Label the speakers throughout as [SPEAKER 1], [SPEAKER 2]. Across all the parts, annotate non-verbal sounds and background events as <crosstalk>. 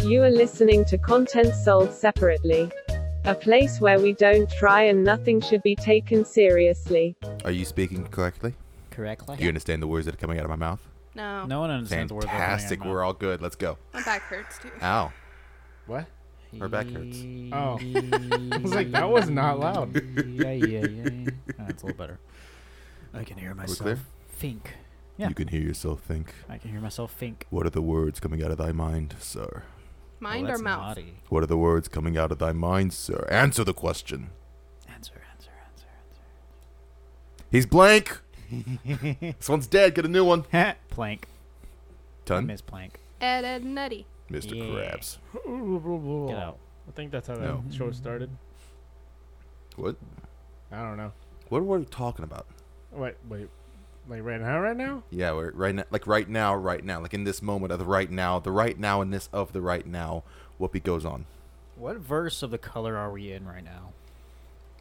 [SPEAKER 1] You are listening to content sold separately. A place where we don't try and nothing should be taken seriously.
[SPEAKER 2] Are you speaking correctly? Do you
[SPEAKER 3] correctly.
[SPEAKER 2] understand the words that are coming out of my mouth?
[SPEAKER 4] No.
[SPEAKER 3] No one understands where
[SPEAKER 2] Fantastic. We're all good. Let's go.
[SPEAKER 4] My back hurts
[SPEAKER 3] Oh,
[SPEAKER 4] too.
[SPEAKER 2] Ow.
[SPEAKER 5] What?
[SPEAKER 2] Her
[SPEAKER 3] <laughs>
[SPEAKER 2] back hurts.
[SPEAKER 5] Oh. I was like, that was not loud.
[SPEAKER 3] <laughs> yeah, yeah, yeah. That's a little better. I can hear myself
[SPEAKER 2] clear?
[SPEAKER 3] think. Yeah.
[SPEAKER 2] You can hear yourself think.
[SPEAKER 3] I can hear myself think.
[SPEAKER 2] What are the words coming out of thy mind,
[SPEAKER 3] Oh,
[SPEAKER 2] sir?
[SPEAKER 4] Mind or
[SPEAKER 3] that's
[SPEAKER 4] mouth?
[SPEAKER 3] naughty.
[SPEAKER 2] What are the words coming out of thy mind, sir? Answer the question.
[SPEAKER 3] Answer, answer, answer, <laughs>
[SPEAKER 2] He's blank. this one's dead. Get a new one.
[SPEAKER 3] answer. plank. I
[SPEAKER 2] Ton.
[SPEAKER 3] miss plank.
[SPEAKER 4] Ed, Ed, Nutty.
[SPEAKER 2] Mr.
[SPEAKER 3] Yeah.
[SPEAKER 2] Krabs.
[SPEAKER 3] Get out.
[SPEAKER 5] I think that's how that
[SPEAKER 2] No.
[SPEAKER 5] show started.
[SPEAKER 2] What?
[SPEAKER 5] I don't know.
[SPEAKER 2] What were we talking about?
[SPEAKER 5] Wait, wait. Like right now, right now?
[SPEAKER 2] Yeah, we're right now, like right now, right now, like in this moment of the right now, the right now, and this of the right now. Whoopi goes on.
[SPEAKER 3] What verse of the color are we in right
[SPEAKER 5] <laughs>
[SPEAKER 3] now?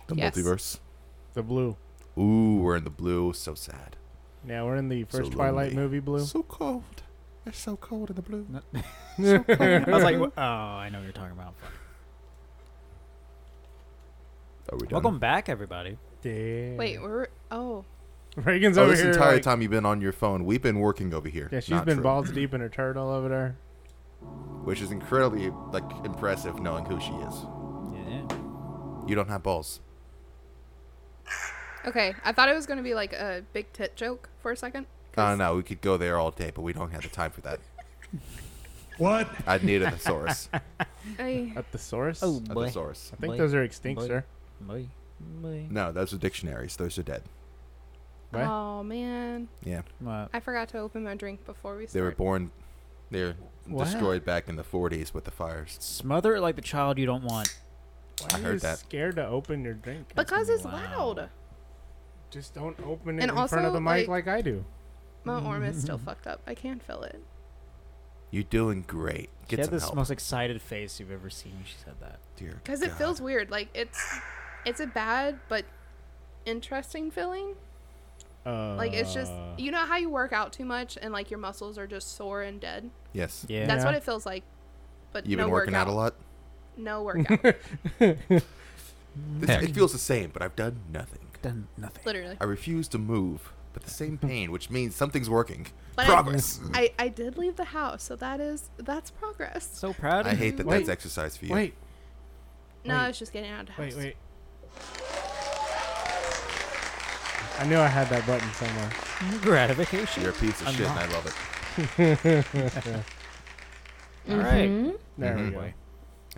[SPEAKER 2] The
[SPEAKER 4] Yes.
[SPEAKER 2] multiverse.
[SPEAKER 5] The blue.
[SPEAKER 2] Ooh, we're in the blue. So sad.
[SPEAKER 5] Yeah, we're in the first
[SPEAKER 2] So
[SPEAKER 5] Twilight
[SPEAKER 2] lonely.
[SPEAKER 5] movie blue.
[SPEAKER 2] So cold. It's so cold in the blue.
[SPEAKER 3] I was like, wh- oh, I know what you're talking about.
[SPEAKER 2] Are we done?
[SPEAKER 3] Welcome back, everybody.
[SPEAKER 5] Damn.
[SPEAKER 4] Wait, we're. Oh.
[SPEAKER 5] Reagan's
[SPEAKER 2] Oh,
[SPEAKER 5] over
[SPEAKER 2] this
[SPEAKER 5] here.
[SPEAKER 2] entire
[SPEAKER 5] like-
[SPEAKER 2] time you've been on your phone, we've been working over here.
[SPEAKER 5] Yeah, she's
[SPEAKER 2] Not
[SPEAKER 5] been
[SPEAKER 2] true.
[SPEAKER 5] balls deep in her turtle over there.
[SPEAKER 2] which is incredibly like impressive, knowing who she is.
[SPEAKER 3] Yeah.
[SPEAKER 2] You don't have balls.
[SPEAKER 4] Okay. I thought it was going to be like a big tit joke for a second.
[SPEAKER 2] Uh,
[SPEAKER 4] 'cause
[SPEAKER 2] no, we could go there all day, but we don't have the time for that.
[SPEAKER 6] What?
[SPEAKER 2] I'd need a thesaurus.
[SPEAKER 3] <laughs>
[SPEAKER 4] I,
[SPEAKER 5] At the source?
[SPEAKER 3] Oh,
[SPEAKER 2] a
[SPEAKER 3] boy.
[SPEAKER 2] thesaurus.
[SPEAKER 5] I think
[SPEAKER 3] boy.
[SPEAKER 5] those are extinct,
[SPEAKER 3] Boy.
[SPEAKER 5] sir.
[SPEAKER 3] Boy. Boy.
[SPEAKER 2] No, those are dictionaries. Those are dead.
[SPEAKER 5] What?
[SPEAKER 4] oh, man.
[SPEAKER 2] Yeah,
[SPEAKER 3] What?
[SPEAKER 4] I forgot to open my drink before we started.
[SPEAKER 2] they were born. They were
[SPEAKER 5] Wow.
[SPEAKER 2] destroyed back in the 40s with the fires.
[SPEAKER 3] Smother it like the child you don't want.
[SPEAKER 5] Why
[SPEAKER 2] I
[SPEAKER 5] are
[SPEAKER 2] heard
[SPEAKER 5] you
[SPEAKER 2] that.
[SPEAKER 5] scared to open your drink?
[SPEAKER 4] because it's
[SPEAKER 3] Wow.
[SPEAKER 4] loud.
[SPEAKER 5] Just don't open it
[SPEAKER 4] And
[SPEAKER 5] in front
[SPEAKER 4] also,
[SPEAKER 5] of the mic
[SPEAKER 4] like-
[SPEAKER 5] like, I do.
[SPEAKER 4] My arm is
[SPEAKER 3] <laughs>
[SPEAKER 4] still fucked up. I can't feel it.
[SPEAKER 2] You're doing great.
[SPEAKER 3] she
[SPEAKER 2] Get
[SPEAKER 3] had
[SPEAKER 2] some
[SPEAKER 3] this
[SPEAKER 2] help.
[SPEAKER 3] most excited face you've ever seen when she said that.
[SPEAKER 2] Dear
[SPEAKER 4] Because it
[SPEAKER 2] God.
[SPEAKER 4] feels weird. Like, it's. It's a bad but interesting feeling.
[SPEAKER 5] Uh,
[SPEAKER 4] Like, it's just. You know how you work out too much and, like, your muscles are just sore and dead?
[SPEAKER 2] Yes.
[SPEAKER 3] Yeah.
[SPEAKER 4] That's what it feels like. But
[SPEAKER 2] You've
[SPEAKER 4] no
[SPEAKER 2] been working
[SPEAKER 4] workout.
[SPEAKER 2] out a lot.
[SPEAKER 3] <laughs>
[SPEAKER 4] No workout.
[SPEAKER 2] This-
[SPEAKER 3] Heck.
[SPEAKER 2] it feels the same, but I've done nothing.
[SPEAKER 3] done nothing.
[SPEAKER 4] Literally.
[SPEAKER 2] I refuse to move, but the same pain, which means something's working.
[SPEAKER 4] But I-
[SPEAKER 2] Progress.
[SPEAKER 4] I, I did leave the house, so that is that's progress.
[SPEAKER 3] So proud of
[SPEAKER 2] I hate
[SPEAKER 3] you.
[SPEAKER 2] that.
[SPEAKER 5] Wait.
[SPEAKER 2] That's exercise for you.
[SPEAKER 5] Wait,
[SPEAKER 4] No,
[SPEAKER 5] Wait.
[SPEAKER 4] I was just getting out of the house.
[SPEAKER 5] wait, wait. I knew I had that button somewhere.
[SPEAKER 3] <laughs> gratification.
[SPEAKER 2] You're a piece of
[SPEAKER 3] I'm
[SPEAKER 2] shit, and
[SPEAKER 3] not.
[SPEAKER 2] I love it.
[SPEAKER 3] All right.
[SPEAKER 4] Mm-hmm.
[SPEAKER 5] There we
[SPEAKER 2] Mhm.
[SPEAKER 5] go.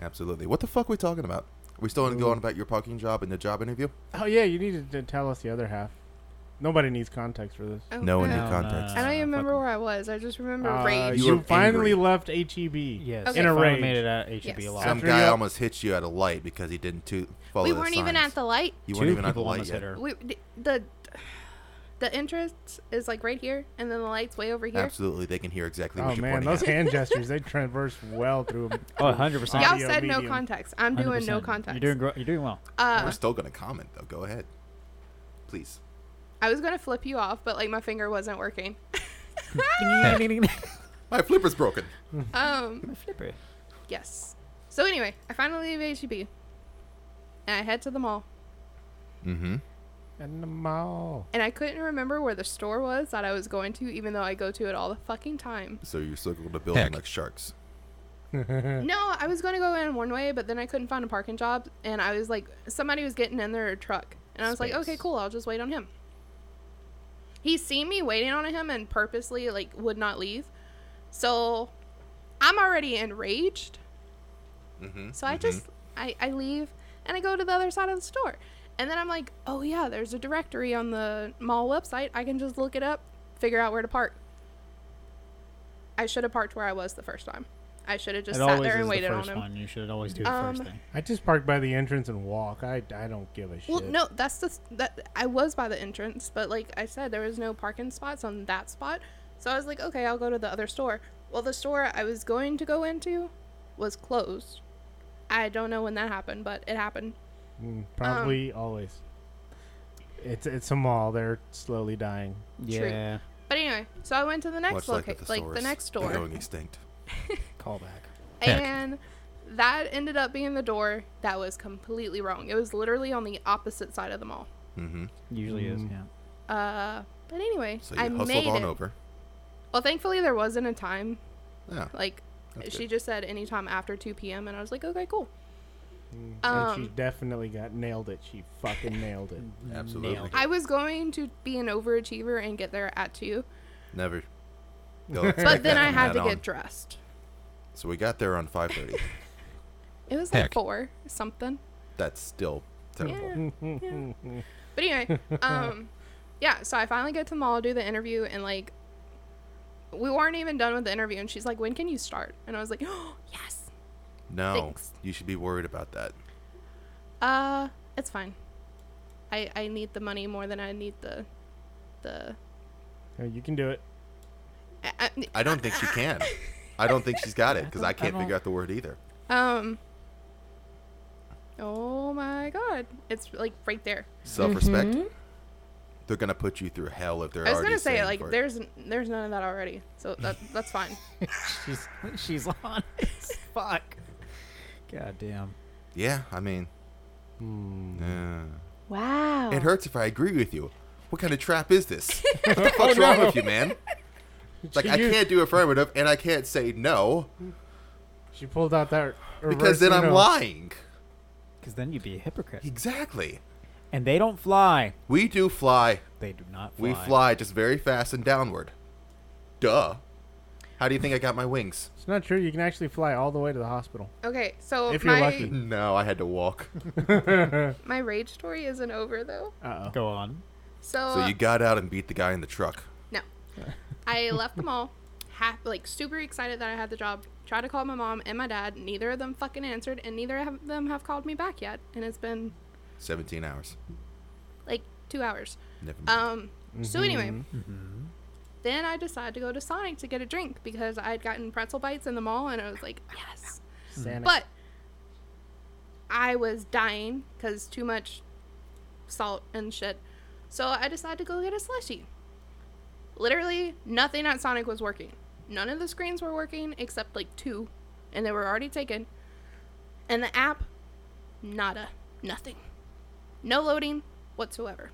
[SPEAKER 2] Absolutely. What the fuck are we talking about? Are we still going to go on about your parking job and the job interview?
[SPEAKER 5] Oh yeah, you needed to tell us the other half. Nobody needs context for this.
[SPEAKER 4] Oh,
[SPEAKER 2] No one
[SPEAKER 4] I
[SPEAKER 2] knew
[SPEAKER 4] don't-
[SPEAKER 2] context.
[SPEAKER 4] I don't even
[SPEAKER 3] Uh,
[SPEAKER 4] remember
[SPEAKER 3] fucking-
[SPEAKER 4] where I was. I just remember
[SPEAKER 5] Uh,
[SPEAKER 4] rage.
[SPEAKER 2] You
[SPEAKER 5] you
[SPEAKER 2] were
[SPEAKER 5] finally
[SPEAKER 2] angry.
[SPEAKER 5] left HEB.
[SPEAKER 3] Yes.
[SPEAKER 4] Okay.
[SPEAKER 5] In a
[SPEAKER 3] finally
[SPEAKER 5] rage.
[SPEAKER 3] made it out of HEB
[SPEAKER 4] uh, Yes.
[SPEAKER 3] alive.
[SPEAKER 2] Some
[SPEAKER 5] After
[SPEAKER 2] guy
[SPEAKER 5] you-
[SPEAKER 2] almost hit you at a light because he didn't to follow
[SPEAKER 4] we
[SPEAKER 2] the
[SPEAKER 4] weren't even
[SPEAKER 2] signs.
[SPEAKER 4] at the light.
[SPEAKER 2] You
[SPEAKER 3] Two
[SPEAKER 2] weren't even at the
[SPEAKER 3] people
[SPEAKER 2] light
[SPEAKER 3] almost hit
[SPEAKER 2] yet.
[SPEAKER 3] her.
[SPEAKER 4] We d- the the entrance is like right here, and then the light's way over here.
[SPEAKER 2] Absolutely, they can hear exactly
[SPEAKER 5] Oh
[SPEAKER 2] what you're
[SPEAKER 5] man, those
[SPEAKER 2] pointing at.
[SPEAKER 5] hand gestures—they traverse well through. 'em.
[SPEAKER 3] Oh, 100 percent.
[SPEAKER 4] Y'all
[SPEAKER 5] Audio
[SPEAKER 4] said no
[SPEAKER 5] medium.
[SPEAKER 4] context. I'm doing no context.
[SPEAKER 3] You're doing gr- you're doing
[SPEAKER 4] <laughs>
[SPEAKER 3] well.
[SPEAKER 2] We're
[SPEAKER 4] uh,
[SPEAKER 2] still going to comment though. Go ahead, please.
[SPEAKER 4] I was gonna flip you off, but like my finger wasn't working.
[SPEAKER 3] <laughs>
[SPEAKER 4] <laughs>
[SPEAKER 2] My flipper's broken.
[SPEAKER 4] Um,
[SPEAKER 3] Flipper.
[SPEAKER 4] Yes. So anyway, I finally leave HEB, and I head to the mall.
[SPEAKER 2] Mm-hmm.
[SPEAKER 5] And the mall.
[SPEAKER 4] And I couldn't remember where the store was that I was going to, even though I go to it all the fucking time.
[SPEAKER 2] So you're circling the building
[SPEAKER 3] Heck.
[SPEAKER 2] like sharks.
[SPEAKER 4] No, I was going to go in one way, but then I couldn't find a parking job, and I was like, somebody was getting in their truck, and I was like,
[SPEAKER 3] Space.
[SPEAKER 4] okay, cool, I'll just wait on him. He seen me waiting on him and purposely like would not leave, so I'm already enraged.
[SPEAKER 2] Mm-hmm.
[SPEAKER 4] So I just I, I leave and I go to the other side of the store. And then I'm like, oh yeah, there's a directory on the mall website. I can just look it up, figure out where to park. I should have parked where I was the first time. I should have just
[SPEAKER 3] it
[SPEAKER 4] sat
[SPEAKER 3] always
[SPEAKER 4] there
[SPEAKER 3] is
[SPEAKER 4] and
[SPEAKER 3] the
[SPEAKER 4] waited on
[SPEAKER 3] first
[SPEAKER 4] him.
[SPEAKER 3] one. You should always do the first
[SPEAKER 4] Um,
[SPEAKER 3] thing.
[SPEAKER 5] I just park by the entrance and walk. I, I don't give a shit.
[SPEAKER 4] Well, no, that's the s- that I was by the entrance, but like I said, there was no parking spots on that spot. So I was like, okay, I'll go to the other store. Well, the store I was going to go into was closed. I don't know when that happened, but it happened.
[SPEAKER 5] Mm, probably always. It's it's a mall. They're slowly dying.
[SPEAKER 3] Yeah.
[SPEAKER 4] But anyway, so I went to the next
[SPEAKER 2] Much like
[SPEAKER 4] location,
[SPEAKER 2] the
[SPEAKER 4] like the
[SPEAKER 2] thesaurus,
[SPEAKER 4] next
[SPEAKER 2] they're
[SPEAKER 4] door,
[SPEAKER 2] going extinct.
[SPEAKER 3] Callback.
[SPEAKER 4] and
[SPEAKER 2] <laughs>
[SPEAKER 4] then that ended up being the door that was completely wrong. It was literally on the opposite side of the mall.
[SPEAKER 2] Mm-hmm.
[SPEAKER 3] Usually is.
[SPEAKER 5] Mm.
[SPEAKER 3] Yeah.
[SPEAKER 4] Uh, but anyway,
[SPEAKER 2] So you
[SPEAKER 4] I
[SPEAKER 2] hustled
[SPEAKER 4] made
[SPEAKER 2] on
[SPEAKER 4] it.
[SPEAKER 2] over.
[SPEAKER 4] Well, thankfully there wasn't a time.
[SPEAKER 2] Yeah.
[SPEAKER 4] Like
[SPEAKER 2] That's
[SPEAKER 4] she
[SPEAKER 2] good.
[SPEAKER 4] just said anytime after 2 p.m. and I was like, okay, cool.
[SPEAKER 5] and she
[SPEAKER 4] Um,
[SPEAKER 5] definitely got nailed it. She fucking
[SPEAKER 3] <laughs>
[SPEAKER 5] nailed it.
[SPEAKER 2] Absolutely.
[SPEAKER 3] Nailed
[SPEAKER 4] I was going to be an overachiever and get there at
[SPEAKER 2] <laughs>
[SPEAKER 4] two, <laughs>
[SPEAKER 2] Never. You'll
[SPEAKER 4] but
[SPEAKER 2] expect
[SPEAKER 4] then
[SPEAKER 2] that
[SPEAKER 4] I
[SPEAKER 2] from
[SPEAKER 4] had
[SPEAKER 2] that
[SPEAKER 4] to
[SPEAKER 2] on.
[SPEAKER 4] get dressed.
[SPEAKER 2] So we got there on
[SPEAKER 4] <laughs>
[SPEAKER 2] 5:30.
[SPEAKER 4] It was
[SPEAKER 2] Heck.
[SPEAKER 4] like four something.
[SPEAKER 2] That's still terrible.
[SPEAKER 4] Yeah, yeah.
[SPEAKER 2] <laughs>
[SPEAKER 4] But anyway, um, yeah. So I finally get to the mall, do the interview, and like, we weren't even done with the interview, and she's like, "When can you start?" And I was like, "Oh, <gasps> yes.
[SPEAKER 2] No,
[SPEAKER 4] Thanks.
[SPEAKER 2] you should be worried about that.
[SPEAKER 4] Uh, it's fine. I I need the money more than I need the the."
[SPEAKER 5] Oh, you can do it.
[SPEAKER 4] I, I-
[SPEAKER 2] I don't think she can. I don't think she's got it
[SPEAKER 4] <laughs>
[SPEAKER 2] because I
[SPEAKER 3] don't- I
[SPEAKER 2] can't figure
[SPEAKER 3] don't-
[SPEAKER 2] out the word either.
[SPEAKER 4] Um. Oh my god. It's like right there.
[SPEAKER 2] Self-respect. They're gonna put you through hell if they're.
[SPEAKER 4] I was
[SPEAKER 2] already
[SPEAKER 4] gonna say
[SPEAKER 2] saying
[SPEAKER 4] like
[SPEAKER 2] for it.
[SPEAKER 4] there's there's none of that already, so
[SPEAKER 2] <laughs>
[SPEAKER 4] that that's fine.
[SPEAKER 3] she's <laughs> she's on. as <laughs> Fuck. God damn.
[SPEAKER 2] Yeah, I mean,
[SPEAKER 5] Hmm.
[SPEAKER 2] yeah.
[SPEAKER 4] Wow.
[SPEAKER 2] it hurts if I agree with you. What kind of trap is
[SPEAKER 4] <laughs>
[SPEAKER 2] this? what the fuck's wrong with you,
[SPEAKER 5] <laughs>
[SPEAKER 2] man? Like I
[SPEAKER 5] Oh, You-
[SPEAKER 2] can't do affirmative and I can't say no
[SPEAKER 5] She pulled out that
[SPEAKER 2] because then I'm
[SPEAKER 5] locked.
[SPEAKER 2] lying.
[SPEAKER 3] Because then you'd be a hypocrite.
[SPEAKER 2] Exactly.
[SPEAKER 3] And they don't fly.
[SPEAKER 2] We do fly.
[SPEAKER 3] They do not fly.
[SPEAKER 2] We fly just very fast and downward. Duh. How do you think I got my wings?
[SPEAKER 5] It's not true. You can actually fly all the way to the hospital.
[SPEAKER 4] Okay, so
[SPEAKER 5] If you're
[SPEAKER 4] my
[SPEAKER 5] lucky.
[SPEAKER 2] No, I had to walk.
[SPEAKER 4] my rage story isn't over though.
[SPEAKER 5] Uh oh.
[SPEAKER 3] Go on.
[SPEAKER 4] So,
[SPEAKER 2] So you got out and beat the guy in the truck. <laughs>
[SPEAKER 4] no, I left them all, ha- like super excited that I had the job. Tried to call my mom and my dad. Neither of them fucking answered, and neither of them have called me back yet. And it's been
[SPEAKER 2] 17 hours.
[SPEAKER 4] like two hours.
[SPEAKER 2] Never mind.
[SPEAKER 4] Um. So anyway, then I decided to go to Sonic to get a drink because I had gotten pretzel bites in the mall, and I was like, yes.
[SPEAKER 5] Santa.
[SPEAKER 4] But I was dying because too much salt and shit. So I decided to go get a slushie. Literally, nothing at Sonic was working. None of the screens were working except like two, and they were already taken. And the app, nada, nothing. No loading whatsoever.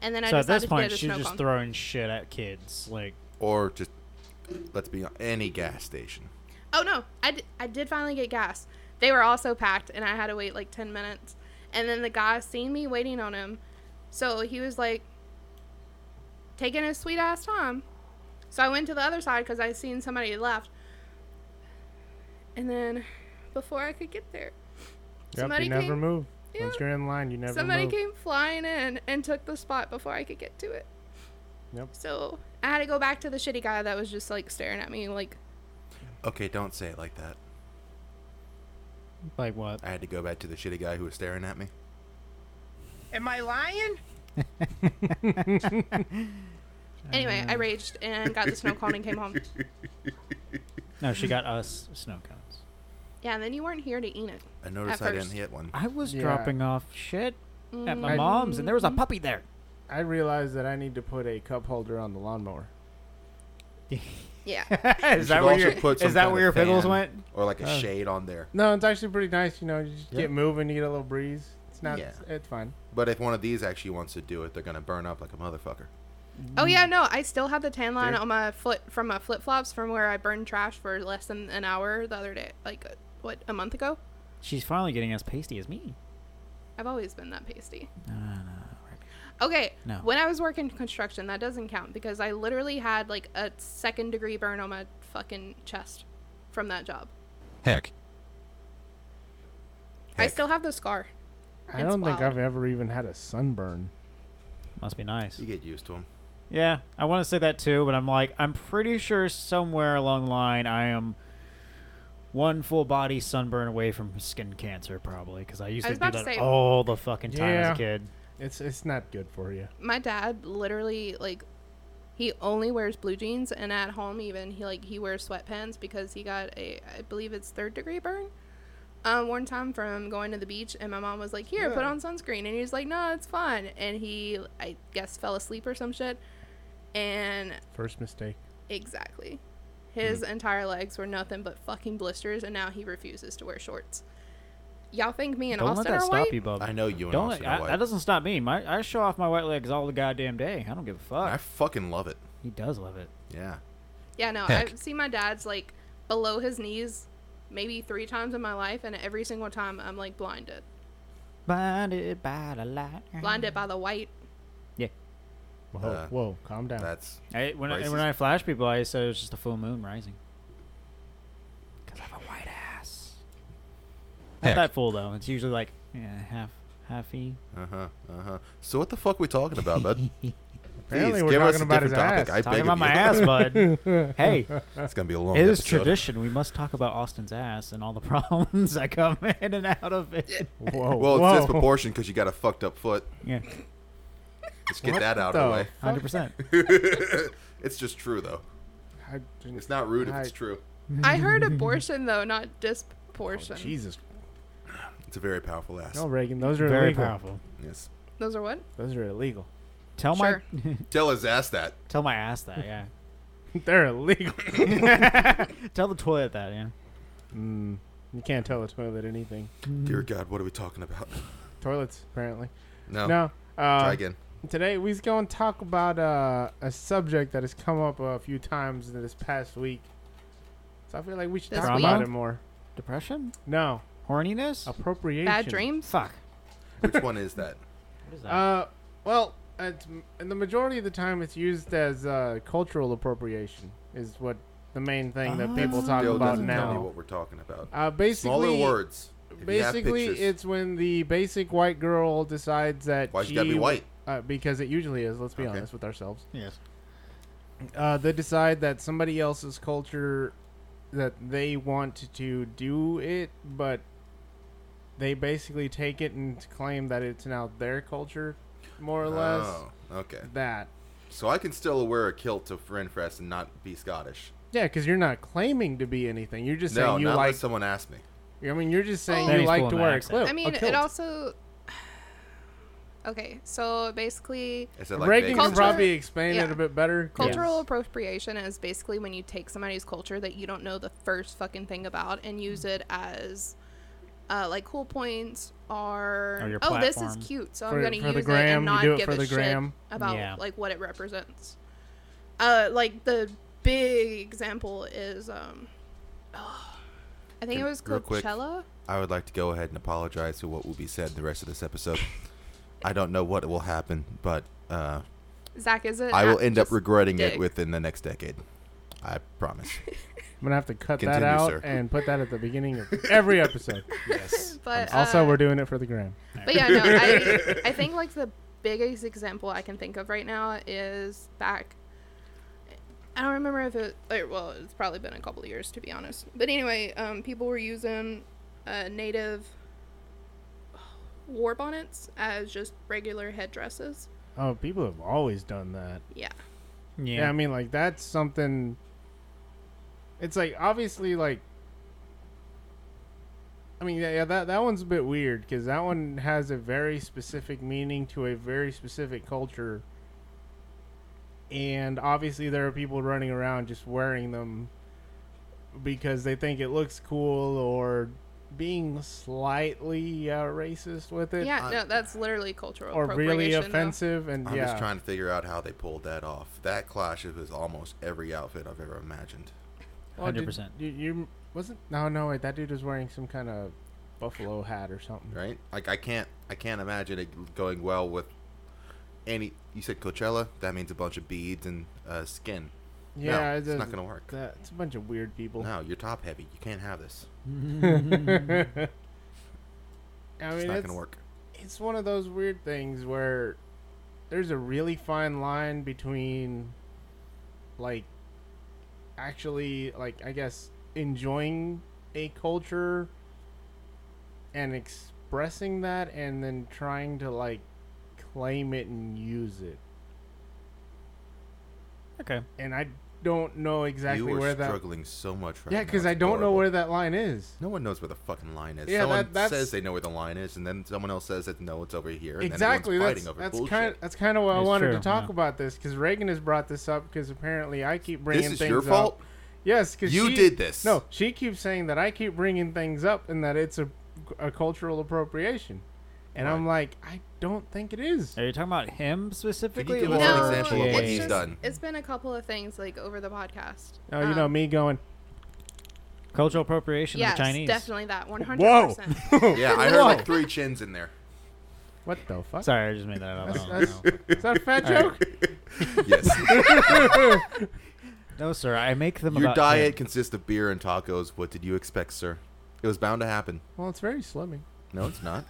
[SPEAKER 4] And then I
[SPEAKER 7] so at
[SPEAKER 4] decided
[SPEAKER 7] this
[SPEAKER 4] to
[SPEAKER 7] point,
[SPEAKER 4] get a
[SPEAKER 7] she's
[SPEAKER 4] snow
[SPEAKER 7] just
[SPEAKER 4] cone.
[SPEAKER 7] throwing shit at kids. Like,
[SPEAKER 2] or just, let's be on any gas station.
[SPEAKER 4] Oh no, I, d- I did finally get gas. They were also packed, and I had to wait like 10 minutes. And then the guy seen me waiting on him, so he was like taking his sweet ass time. So I went to the other side because I seen somebody left. And then before I could get there,
[SPEAKER 5] Yep,
[SPEAKER 4] somebody
[SPEAKER 5] you never
[SPEAKER 4] came-
[SPEAKER 5] move.
[SPEAKER 4] Yeah.
[SPEAKER 5] Once you're in line, you never
[SPEAKER 4] somebody
[SPEAKER 5] move.
[SPEAKER 4] came flying in and took the spot before I could get to it.
[SPEAKER 5] Yep.
[SPEAKER 4] So I had to go back to the shitty guy that was just like staring at me like,
[SPEAKER 2] Okay, don't say it like that.
[SPEAKER 7] like what?
[SPEAKER 2] I had to go back to the shitty guy who was staring at me.
[SPEAKER 4] anyway,
[SPEAKER 5] Ah.
[SPEAKER 4] I raged and got the snow cone and came
[SPEAKER 5] <laughs>
[SPEAKER 4] home.
[SPEAKER 7] No, she got us snow cones.
[SPEAKER 4] Yeah, and then you weren't here to eat it.
[SPEAKER 2] I noticed
[SPEAKER 4] At
[SPEAKER 2] I didn't
[SPEAKER 4] first.
[SPEAKER 2] hit one.
[SPEAKER 7] I was
[SPEAKER 5] Yeah.
[SPEAKER 7] dropping off shit at my
[SPEAKER 5] I-
[SPEAKER 4] Mm.
[SPEAKER 7] mom's, and there was
[SPEAKER 4] Mm-hmm.
[SPEAKER 7] a puppy <laughs> there.
[SPEAKER 5] I realized that I need to put a cup holder on the lawnmower.
[SPEAKER 7] <laughs>
[SPEAKER 4] Yeah.
[SPEAKER 2] You
[SPEAKER 7] is
[SPEAKER 2] should
[SPEAKER 7] that where
[SPEAKER 2] also
[SPEAKER 7] your
[SPEAKER 2] put some
[SPEAKER 7] is that
[SPEAKER 2] kind
[SPEAKER 7] where
[SPEAKER 2] of
[SPEAKER 7] your pickles
[SPEAKER 2] fan
[SPEAKER 7] went?
[SPEAKER 2] Or like a shade on there.
[SPEAKER 5] No, it's actually pretty nice. You know, you just
[SPEAKER 7] Yeah.
[SPEAKER 5] get moving, you get a little breeze. It's not.
[SPEAKER 2] Yeah.
[SPEAKER 5] It's fine.
[SPEAKER 2] But if one of these actually wants to do it, they're going to burn up like a motherfucker.
[SPEAKER 4] Oh yeah, no, I still have the tan line
[SPEAKER 2] Dude.
[SPEAKER 4] on my foot from my flip flops from where I burned trash for less than an hour the other day, like uh, what a month ago.
[SPEAKER 7] She's finally getting as pasty as me.
[SPEAKER 4] I've always been that pasty.
[SPEAKER 7] No, no, no.
[SPEAKER 4] Okay,
[SPEAKER 7] No.
[SPEAKER 4] when I was working construction, that doesn't count because I literally had like a second degree burn on my fucking chest from that job.
[SPEAKER 2] Heck.
[SPEAKER 4] I
[SPEAKER 2] Heck.
[SPEAKER 4] still have the scar.
[SPEAKER 5] I
[SPEAKER 4] It's
[SPEAKER 5] don't think
[SPEAKER 4] wild.
[SPEAKER 5] I've ever even had a sunburn.
[SPEAKER 7] Must be nice.
[SPEAKER 2] You get used to them.
[SPEAKER 7] Yeah, I want to say that too, but I'm like, I'm pretty sure somewhere along the line, I am one full body sunburn away from skin cancer, probably, because I used
[SPEAKER 4] I
[SPEAKER 7] to
[SPEAKER 4] was
[SPEAKER 7] do
[SPEAKER 4] about to
[SPEAKER 7] that
[SPEAKER 4] say-
[SPEAKER 7] all the fucking time as
[SPEAKER 5] Yeah.
[SPEAKER 7] a kid.
[SPEAKER 5] It's it's not good for you.
[SPEAKER 4] My dad literally like he only wears blue jeans and at home even he like he wears sweatpants because he got a I believe it's third degree burn. Um, one time from going to the beach and my mom was like, "Here, put on sunscreen," and he was like, "No, it's fine." And he I guess fell asleep or some shit. And
[SPEAKER 5] First mistake.
[SPEAKER 4] exactly, His
[SPEAKER 7] Mm-hmm.
[SPEAKER 4] entire legs were nothing but fucking blisters, and now he refuses to wear shorts. Y'all think me and
[SPEAKER 7] Don't
[SPEAKER 4] Austin
[SPEAKER 7] let that
[SPEAKER 4] are
[SPEAKER 7] stop
[SPEAKER 4] white?
[SPEAKER 7] you, bub.
[SPEAKER 2] I know you and
[SPEAKER 7] Don't
[SPEAKER 2] Austin
[SPEAKER 7] let,
[SPEAKER 2] are
[SPEAKER 7] I-
[SPEAKER 2] white.
[SPEAKER 7] That doesn't stop me. My, I show off my white legs all the goddamn day. I don't give a fuck.
[SPEAKER 2] I fucking love it.
[SPEAKER 7] he does love it.
[SPEAKER 2] Yeah.
[SPEAKER 4] Yeah, no,
[SPEAKER 8] Heck.
[SPEAKER 4] I've seen my dad's like below his knees maybe three times in my life, and every single time I'm like blinded.
[SPEAKER 7] Blinded by the light.
[SPEAKER 4] Blinded by the white.
[SPEAKER 5] Whoa,
[SPEAKER 2] Uh,
[SPEAKER 5] whoa, calm down.
[SPEAKER 2] That's
[SPEAKER 7] I, when, I,
[SPEAKER 2] Racist.
[SPEAKER 7] when I flash people, I said it was just a full moon rising. Because I have a white ass. Not
[SPEAKER 8] Heck.
[SPEAKER 7] that full, though. It's usually like yeah, half, half E.
[SPEAKER 2] uh huh uh huh. So what the fuck we talking about, bud?
[SPEAKER 5] Apparently
[SPEAKER 2] Please,
[SPEAKER 5] we're
[SPEAKER 2] give us
[SPEAKER 5] talking
[SPEAKER 2] a
[SPEAKER 5] about
[SPEAKER 2] different
[SPEAKER 5] his
[SPEAKER 2] topic.
[SPEAKER 5] ass.
[SPEAKER 2] I
[SPEAKER 7] Talking
[SPEAKER 2] beg
[SPEAKER 7] about
[SPEAKER 2] of
[SPEAKER 7] my
[SPEAKER 2] you.
[SPEAKER 7] ass, bud.
[SPEAKER 2] <laughs>
[SPEAKER 7] hey,
[SPEAKER 2] It's gonna be a long.
[SPEAKER 7] it is
[SPEAKER 2] episode.
[SPEAKER 7] tradition. We must talk about Austin's ass and all the <laughs> problems that come in and out of it.
[SPEAKER 2] <laughs>
[SPEAKER 5] Whoa,
[SPEAKER 2] Well, it's
[SPEAKER 5] whoa.
[SPEAKER 2] disproportioned because you got a fucked up foot.
[SPEAKER 7] Yeah,
[SPEAKER 2] Let's get
[SPEAKER 5] What
[SPEAKER 2] that out
[SPEAKER 5] the
[SPEAKER 2] of
[SPEAKER 7] hundred percent.
[SPEAKER 2] the way. <laughs> it's just true though.
[SPEAKER 5] I-
[SPEAKER 2] It's not rude if it's
[SPEAKER 5] I-
[SPEAKER 2] true.
[SPEAKER 4] I heard abortion though, not disportion.
[SPEAKER 5] Jesus.
[SPEAKER 2] It's a very powerful ass.
[SPEAKER 5] No, Reagan, those are
[SPEAKER 7] Very
[SPEAKER 5] illegal.
[SPEAKER 7] powerful.
[SPEAKER 2] Yes.
[SPEAKER 4] Those are what?
[SPEAKER 5] Those are illegal. <laughs>
[SPEAKER 7] Tell
[SPEAKER 4] Sure.
[SPEAKER 7] my
[SPEAKER 2] Tell his ass that.
[SPEAKER 7] tell my ass that. Yeah.
[SPEAKER 5] They're illegal.
[SPEAKER 7] tell the toilet that. Yeah.
[SPEAKER 5] Mm, you can't tell the toilet anything.
[SPEAKER 2] Dear God, what are we talking about? <laughs>
[SPEAKER 5] Toilets, apparently.
[SPEAKER 2] No.
[SPEAKER 5] No. Uh,
[SPEAKER 2] Oh, Try again.
[SPEAKER 5] Today we're going to talk about uh, a subject that has come up a few times in this past week. So I feel like we should
[SPEAKER 4] This
[SPEAKER 5] talk
[SPEAKER 7] week?
[SPEAKER 5] about it more.
[SPEAKER 7] Depression,
[SPEAKER 5] No,
[SPEAKER 7] horniness.
[SPEAKER 5] appropriation.
[SPEAKER 4] Bad dreams?
[SPEAKER 7] Fuck.
[SPEAKER 2] Which one is that?
[SPEAKER 7] What is that?
[SPEAKER 5] Uh, well, it's, and the majority of the time it's used as uh, cultural appropriation is what the main thing that people talk
[SPEAKER 2] Oh. Still
[SPEAKER 5] about
[SPEAKER 2] doesn't tell me
[SPEAKER 5] now.
[SPEAKER 2] what we're talking about.
[SPEAKER 5] Uh, basically,
[SPEAKER 2] Smaller words. If you have
[SPEAKER 5] Basically,
[SPEAKER 2] pictures,
[SPEAKER 5] it's when the basic white girl decides that
[SPEAKER 2] why'd
[SPEAKER 5] she
[SPEAKER 2] you gotta be white?
[SPEAKER 5] uh, because it usually is. Let's be
[SPEAKER 2] Okay.
[SPEAKER 5] honest with ourselves.
[SPEAKER 7] yes.
[SPEAKER 5] Uh, they decide that somebody else's culture that they want to do it, but they basically take it and claim that it's now their culture, more or less.
[SPEAKER 2] Oh, okay.
[SPEAKER 5] That
[SPEAKER 2] So I can still wear a kilt to Renfest and not be Scottish.
[SPEAKER 5] yeah, because you're not claiming to be anything. You're just
[SPEAKER 2] No,
[SPEAKER 5] saying you
[SPEAKER 2] not
[SPEAKER 5] like.
[SPEAKER 2] unless someone asked me.
[SPEAKER 5] I mean, you're just saying
[SPEAKER 4] Then
[SPEAKER 5] you
[SPEAKER 7] he's
[SPEAKER 5] like
[SPEAKER 7] pulling
[SPEAKER 5] to
[SPEAKER 7] the
[SPEAKER 5] wear a
[SPEAKER 7] accent.
[SPEAKER 5] clip.
[SPEAKER 4] I mean,
[SPEAKER 5] a
[SPEAKER 4] it
[SPEAKER 5] kilt.
[SPEAKER 4] also. <sighs> Okay, so basically,
[SPEAKER 2] I said like
[SPEAKER 5] Reagan
[SPEAKER 2] Vegas.
[SPEAKER 5] can probably explain it
[SPEAKER 4] yeah.
[SPEAKER 5] a bit better. 'cause-
[SPEAKER 4] cultural appropriation is basically when you take somebody's culture that you don't know the first fucking thing about and use it as, uh, like cool points are.
[SPEAKER 7] Or your
[SPEAKER 4] oh, this is
[SPEAKER 7] platform.
[SPEAKER 4] cute, so
[SPEAKER 5] For-
[SPEAKER 4] I'm gonna
[SPEAKER 5] for the
[SPEAKER 4] use it
[SPEAKER 5] gram,
[SPEAKER 4] and
[SPEAKER 5] you
[SPEAKER 4] not
[SPEAKER 5] do it
[SPEAKER 4] give
[SPEAKER 5] for
[SPEAKER 4] a
[SPEAKER 5] the
[SPEAKER 4] shit
[SPEAKER 5] gram.
[SPEAKER 4] about
[SPEAKER 7] Yeah.
[SPEAKER 4] like what it represents. Uh, like the big example is um, <sighs> I think
[SPEAKER 2] Can-
[SPEAKER 4] it was
[SPEAKER 2] real quick.
[SPEAKER 4] Coachella.
[SPEAKER 2] I would like to go ahead and apologize for what will be said the rest of this episode. I don't know what will happen, but uh,
[SPEAKER 4] Zach, is it?
[SPEAKER 2] I will
[SPEAKER 4] not
[SPEAKER 2] end up
[SPEAKER 4] just
[SPEAKER 2] regretting it
[SPEAKER 4] dig?
[SPEAKER 2] within the next decade. I
[SPEAKER 5] <laughs>
[SPEAKER 2] promise.
[SPEAKER 5] I'm gonna have to cut that
[SPEAKER 2] Continue,
[SPEAKER 5] out
[SPEAKER 2] sir.
[SPEAKER 5] and put that at the
[SPEAKER 2] <laughs>
[SPEAKER 5] beginning of every episode.
[SPEAKER 4] But
[SPEAKER 5] also,
[SPEAKER 4] uh,
[SPEAKER 5] we're doing it for the gram.
[SPEAKER 4] But yeah, no, I,
[SPEAKER 5] <laughs>
[SPEAKER 4] I think like the biggest example I can think of right now is back. I don't remember if it. Like, well, it's probably been a couple of years to be honest. But anyway, um, people were using uh, native war bonnets as just regular headdresses.
[SPEAKER 5] Oh, people have always done that.
[SPEAKER 4] Yeah.
[SPEAKER 7] Yeah.
[SPEAKER 5] Yeah, I mean, like that's something. It's like obviously like. I mean, yeah, yeah, that that one's a bit weird because that one has a very specific meaning to a very specific culture, and obviously there are people running around just wearing them because they think it looks cool or being slightly uh, racist with it
[SPEAKER 4] Yeah,
[SPEAKER 2] I-
[SPEAKER 4] no, that's literally cultural
[SPEAKER 5] or really
[SPEAKER 4] appropriation. though.
[SPEAKER 5] offensive and
[SPEAKER 2] I'm
[SPEAKER 5] yeah
[SPEAKER 2] just trying to figure out how they pulled that off. That clash is with almost every outfit I've ever imagined.
[SPEAKER 5] Well, did-
[SPEAKER 7] 100%.
[SPEAKER 5] Oh, You, you wasn't? No, no, wait. That dude was wearing some kind of buffalo hat or something.
[SPEAKER 2] Right? Like I can't, I can't imagine it going well with any. You said Coachella. That means a bunch of beads and uh, skin.
[SPEAKER 5] Yeah,
[SPEAKER 2] no,
[SPEAKER 5] it
[SPEAKER 2] it's
[SPEAKER 5] does-
[SPEAKER 2] not gonna work.
[SPEAKER 5] That, it's a bunch of weird people. <laughs>
[SPEAKER 2] No, you're top heavy. You can't have this.
[SPEAKER 5] I
[SPEAKER 2] It's
[SPEAKER 5] mean,
[SPEAKER 2] not
[SPEAKER 5] it's,
[SPEAKER 2] gonna work.
[SPEAKER 5] it's one of those weird things where there's a really fine line between, like, actually, like, I guess, enjoying a culture and expressing that and then trying to, like, claim it and use it.
[SPEAKER 7] okay.
[SPEAKER 5] and I don't know exactly
[SPEAKER 2] you are
[SPEAKER 5] where that.
[SPEAKER 2] struggling so much right
[SPEAKER 5] Yeah,
[SPEAKER 2] now,
[SPEAKER 5] because
[SPEAKER 2] it's
[SPEAKER 5] I don't know
[SPEAKER 2] adorable.
[SPEAKER 5] where that line is.
[SPEAKER 2] No one knows where the fucking line is.
[SPEAKER 5] Yeah,
[SPEAKER 2] someone
[SPEAKER 5] that- that's-
[SPEAKER 2] says they know where the line is, and then someone else says that no, it's over here. And
[SPEAKER 5] Exactly.
[SPEAKER 2] Then
[SPEAKER 5] That's
[SPEAKER 2] everyone's fighting over
[SPEAKER 5] that's
[SPEAKER 2] bullshit.
[SPEAKER 5] kind of that's kind of why I
[SPEAKER 7] It's
[SPEAKER 5] wanted
[SPEAKER 7] true,
[SPEAKER 5] to talk
[SPEAKER 7] yeah.
[SPEAKER 5] about this because Reagan has brought this up because apparently I keep bringing
[SPEAKER 2] this is
[SPEAKER 5] things
[SPEAKER 2] your
[SPEAKER 5] up.
[SPEAKER 2] fault.
[SPEAKER 5] Yes, because
[SPEAKER 2] You did this.
[SPEAKER 5] No, she keeps saying that I keep bringing things up and that it's a, a cultural appropriation, and I'm like, I don't think it is.
[SPEAKER 7] Are you talking about him specifically?
[SPEAKER 2] give
[SPEAKER 7] or
[SPEAKER 2] us an
[SPEAKER 4] No,
[SPEAKER 2] example of what
[SPEAKER 4] it's
[SPEAKER 2] he's
[SPEAKER 4] just-
[SPEAKER 2] done?
[SPEAKER 4] It's been a couple of things like over the podcast.
[SPEAKER 5] Oh, you know
[SPEAKER 7] Uh,
[SPEAKER 4] Um,
[SPEAKER 5] me going.
[SPEAKER 7] Cultural appropriation
[SPEAKER 4] Yes,
[SPEAKER 7] of the Chinese.
[SPEAKER 4] definitely that. One hundred
[SPEAKER 5] Whoa!
[SPEAKER 4] percent.
[SPEAKER 5] <laughs>
[SPEAKER 2] Yeah, I heard like three chins in there.
[SPEAKER 5] What the fuck?
[SPEAKER 7] Sorry, I just made that up. I
[SPEAKER 5] That's,
[SPEAKER 7] don't know.
[SPEAKER 5] that's, is that
[SPEAKER 7] <laughs>
[SPEAKER 5] a fat joke?
[SPEAKER 2] Yes.
[SPEAKER 7] No, sir, I make
[SPEAKER 2] <laughs>
[SPEAKER 7] them <laughs>
[SPEAKER 2] Your
[SPEAKER 7] about
[SPEAKER 2] diet
[SPEAKER 7] him.
[SPEAKER 2] consists of beer and tacos. What did you expect, sir? It was bound to happen.
[SPEAKER 5] Well, it's very slimming.
[SPEAKER 2] No, it's not.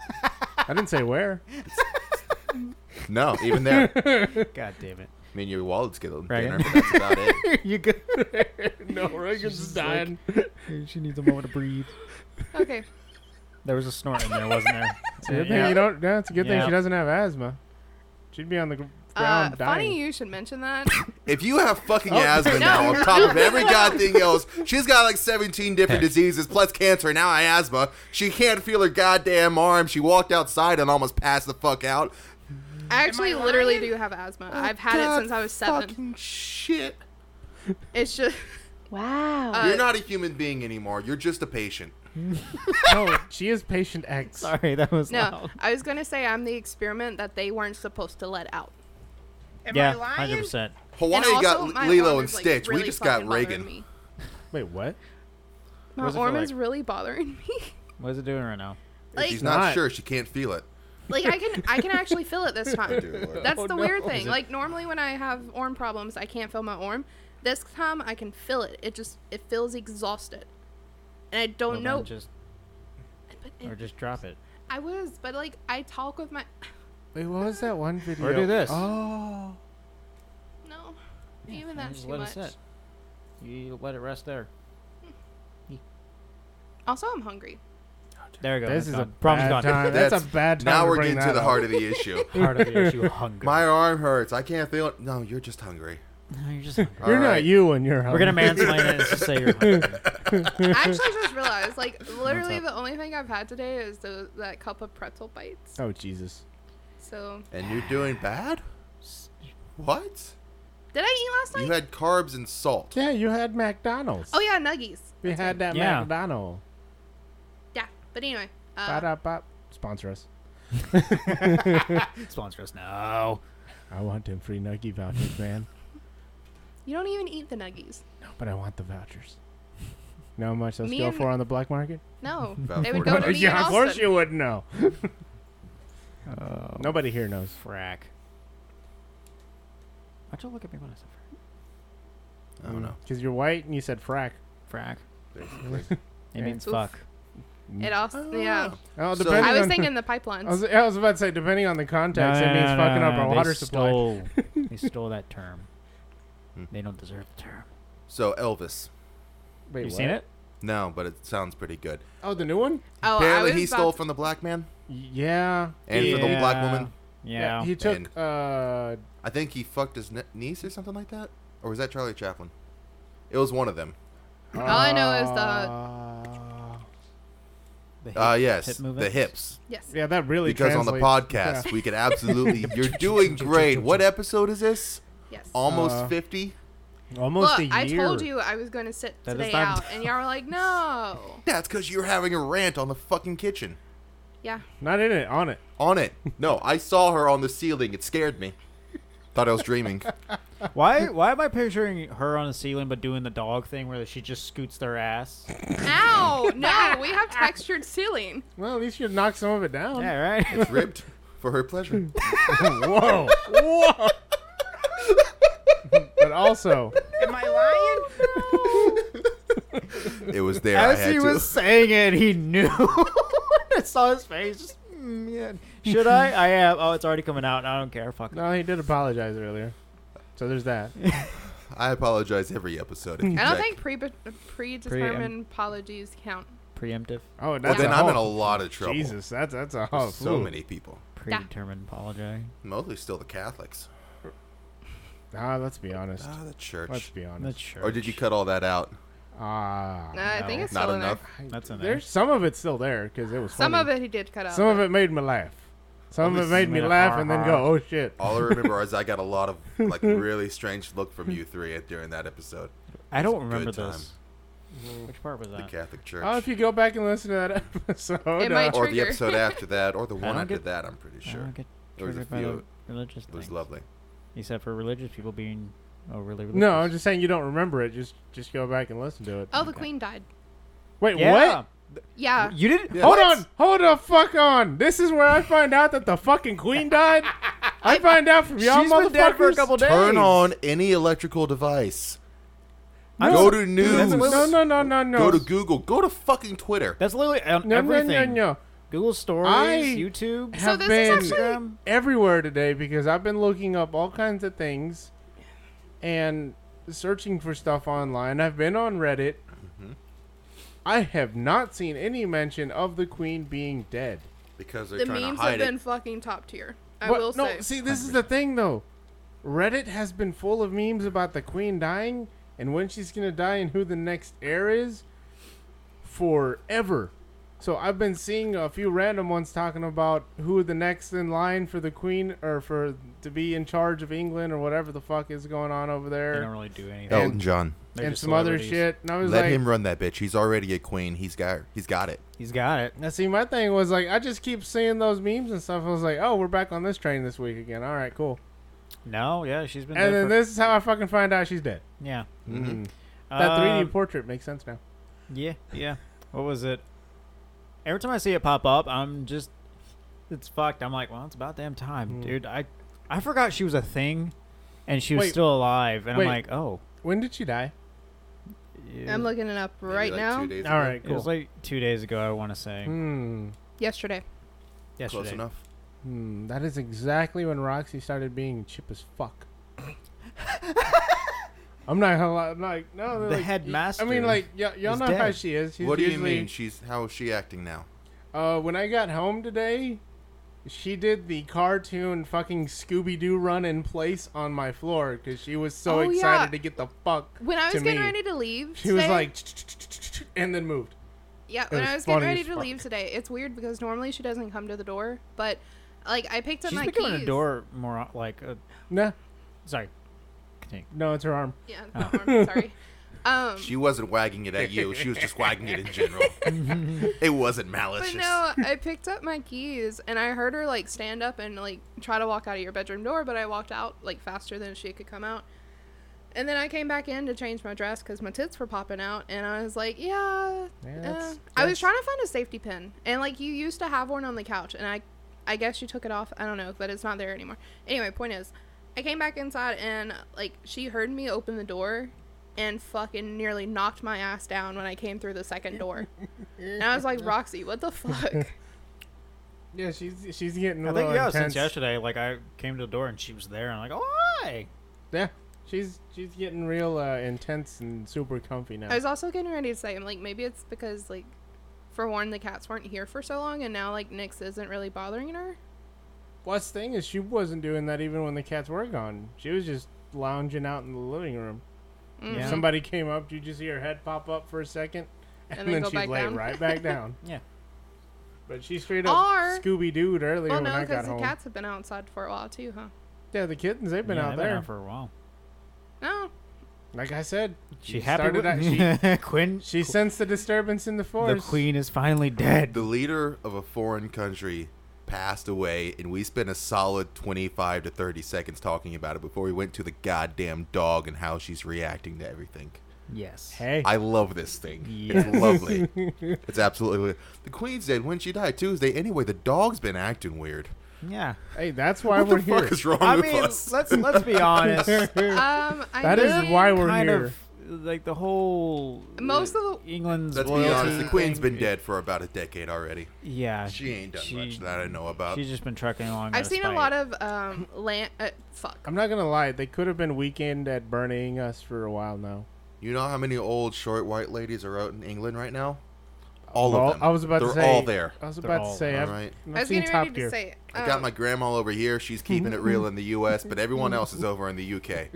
[SPEAKER 5] I didn't
[SPEAKER 7] <laughs>
[SPEAKER 5] say where.
[SPEAKER 2] <laughs> No, even there. I
[SPEAKER 7] God damn it.
[SPEAKER 2] <laughs> mean, your wallets get a little
[SPEAKER 7] Right.
[SPEAKER 2] thinner, but that's about it.
[SPEAKER 5] <laughs> you good? no,
[SPEAKER 7] <laughs>
[SPEAKER 5] Reagan's dying.
[SPEAKER 7] She needs a moment to breathe.
[SPEAKER 4] Okay.
[SPEAKER 7] There was a snort in there, wasn't there?
[SPEAKER 5] Good thing you don't. No, it's a good thing
[SPEAKER 7] Yeah.
[SPEAKER 5] she doesn't have asthma. She'd be on the gr-
[SPEAKER 4] Uh,
[SPEAKER 5] ground dying.
[SPEAKER 4] funny you should mention that.
[SPEAKER 2] <coughs> If you have fucking
[SPEAKER 5] Oh,
[SPEAKER 2] asthma now, on top of every goddamn else, she's got like 17 different diseases plus cancer. Now I asthma. She can't feel her goddamn arm. She walked outside and almost passed the fuck out.
[SPEAKER 4] I actually literally do have asthma. I've had it
[SPEAKER 2] Oh, God
[SPEAKER 4] since I was seven.
[SPEAKER 2] Fucking shit.
[SPEAKER 4] It's just <laughs>
[SPEAKER 8] Wow.
[SPEAKER 4] Uh,
[SPEAKER 2] You're not a human being anymore. You're just a patient.
[SPEAKER 5] no, she is patient X.
[SPEAKER 7] <laughs> Sorry, that was
[SPEAKER 4] no.
[SPEAKER 7] loud.
[SPEAKER 4] I was gonna say I'm the experiment that they weren't supposed to let out.
[SPEAKER 3] Am
[SPEAKER 7] Yeah,
[SPEAKER 3] I lying?
[SPEAKER 7] 100%.
[SPEAKER 2] Hawaii
[SPEAKER 4] and
[SPEAKER 2] got
[SPEAKER 4] also,
[SPEAKER 2] L-
[SPEAKER 4] my
[SPEAKER 2] Lilo
[SPEAKER 4] arm
[SPEAKER 2] and
[SPEAKER 4] is, like,
[SPEAKER 2] Stitch.
[SPEAKER 4] really
[SPEAKER 2] we just got
[SPEAKER 4] fucking bothering
[SPEAKER 2] Reagan.
[SPEAKER 4] me.
[SPEAKER 5] Wait, what?
[SPEAKER 7] What
[SPEAKER 4] My
[SPEAKER 7] does it feel
[SPEAKER 4] arm is
[SPEAKER 7] like?
[SPEAKER 4] really bothering me.
[SPEAKER 7] What is it doing right now?
[SPEAKER 4] <laughs> like,
[SPEAKER 2] She's not,
[SPEAKER 5] not.
[SPEAKER 2] sure. She can't feel it.
[SPEAKER 4] like
[SPEAKER 2] <laughs>
[SPEAKER 4] I can I can actually feel it this time. That's the weird
[SPEAKER 7] Oh, Is
[SPEAKER 4] thing.
[SPEAKER 7] it-
[SPEAKER 4] Like normally when I have arm problems, I can't feel my arm. This time I can feel it. It just it feels exhausted, and I don't
[SPEAKER 7] Well,
[SPEAKER 4] know.
[SPEAKER 7] then Just,
[SPEAKER 4] but it-
[SPEAKER 7] or just drop it.
[SPEAKER 4] I was, but like I talk with my
[SPEAKER 5] Wait, what was that one video?
[SPEAKER 7] Or do this.
[SPEAKER 5] Oh,
[SPEAKER 4] no, even that's
[SPEAKER 7] Just
[SPEAKER 4] too
[SPEAKER 7] let
[SPEAKER 4] much.
[SPEAKER 7] it sit. You let it rest there.
[SPEAKER 4] Also, I'm
[SPEAKER 5] <laughs>
[SPEAKER 4] hungry.
[SPEAKER 7] There you go.
[SPEAKER 5] this
[SPEAKER 7] it's
[SPEAKER 5] is
[SPEAKER 7] gone.
[SPEAKER 5] a
[SPEAKER 7] Problem's
[SPEAKER 5] bad
[SPEAKER 7] gone.
[SPEAKER 5] time. That's, a bad time.
[SPEAKER 2] Now
[SPEAKER 5] to
[SPEAKER 2] we're
[SPEAKER 5] bring
[SPEAKER 2] getting to
[SPEAKER 5] that
[SPEAKER 2] the
[SPEAKER 5] up.
[SPEAKER 2] heart of the
[SPEAKER 5] <laughs>
[SPEAKER 2] issue.
[SPEAKER 7] <laughs> Part of the issue, hunger.
[SPEAKER 2] My arm hurts. I can't feel it. No, you're just hungry.
[SPEAKER 7] No, you're just hungry.
[SPEAKER 5] You're
[SPEAKER 2] All
[SPEAKER 5] not
[SPEAKER 2] right.
[SPEAKER 5] you when you're.
[SPEAKER 7] We're gonna mansplain it. It's just say <laughs> you're hungry.
[SPEAKER 4] I actually just realized, like literally,
[SPEAKER 7] up?
[SPEAKER 4] the only thing I've had today is the, that cup of pretzel bites.
[SPEAKER 5] Oh Jesus!
[SPEAKER 4] So
[SPEAKER 2] And you're doing bad? What?
[SPEAKER 4] did I eat last
[SPEAKER 2] You
[SPEAKER 4] night?
[SPEAKER 2] had carbs and salt.
[SPEAKER 5] Yeah, you had McDonald's.
[SPEAKER 4] oh yeah, nuggies.
[SPEAKER 5] we had that
[SPEAKER 7] Yeah.
[SPEAKER 5] McDonald's.
[SPEAKER 4] Yeah, but anyway. Uh,
[SPEAKER 5] Ba-da-ba. Sponsor us.
[SPEAKER 7] Sponsor us now.
[SPEAKER 5] I want them free nuggie vouchers, man.
[SPEAKER 4] you don't even eat the nuggies.
[SPEAKER 5] No, but I want the vouchers. <laughs> You know how much those
[SPEAKER 4] Me
[SPEAKER 5] go
[SPEAKER 4] and-
[SPEAKER 5] for on the black market? <laughs>
[SPEAKER 4] No,
[SPEAKER 2] About
[SPEAKER 4] they would go
[SPEAKER 2] 40.
[SPEAKER 4] to me in
[SPEAKER 5] yeah, of course
[SPEAKER 4] Austin.
[SPEAKER 5] you wouldn't <laughs> know. Nobody here knows.
[SPEAKER 7] Frack. Why'd you look at me when I said
[SPEAKER 2] I don't know.
[SPEAKER 5] Because you're white and you said frack.
[SPEAKER 7] frack? Frack.
[SPEAKER 4] <laughs>
[SPEAKER 2] Basically.
[SPEAKER 7] It means
[SPEAKER 4] Oof.
[SPEAKER 7] fuck.
[SPEAKER 4] It also,
[SPEAKER 5] <laughs>
[SPEAKER 4] yeah.
[SPEAKER 5] Oh,
[SPEAKER 2] So-
[SPEAKER 5] depending
[SPEAKER 4] I was
[SPEAKER 5] on-
[SPEAKER 4] thinking the
[SPEAKER 5] <laughs> I was,
[SPEAKER 4] pipelines.
[SPEAKER 5] I was about to say, depending on the context, it means fucking up our
[SPEAKER 7] they
[SPEAKER 5] water supply.
[SPEAKER 7] <laughs> Stole, they stole that term. They don't deserve the term.
[SPEAKER 2] So Elvis.
[SPEAKER 5] Wait,
[SPEAKER 7] you
[SPEAKER 5] what?
[SPEAKER 7] seen it?
[SPEAKER 2] No, but it sounds pretty good.
[SPEAKER 5] Oh, the new one?
[SPEAKER 4] Oh, I was
[SPEAKER 2] Apparently, he
[SPEAKER 4] about
[SPEAKER 2] stole
[SPEAKER 4] to-
[SPEAKER 2] from the black man
[SPEAKER 5] Yeah.
[SPEAKER 2] and from the black
[SPEAKER 7] Yeah.
[SPEAKER 2] woman.
[SPEAKER 7] Yeah.
[SPEAKER 5] He took.
[SPEAKER 2] And-
[SPEAKER 5] uh,
[SPEAKER 2] I think he fucked his ne- niece or something like that, or was that Charlie Chaplin? It was one of them.
[SPEAKER 4] All I know is
[SPEAKER 5] Ah.
[SPEAKER 4] the
[SPEAKER 5] uh,
[SPEAKER 7] The hip-
[SPEAKER 2] Uh, yes,
[SPEAKER 7] hip movement?
[SPEAKER 2] the hips.
[SPEAKER 4] yes.
[SPEAKER 5] yeah, that really
[SPEAKER 2] Because on the
[SPEAKER 5] translates.
[SPEAKER 2] podcast,
[SPEAKER 5] Yeah.
[SPEAKER 2] we could absolutely. You're doing great. What episode is this?
[SPEAKER 4] Yes.
[SPEAKER 2] Almost
[SPEAKER 5] Uh,
[SPEAKER 2] fifty.
[SPEAKER 5] almost
[SPEAKER 4] Look,
[SPEAKER 5] a
[SPEAKER 4] I
[SPEAKER 5] year.
[SPEAKER 4] told you I was going to sit
[SPEAKER 7] That is
[SPEAKER 4] today
[SPEAKER 7] not-
[SPEAKER 4] out, and y'all were like, no.
[SPEAKER 2] That's because you're having a rant on the fucking kitchen.
[SPEAKER 4] Yeah.
[SPEAKER 5] Not in it, on it.
[SPEAKER 2] On it. No, I saw her on the ceiling. It scared me. Thought I was
[SPEAKER 7] <laughs>
[SPEAKER 2] dreaming.
[SPEAKER 7] Why? Why am I picturing her on the ceiling but doing the dog thing where she just scoots their ass?
[SPEAKER 4] Ow! No, we
[SPEAKER 5] <laughs>
[SPEAKER 4] have textured ceiling.
[SPEAKER 5] Well, at least you knocked some of it
[SPEAKER 7] <laughs>
[SPEAKER 5] down.
[SPEAKER 7] yeah, right. <laughs>
[SPEAKER 2] It's ripped for her pleasure.
[SPEAKER 5] Whoa. Whoa. but also,
[SPEAKER 3] Am I lying?
[SPEAKER 2] It was there. I
[SPEAKER 7] As
[SPEAKER 2] had
[SPEAKER 7] he
[SPEAKER 2] to.
[SPEAKER 7] was saying it, he knew. <laughs> I saw his face. Just, mm, <laughs> yeah. Should I? I am. Oh, it's already coming out. I don't care. Fuck.
[SPEAKER 5] no, he did apologize earlier. So
[SPEAKER 7] <laughs>
[SPEAKER 5] there's that.
[SPEAKER 2] I apologize every episode. If you
[SPEAKER 4] I don't
[SPEAKER 2] check.
[SPEAKER 4] think pre- predetermined apologies count.
[SPEAKER 7] Preemptive.
[SPEAKER 5] Oh,
[SPEAKER 2] Well,
[SPEAKER 5] that's
[SPEAKER 2] then
[SPEAKER 5] a
[SPEAKER 2] I'm
[SPEAKER 5] whole-
[SPEAKER 2] in a lot of trouble.
[SPEAKER 5] Jesus, that's that's a
[SPEAKER 7] Oh,
[SPEAKER 5] whole
[SPEAKER 2] so
[SPEAKER 5] ooh.
[SPEAKER 2] many people.
[SPEAKER 7] Predetermined. Apologize.
[SPEAKER 2] Mostly still the Catholics.
[SPEAKER 5] Ah, let's be honest.
[SPEAKER 2] Ah, the church.
[SPEAKER 5] Let's be
[SPEAKER 7] The
[SPEAKER 5] honest.
[SPEAKER 7] church.
[SPEAKER 2] Or Oh, did you cut all that out?
[SPEAKER 5] Ah,
[SPEAKER 4] No, I think
[SPEAKER 7] No,
[SPEAKER 4] it's
[SPEAKER 2] Not
[SPEAKER 4] still in
[SPEAKER 2] enough.
[SPEAKER 4] there.
[SPEAKER 7] That's in there.
[SPEAKER 5] there's some of it still there because it was
[SPEAKER 4] Some
[SPEAKER 5] funny.
[SPEAKER 4] of it he did cut out.
[SPEAKER 5] Some of
[SPEAKER 4] but-
[SPEAKER 5] it made me laugh. Some
[SPEAKER 2] At
[SPEAKER 5] of it
[SPEAKER 2] least
[SPEAKER 5] made
[SPEAKER 7] you
[SPEAKER 5] me
[SPEAKER 7] made a
[SPEAKER 5] laugh and then go,
[SPEAKER 7] ha-ha.
[SPEAKER 5] "Oh shit!"
[SPEAKER 7] <laughs>
[SPEAKER 2] All I remember is I got a lot of like really strange look from you three at, during that episode.
[SPEAKER 7] I don't
[SPEAKER 2] good
[SPEAKER 7] remember
[SPEAKER 2] time.
[SPEAKER 7] this.
[SPEAKER 5] Mm-hmm.
[SPEAKER 7] Which part was
[SPEAKER 2] The
[SPEAKER 7] that?
[SPEAKER 2] Catholic Church.
[SPEAKER 5] Oh, if you go back and listen to that <laughs> episode,
[SPEAKER 4] It
[SPEAKER 5] uh,
[SPEAKER 4] might-
[SPEAKER 2] or the
[SPEAKER 4] Trigger.
[SPEAKER 2] episode after that, or the one
[SPEAKER 7] don't
[SPEAKER 2] after
[SPEAKER 7] get-
[SPEAKER 2] that, I'm pretty
[SPEAKER 7] I
[SPEAKER 2] sure.
[SPEAKER 7] don't get
[SPEAKER 2] There was a
[SPEAKER 7] triggered by
[SPEAKER 2] few-
[SPEAKER 7] the religious
[SPEAKER 2] It was
[SPEAKER 7] things.
[SPEAKER 2] lovely.
[SPEAKER 7] Except for religious people being oh really religious.
[SPEAKER 5] no, I'm just saying you don't remember it. Just just go back and listen to it.
[SPEAKER 4] Oh, the queen died.
[SPEAKER 5] Wait,
[SPEAKER 7] yeah.
[SPEAKER 5] what?
[SPEAKER 4] Yeah.
[SPEAKER 7] You didn't
[SPEAKER 2] Yeah.
[SPEAKER 5] Hold
[SPEAKER 2] What?
[SPEAKER 5] on, hold the fuck on. This is where I find out that the fucking queen
[SPEAKER 4] <laughs>
[SPEAKER 5] died. I find out from y'all
[SPEAKER 7] She's
[SPEAKER 5] motherfuckers.
[SPEAKER 7] been dead for a couple days.
[SPEAKER 2] Turn on any electrical device.
[SPEAKER 7] I'm-
[SPEAKER 2] Go to
[SPEAKER 7] that's
[SPEAKER 2] news.
[SPEAKER 7] what-
[SPEAKER 5] No, no, no, no, no.
[SPEAKER 2] Go to Google. Go to fucking Twitter.
[SPEAKER 7] That's literally on
[SPEAKER 5] no, no,
[SPEAKER 7] everything.
[SPEAKER 5] no, no.
[SPEAKER 7] Google Stories,
[SPEAKER 5] I-
[SPEAKER 7] YouTube,
[SPEAKER 4] So
[SPEAKER 5] Have
[SPEAKER 4] this
[SPEAKER 5] been
[SPEAKER 4] is
[SPEAKER 7] Instagram.
[SPEAKER 4] actually
[SPEAKER 5] everywhere today because I've been looking up all kinds of things and searching for stuff online. I've been on Reddit.
[SPEAKER 7] Mm-hmm.
[SPEAKER 5] I have not seen any mention of the queen being dead.
[SPEAKER 2] because they're
[SPEAKER 4] the
[SPEAKER 2] trying
[SPEAKER 4] memes
[SPEAKER 2] to
[SPEAKER 4] have
[SPEAKER 2] hide
[SPEAKER 4] been
[SPEAKER 2] it.
[SPEAKER 4] fucking top tier. I
[SPEAKER 5] But-
[SPEAKER 4] will
[SPEAKER 5] no,
[SPEAKER 4] say.
[SPEAKER 5] see, this is the thing though. Reddit has been full of memes about the queen dying and when she's gonna die and who the next heir is forever. So I've been seeing a few random ones talking about who the next in line for the queen or for to be in charge of England or whatever the fuck is going on over
[SPEAKER 7] They don't
[SPEAKER 5] there
[SPEAKER 7] really do anything.
[SPEAKER 2] Elton John.
[SPEAKER 7] They're
[SPEAKER 5] and
[SPEAKER 7] just
[SPEAKER 5] some other
[SPEAKER 7] celebrities.
[SPEAKER 5] shit. And I was
[SPEAKER 2] Let
[SPEAKER 5] like,
[SPEAKER 2] him run that bitch. He's already a queen. He's got. He's got it.
[SPEAKER 7] He's got it.
[SPEAKER 5] now see, my thing was like, I just keep seeing those memes and stuff. I was like, oh, we're back on this train this week again. All right, cool.
[SPEAKER 7] No, yeah, she's been.
[SPEAKER 5] And
[SPEAKER 7] there
[SPEAKER 5] then
[SPEAKER 7] for,
[SPEAKER 5] this is how I fucking find out she's dead.
[SPEAKER 7] yeah,
[SPEAKER 5] Mm-hmm. That 3D
[SPEAKER 7] Um,
[SPEAKER 5] portrait makes sense now.
[SPEAKER 7] Yeah, yeah. What was it? Every time I see it pop up, I'm just it's fucked. I'm like, well, it's about damn time,
[SPEAKER 5] Hmm.
[SPEAKER 7] dude. I I forgot she was a thing, and she was
[SPEAKER 5] Wait.
[SPEAKER 7] still alive, and
[SPEAKER 5] Wait.
[SPEAKER 7] I'm like, oh,
[SPEAKER 5] When did she die?
[SPEAKER 7] it,
[SPEAKER 4] I'm looking it up right now.
[SPEAKER 5] All right,
[SPEAKER 7] it was
[SPEAKER 5] cool.
[SPEAKER 7] like two days ago. I want to say
[SPEAKER 5] Hmm.
[SPEAKER 4] Yesterday.
[SPEAKER 7] yesterday.
[SPEAKER 2] Close enough.
[SPEAKER 5] Hmm. That is exactly when Roxy started being chip as <laughs> fuck. I'm not gonna lie. I'm like, no. they're
[SPEAKER 7] The
[SPEAKER 5] like,
[SPEAKER 7] headmaster
[SPEAKER 5] I mean, like, y- y'all
[SPEAKER 7] is
[SPEAKER 5] know how
[SPEAKER 7] dead.
[SPEAKER 5] she is. She's
[SPEAKER 2] what do you
[SPEAKER 5] usually,
[SPEAKER 2] mean? She's how is she acting now?
[SPEAKER 5] Uh, when I got home today, she did the cartoon fucking Scooby Doo run in place on my floor because she was
[SPEAKER 4] Oh,
[SPEAKER 5] so excited
[SPEAKER 4] yeah.
[SPEAKER 5] to get the fuck.
[SPEAKER 4] When I
[SPEAKER 5] to
[SPEAKER 4] was getting
[SPEAKER 5] me.
[SPEAKER 4] ready to leave,
[SPEAKER 5] she was
[SPEAKER 4] today-
[SPEAKER 5] like, <laughs> "Ch-ch-ch-ch-ch-ch," and then moved.
[SPEAKER 4] Yeah, when
[SPEAKER 5] was
[SPEAKER 4] I was
[SPEAKER 5] funny
[SPEAKER 4] getting ready
[SPEAKER 5] as
[SPEAKER 4] to
[SPEAKER 5] fuck.
[SPEAKER 4] leave today, it's weird because normally she doesn't come to the door, but like I picked up
[SPEAKER 7] She's
[SPEAKER 4] my
[SPEAKER 7] becoming
[SPEAKER 4] keys.
[SPEAKER 7] a door more like uh,
[SPEAKER 5] Nah,
[SPEAKER 7] sorry. Continue.
[SPEAKER 5] no, it's her arm.
[SPEAKER 4] Yeah,
[SPEAKER 2] <laughs>
[SPEAKER 4] I'm sorry. Um,
[SPEAKER 2] She wasn't wagging it at you. She was just wagging it in
[SPEAKER 4] <laughs>
[SPEAKER 2] general. <laughs> it wasn't malicious.
[SPEAKER 4] but no, uh I picked up my keys and I heard her like stand up and like try to walk out of your bedroom door, but I walked out like faster than she could come out. And then I came back in to change my dress because my tits were popping out, and I was like, "Yeah."
[SPEAKER 5] Yeah,
[SPEAKER 4] uh,
[SPEAKER 5] that's-
[SPEAKER 4] I was
[SPEAKER 5] that's-
[SPEAKER 4] trying to find a safety pin, and like you used to have one on the couch, and I, I guess you took it off. I don't know, but it's not there anymore. Anyway, point is, I came back inside, and like she heard me open the door, and fucking nearly knocked my ass down when I came through the second door. and I was
[SPEAKER 5] <laughs>
[SPEAKER 4] like, "Roxy, what the fuck?"
[SPEAKER 5] Yeah, she's she's getting. a
[SPEAKER 7] I think
[SPEAKER 5] little
[SPEAKER 7] yeah, since
[SPEAKER 5] intense.
[SPEAKER 7] yesterday, like I came to the door and she was there, and I'm like, oh hi.
[SPEAKER 5] Yeah, she's she's getting real uh, intense and super comfy now.
[SPEAKER 4] I was also getting ready to say, I'm like, maybe it's because like, for one, the cats weren't here for so long, and now like Nyx isn't really bothering her.
[SPEAKER 5] Plus, thing is, she wasn't doing that even when the cats were gone. She was just lounging out in the living room. If
[SPEAKER 7] Yeah.
[SPEAKER 5] Somebody came up. You just see her head pop up for a second, <laughs> and,
[SPEAKER 4] And then
[SPEAKER 5] then
[SPEAKER 4] go
[SPEAKER 5] she
[SPEAKER 4] back
[SPEAKER 5] lay
[SPEAKER 4] down. <laughs>
[SPEAKER 5] right back down.
[SPEAKER 7] Yeah.
[SPEAKER 5] But she straight up
[SPEAKER 4] Or-
[SPEAKER 5] Scooby Dooed earlier
[SPEAKER 4] Well,
[SPEAKER 5] when
[SPEAKER 4] no,
[SPEAKER 5] I got
[SPEAKER 4] because the
[SPEAKER 5] home.
[SPEAKER 4] cats have been outside for a while too, huh?
[SPEAKER 5] yeah, the kittens they've been
[SPEAKER 7] Yeah,
[SPEAKER 5] out
[SPEAKER 7] they've
[SPEAKER 5] there.
[SPEAKER 7] out for a while.
[SPEAKER 4] No,
[SPEAKER 5] like I said,
[SPEAKER 7] She happy with
[SPEAKER 5] started
[SPEAKER 7] <laughs>
[SPEAKER 5] out- she,
[SPEAKER 7] Quinn.
[SPEAKER 5] she sensed the disturbance in the
[SPEAKER 7] the
[SPEAKER 5] forest.
[SPEAKER 7] queen is finally dead.
[SPEAKER 2] The leader of a foreign country passed away, and we spent a solid 25 to 30 seconds talking about it before we went to the goddamn dog and how she's reacting to everything.
[SPEAKER 7] Yes.
[SPEAKER 5] Hey,
[SPEAKER 2] I love this thing.
[SPEAKER 7] Yes.
[SPEAKER 2] It's
[SPEAKER 5] <laughs>
[SPEAKER 2] lovely. it's absolutely. The queen's dead when she died Tuesday. Anyway, the dog's been acting weird.
[SPEAKER 7] Yeah.
[SPEAKER 5] hey, that's why
[SPEAKER 2] what
[SPEAKER 5] we're
[SPEAKER 2] the
[SPEAKER 5] here.
[SPEAKER 2] fuck is
[SPEAKER 5] <laughs>
[SPEAKER 2] wrong
[SPEAKER 7] I
[SPEAKER 2] with
[SPEAKER 7] mean,
[SPEAKER 2] us?
[SPEAKER 7] let's let's
[SPEAKER 2] <laughs>
[SPEAKER 7] be honest.
[SPEAKER 4] um, I
[SPEAKER 5] That is
[SPEAKER 4] mean,
[SPEAKER 5] why we're
[SPEAKER 7] kind
[SPEAKER 5] here.
[SPEAKER 7] of like the whole
[SPEAKER 4] Most
[SPEAKER 7] uh,
[SPEAKER 4] of the-
[SPEAKER 7] England's
[SPEAKER 2] Let's be
[SPEAKER 7] loyalty
[SPEAKER 2] honest. The queen's
[SPEAKER 7] thing.
[SPEAKER 2] been dead for about a decade already.
[SPEAKER 7] Yeah.
[SPEAKER 2] She ain't done
[SPEAKER 7] She-
[SPEAKER 2] much that I know about.
[SPEAKER 7] She's just been trucking along.
[SPEAKER 4] I've seen a lot of um, land. Uh, fuck.
[SPEAKER 5] I'm not gonna lie. They could have been weekend at burning us for a while now.
[SPEAKER 2] You know how many old short white ladies are out in England right now? All of
[SPEAKER 5] Well,
[SPEAKER 2] them.
[SPEAKER 5] I was about
[SPEAKER 2] They're
[SPEAKER 5] to say.
[SPEAKER 2] all there.
[SPEAKER 5] I was
[SPEAKER 7] They're
[SPEAKER 5] about
[SPEAKER 7] all
[SPEAKER 5] to say.
[SPEAKER 2] there.
[SPEAKER 5] I've,
[SPEAKER 2] Alright.
[SPEAKER 5] I've
[SPEAKER 4] I was
[SPEAKER 5] seen
[SPEAKER 4] getting
[SPEAKER 5] Top
[SPEAKER 4] ready
[SPEAKER 5] Gear.
[SPEAKER 4] to say.
[SPEAKER 2] I got
[SPEAKER 4] um,
[SPEAKER 2] my grandma over here. She's keeping it real in the U.S., but everyone else is over in the U.K.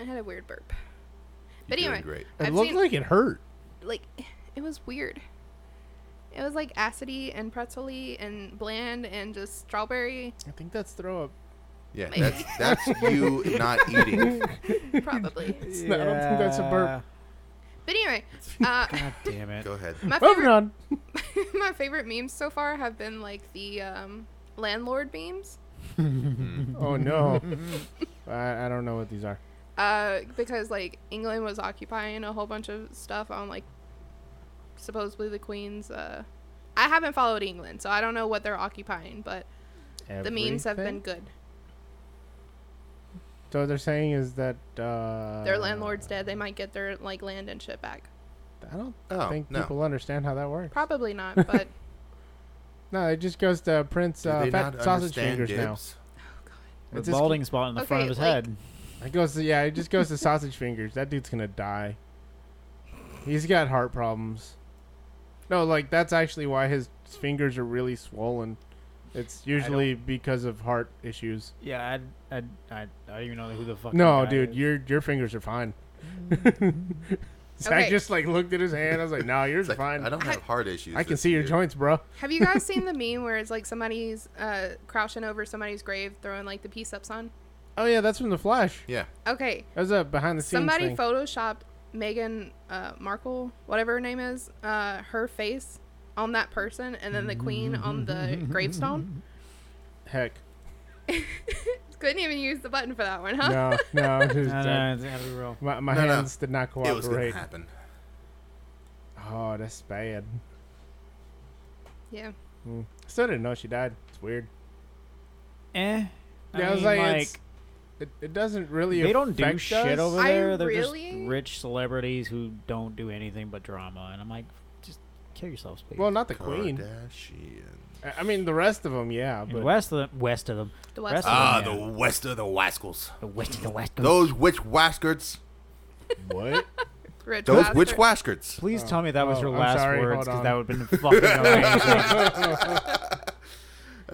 [SPEAKER 4] I had a weird burp. But
[SPEAKER 2] You're
[SPEAKER 4] anyway,
[SPEAKER 2] doing great.
[SPEAKER 5] It
[SPEAKER 4] I've
[SPEAKER 5] looked
[SPEAKER 4] seen like-,
[SPEAKER 5] like it hurt.
[SPEAKER 4] it was weird. It was like acidy and pretzely and bland and just strawberry.
[SPEAKER 5] I think that's throw up. <laughs>
[SPEAKER 2] Yeah,
[SPEAKER 4] Maybe.
[SPEAKER 2] that's that's you not
[SPEAKER 4] <laughs>
[SPEAKER 2] eating.
[SPEAKER 5] <laughs>
[SPEAKER 4] probably.
[SPEAKER 5] It's not- I don't think that's a burp.
[SPEAKER 4] But anyway,
[SPEAKER 5] <laughs>
[SPEAKER 4] uh,
[SPEAKER 7] God damn it.
[SPEAKER 2] Go ahead.
[SPEAKER 4] my
[SPEAKER 5] Moving
[SPEAKER 4] favorite
[SPEAKER 5] on.
[SPEAKER 4] <laughs> my favorite memes so far have been like the um, landlord memes.
[SPEAKER 5] Oh <laughs> no. I, I don't know what these are.
[SPEAKER 4] Uh, because like England was occupying a whole bunch of stuff on like supposedly the Queen's. Uh, I haven't followed England, so I don't know what they're occupying, but the memes have been
[SPEAKER 5] Everything?
[SPEAKER 4] good.
[SPEAKER 5] So what they're saying is that uh,
[SPEAKER 4] Their landlord's dead; they might get their like land and shit back.
[SPEAKER 5] I don't
[SPEAKER 2] Oh,
[SPEAKER 5] think
[SPEAKER 2] no.
[SPEAKER 5] people understand how that works.
[SPEAKER 4] Probably not, but
[SPEAKER 5] No, it just goes to Prince
[SPEAKER 2] Do
[SPEAKER 5] uh,
[SPEAKER 2] they
[SPEAKER 5] fat
[SPEAKER 2] not
[SPEAKER 5] sausage
[SPEAKER 2] understand
[SPEAKER 5] fingers now.
[SPEAKER 2] dibs?
[SPEAKER 7] The
[SPEAKER 5] It's just-
[SPEAKER 7] balding spot in the front
[SPEAKER 4] Okay,
[SPEAKER 7] of his
[SPEAKER 4] like-
[SPEAKER 7] head.
[SPEAKER 5] It goes to yeah, it just goes to sausage fingers. That dude's gonna die. He's got heart problems. No, like that's actually why his fingers are really swollen. It's usually because of heart issues.
[SPEAKER 7] Yeah, I, I, I, I don't even know who the fuck.
[SPEAKER 5] No,
[SPEAKER 7] that guy
[SPEAKER 5] dude,
[SPEAKER 7] is.
[SPEAKER 5] your your fingers are fine. <laughs> Zach
[SPEAKER 4] Okay.
[SPEAKER 5] just like looked at his hand. I was like, "No, yours
[SPEAKER 2] It's
[SPEAKER 5] are
[SPEAKER 2] like,
[SPEAKER 5] fine.
[SPEAKER 2] I don't
[SPEAKER 4] I-
[SPEAKER 2] have heart issues.
[SPEAKER 5] I can
[SPEAKER 2] It's-
[SPEAKER 5] see your
[SPEAKER 2] it-
[SPEAKER 5] joints, bro."
[SPEAKER 4] have you guys seen the meme where it's like somebody's uh, crouching over somebody's grave, throwing like the peace ups on?
[SPEAKER 5] Oh yeah, that's from the Flash.
[SPEAKER 2] Yeah,
[SPEAKER 4] Okay,
[SPEAKER 5] That was a behind the scenes
[SPEAKER 4] Somebody
[SPEAKER 5] thing.
[SPEAKER 4] photoshopped Meghan uh, Markle, whatever her name is, uh, her face on that person, and then the Queen on
[SPEAKER 5] <laughs>
[SPEAKER 4] the gravestone.
[SPEAKER 5] Heck,
[SPEAKER 4] Couldn't even use the button for that one, huh?
[SPEAKER 5] no, no, <laughs> it was
[SPEAKER 7] No,
[SPEAKER 5] dead.
[SPEAKER 7] no, it's gotta be real.
[SPEAKER 5] My, my
[SPEAKER 2] No, no.
[SPEAKER 5] hands did not
[SPEAKER 2] it was gonna
[SPEAKER 5] cooperate.
[SPEAKER 2] happen.
[SPEAKER 5] Oh, that's bad.
[SPEAKER 4] Yeah.
[SPEAKER 5] Still didn't know she died. It's weird.
[SPEAKER 7] Eh. I
[SPEAKER 5] Yeah, I was
[SPEAKER 7] mean,
[SPEAKER 5] like,
[SPEAKER 7] like,
[SPEAKER 5] it's- It, it doesn't really.
[SPEAKER 7] they don't do
[SPEAKER 5] affect us.
[SPEAKER 7] shit over
[SPEAKER 4] I
[SPEAKER 7] there. They're
[SPEAKER 4] really-
[SPEAKER 7] just rich celebrities who don't do anything but drama, and I'm like, just kill yourselves, please.
[SPEAKER 5] Well,
[SPEAKER 2] Oh,
[SPEAKER 5] not the queen.
[SPEAKER 2] Kardashian.
[SPEAKER 5] I- I mean, the rest of them, yeah.
[SPEAKER 7] And
[SPEAKER 5] But
[SPEAKER 7] west of them, west of them,
[SPEAKER 4] The West
[SPEAKER 7] Rest-
[SPEAKER 4] Wing.
[SPEAKER 2] Ah,
[SPEAKER 7] Yeah.
[SPEAKER 2] the west of the Waskels.
[SPEAKER 7] the west of the west. Coast.
[SPEAKER 2] Those witch waskers.
[SPEAKER 5] <laughs> what?
[SPEAKER 7] <laughs>
[SPEAKER 4] Rich
[SPEAKER 2] Those
[SPEAKER 4] bastard.
[SPEAKER 2] witch waskers.
[SPEAKER 7] Please tell me that was
[SPEAKER 5] oh,
[SPEAKER 7] your
[SPEAKER 5] I'm
[SPEAKER 7] last
[SPEAKER 5] sorry,
[SPEAKER 7] words,
[SPEAKER 5] hold
[SPEAKER 7] because
[SPEAKER 5] on.
[SPEAKER 7] that would have been
[SPEAKER 5] <laughs>
[SPEAKER 7] fucking amazing.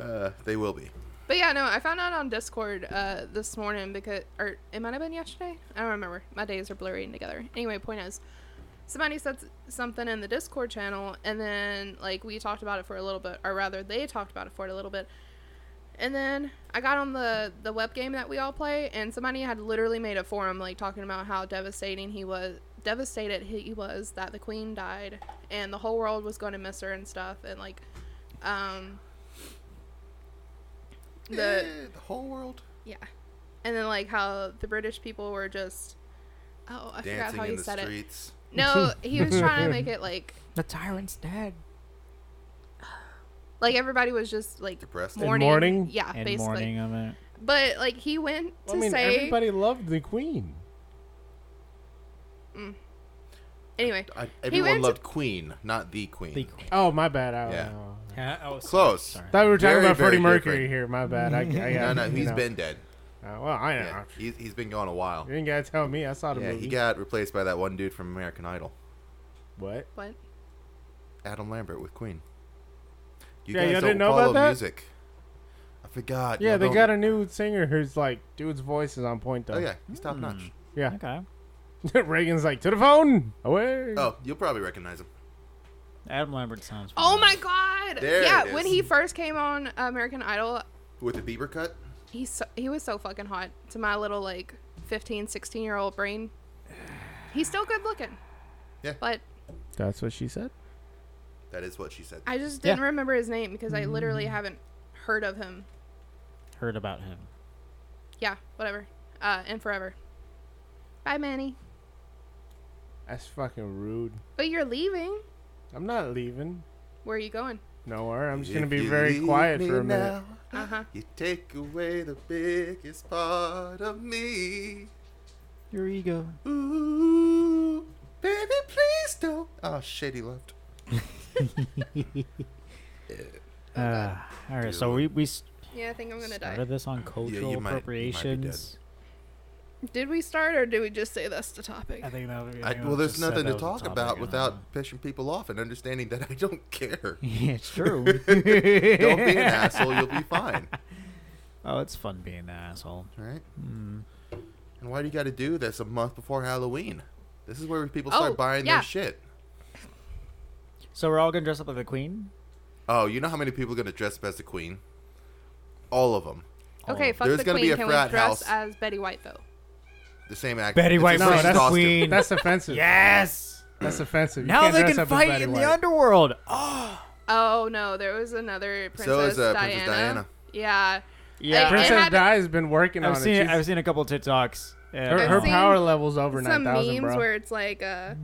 [SPEAKER 2] Uh, they will be.
[SPEAKER 4] But yeah, no, I found out on Discord uh, this morning because, or it might have been yesterday. I don't remember. My days are blurring together. Anyway, point is, somebody said s- something in the Discord channel, and then like we talked about it for a little bit, or rather, they talked about it for a little bit. And then I got on the the web game that we all play, and somebody had literally made a forum like talking about how devastating he was, devastated he was that the queen died, and the whole world was going to miss her and stuff, and like, um, the
[SPEAKER 2] Eh, the whole world.
[SPEAKER 4] yeah. And then like how the British people were just oh, I forgot
[SPEAKER 2] Dancing
[SPEAKER 4] how
[SPEAKER 2] in
[SPEAKER 4] he
[SPEAKER 2] the
[SPEAKER 4] said it.
[SPEAKER 2] streets.
[SPEAKER 4] No, he was trying to make it like
[SPEAKER 3] The tyrant's dead.
[SPEAKER 4] like everybody was just like
[SPEAKER 2] Depressed. In
[SPEAKER 4] mourning.
[SPEAKER 5] mourning?
[SPEAKER 4] Yeah,
[SPEAKER 7] And
[SPEAKER 4] basically.
[SPEAKER 7] morning of it.
[SPEAKER 4] But like he went to
[SPEAKER 5] I mean,
[SPEAKER 4] say
[SPEAKER 5] everybody loved the queen.
[SPEAKER 4] anyway.
[SPEAKER 2] I,
[SPEAKER 4] went
[SPEAKER 2] everyone
[SPEAKER 4] to-
[SPEAKER 2] loved Queen, not the Queen.
[SPEAKER 7] The-
[SPEAKER 5] Oh, my bad. I
[SPEAKER 2] Yeah.
[SPEAKER 5] oh.
[SPEAKER 7] oh,
[SPEAKER 2] Close.
[SPEAKER 5] Thought we were talking
[SPEAKER 2] Very,
[SPEAKER 5] about Freddie
[SPEAKER 2] very
[SPEAKER 5] Mercury
[SPEAKER 2] different.
[SPEAKER 5] here. My bad.
[SPEAKER 7] <laughs>
[SPEAKER 5] I, I
[SPEAKER 2] No,
[SPEAKER 5] got,
[SPEAKER 2] no,
[SPEAKER 5] you
[SPEAKER 2] he's
[SPEAKER 5] know.
[SPEAKER 2] been dead.
[SPEAKER 5] Uh, well, I know.
[SPEAKER 2] Yeah, he's, he's been gone a while.
[SPEAKER 5] You ain't gotta tell me. I saw the
[SPEAKER 2] Yeah,
[SPEAKER 5] movie.
[SPEAKER 2] he got replaced by that one dude from American Idol,
[SPEAKER 5] what?
[SPEAKER 4] What?
[SPEAKER 2] Adam Lambert with Queen. You
[SPEAKER 5] Yeah,
[SPEAKER 2] guys
[SPEAKER 5] y'all
[SPEAKER 2] don't
[SPEAKER 5] didn't know
[SPEAKER 2] follow
[SPEAKER 5] about that?
[SPEAKER 2] music. I forgot.
[SPEAKER 5] Yeah,
[SPEAKER 2] y'all
[SPEAKER 5] they
[SPEAKER 2] don't-
[SPEAKER 5] got a new singer who's like, dude's voice is on point though.
[SPEAKER 2] Oh yeah, he's top notch.
[SPEAKER 5] yeah. <laughs>
[SPEAKER 7] Okay.
[SPEAKER 5] Reagan's like, to the phone, away.
[SPEAKER 2] Oh, you'll probably recognize him.
[SPEAKER 7] Adam Lambert sounds.
[SPEAKER 4] Oh
[SPEAKER 7] familiar.
[SPEAKER 4] my god.
[SPEAKER 2] There
[SPEAKER 4] yeah,
[SPEAKER 2] it
[SPEAKER 4] when
[SPEAKER 2] is.
[SPEAKER 4] he first came on American Idol,
[SPEAKER 2] With the Bieber cut.
[SPEAKER 4] he's so, he was so fucking hot to my little like 15, 16 year old brain. He's still good looking.
[SPEAKER 2] Yeah.
[SPEAKER 4] But
[SPEAKER 5] That's what she said.
[SPEAKER 2] That is what she said.
[SPEAKER 4] I just didn't
[SPEAKER 7] Yeah.
[SPEAKER 4] remember his name because I literally haven't heard of him
[SPEAKER 7] Heard about him.
[SPEAKER 4] yeah, whatever. Uh, and forever. Bye, Manny.
[SPEAKER 5] That's fucking rude.
[SPEAKER 4] But you're leaving.
[SPEAKER 5] I'm not leaving
[SPEAKER 4] Where are you going?
[SPEAKER 5] nowhere. I'm just
[SPEAKER 2] If
[SPEAKER 5] gonna be
[SPEAKER 2] you
[SPEAKER 5] very
[SPEAKER 2] leave
[SPEAKER 5] quiet
[SPEAKER 2] me
[SPEAKER 5] for a minute.
[SPEAKER 2] now,
[SPEAKER 4] Uh huh.
[SPEAKER 2] You take away the biggest part of me.
[SPEAKER 7] Your ego.
[SPEAKER 2] Ooh, baby, please don't. Oh shit, he left.
[SPEAKER 4] Oh
[SPEAKER 7] Uh, all right, so we we
[SPEAKER 4] Yeah, I think I'm gonna
[SPEAKER 7] started
[SPEAKER 4] die.
[SPEAKER 7] this on
[SPEAKER 2] you
[SPEAKER 7] cultural
[SPEAKER 2] might- you might be
[SPEAKER 7] appropriations.
[SPEAKER 4] Did we start or did we just say that's the topic?
[SPEAKER 7] I think that would be.
[SPEAKER 2] I, well, there's nothing to talk about
[SPEAKER 5] <laughs>
[SPEAKER 2] without pissing people off and understanding that I don't care.
[SPEAKER 7] <laughs> Yeah, it's true.
[SPEAKER 2] <laughs> don't be an asshole. You'll be fine.
[SPEAKER 7] <laughs> oh, it's fun being the asshole.
[SPEAKER 2] Right?
[SPEAKER 7] Hmm.
[SPEAKER 2] And why do you got to do this a month before Halloween? This is where people
[SPEAKER 4] Oh,
[SPEAKER 2] start buying
[SPEAKER 4] yeah.
[SPEAKER 2] their shit.
[SPEAKER 7] So we're all gonna dress up like the queen.
[SPEAKER 2] Oh, you know how many people are going to dress up as the queen? All of them.
[SPEAKER 4] Okay, fuck
[SPEAKER 2] There's
[SPEAKER 4] the
[SPEAKER 2] gonna
[SPEAKER 4] queen.
[SPEAKER 2] be a
[SPEAKER 4] Can we
[SPEAKER 2] frat house.
[SPEAKER 4] dress as Betty White though?
[SPEAKER 2] The same act.
[SPEAKER 7] Betty
[SPEAKER 2] it's
[SPEAKER 7] White
[SPEAKER 2] just
[SPEAKER 5] No,
[SPEAKER 7] versus
[SPEAKER 5] that's-
[SPEAKER 2] costume.
[SPEAKER 7] Queen.
[SPEAKER 5] That's offensive.
[SPEAKER 7] yes.
[SPEAKER 5] That's offensive. You
[SPEAKER 7] Now
[SPEAKER 5] can't
[SPEAKER 7] they
[SPEAKER 5] dress
[SPEAKER 7] can
[SPEAKER 5] up as
[SPEAKER 7] fight
[SPEAKER 5] Betty
[SPEAKER 7] in
[SPEAKER 5] White.
[SPEAKER 7] the underworld. Oh,
[SPEAKER 4] Oh no, there was another
[SPEAKER 2] So is,
[SPEAKER 4] Princess,
[SPEAKER 2] uh,
[SPEAKER 4] Diana.
[SPEAKER 2] Princess Diana.
[SPEAKER 4] Yeah.
[SPEAKER 7] Yeah.
[SPEAKER 4] it
[SPEAKER 5] Princess
[SPEAKER 4] had-
[SPEAKER 5] Di has been working
[SPEAKER 7] I've
[SPEAKER 5] on
[SPEAKER 7] seen
[SPEAKER 5] it.
[SPEAKER 7] it, I've
[SPEAKER 5] She's-
[SPEAKER 7] seen a couple TikToks. Yeah.
[SPEAKER 5] her
[SPEAKER 4] I've
[SPEAKER 5] her
[SPEAKER 4] seen
[SPEAKER 5] power level's over
[SPEAKER 4] Some
[SPEAKER 5] nine
[SPEAKER 4] memes
[SPEAKER 5] thousand, bro.
[SPEAKER 4] where it's like,
[SPEAKER 5] <laughs>
[SPEAKER 4] uh,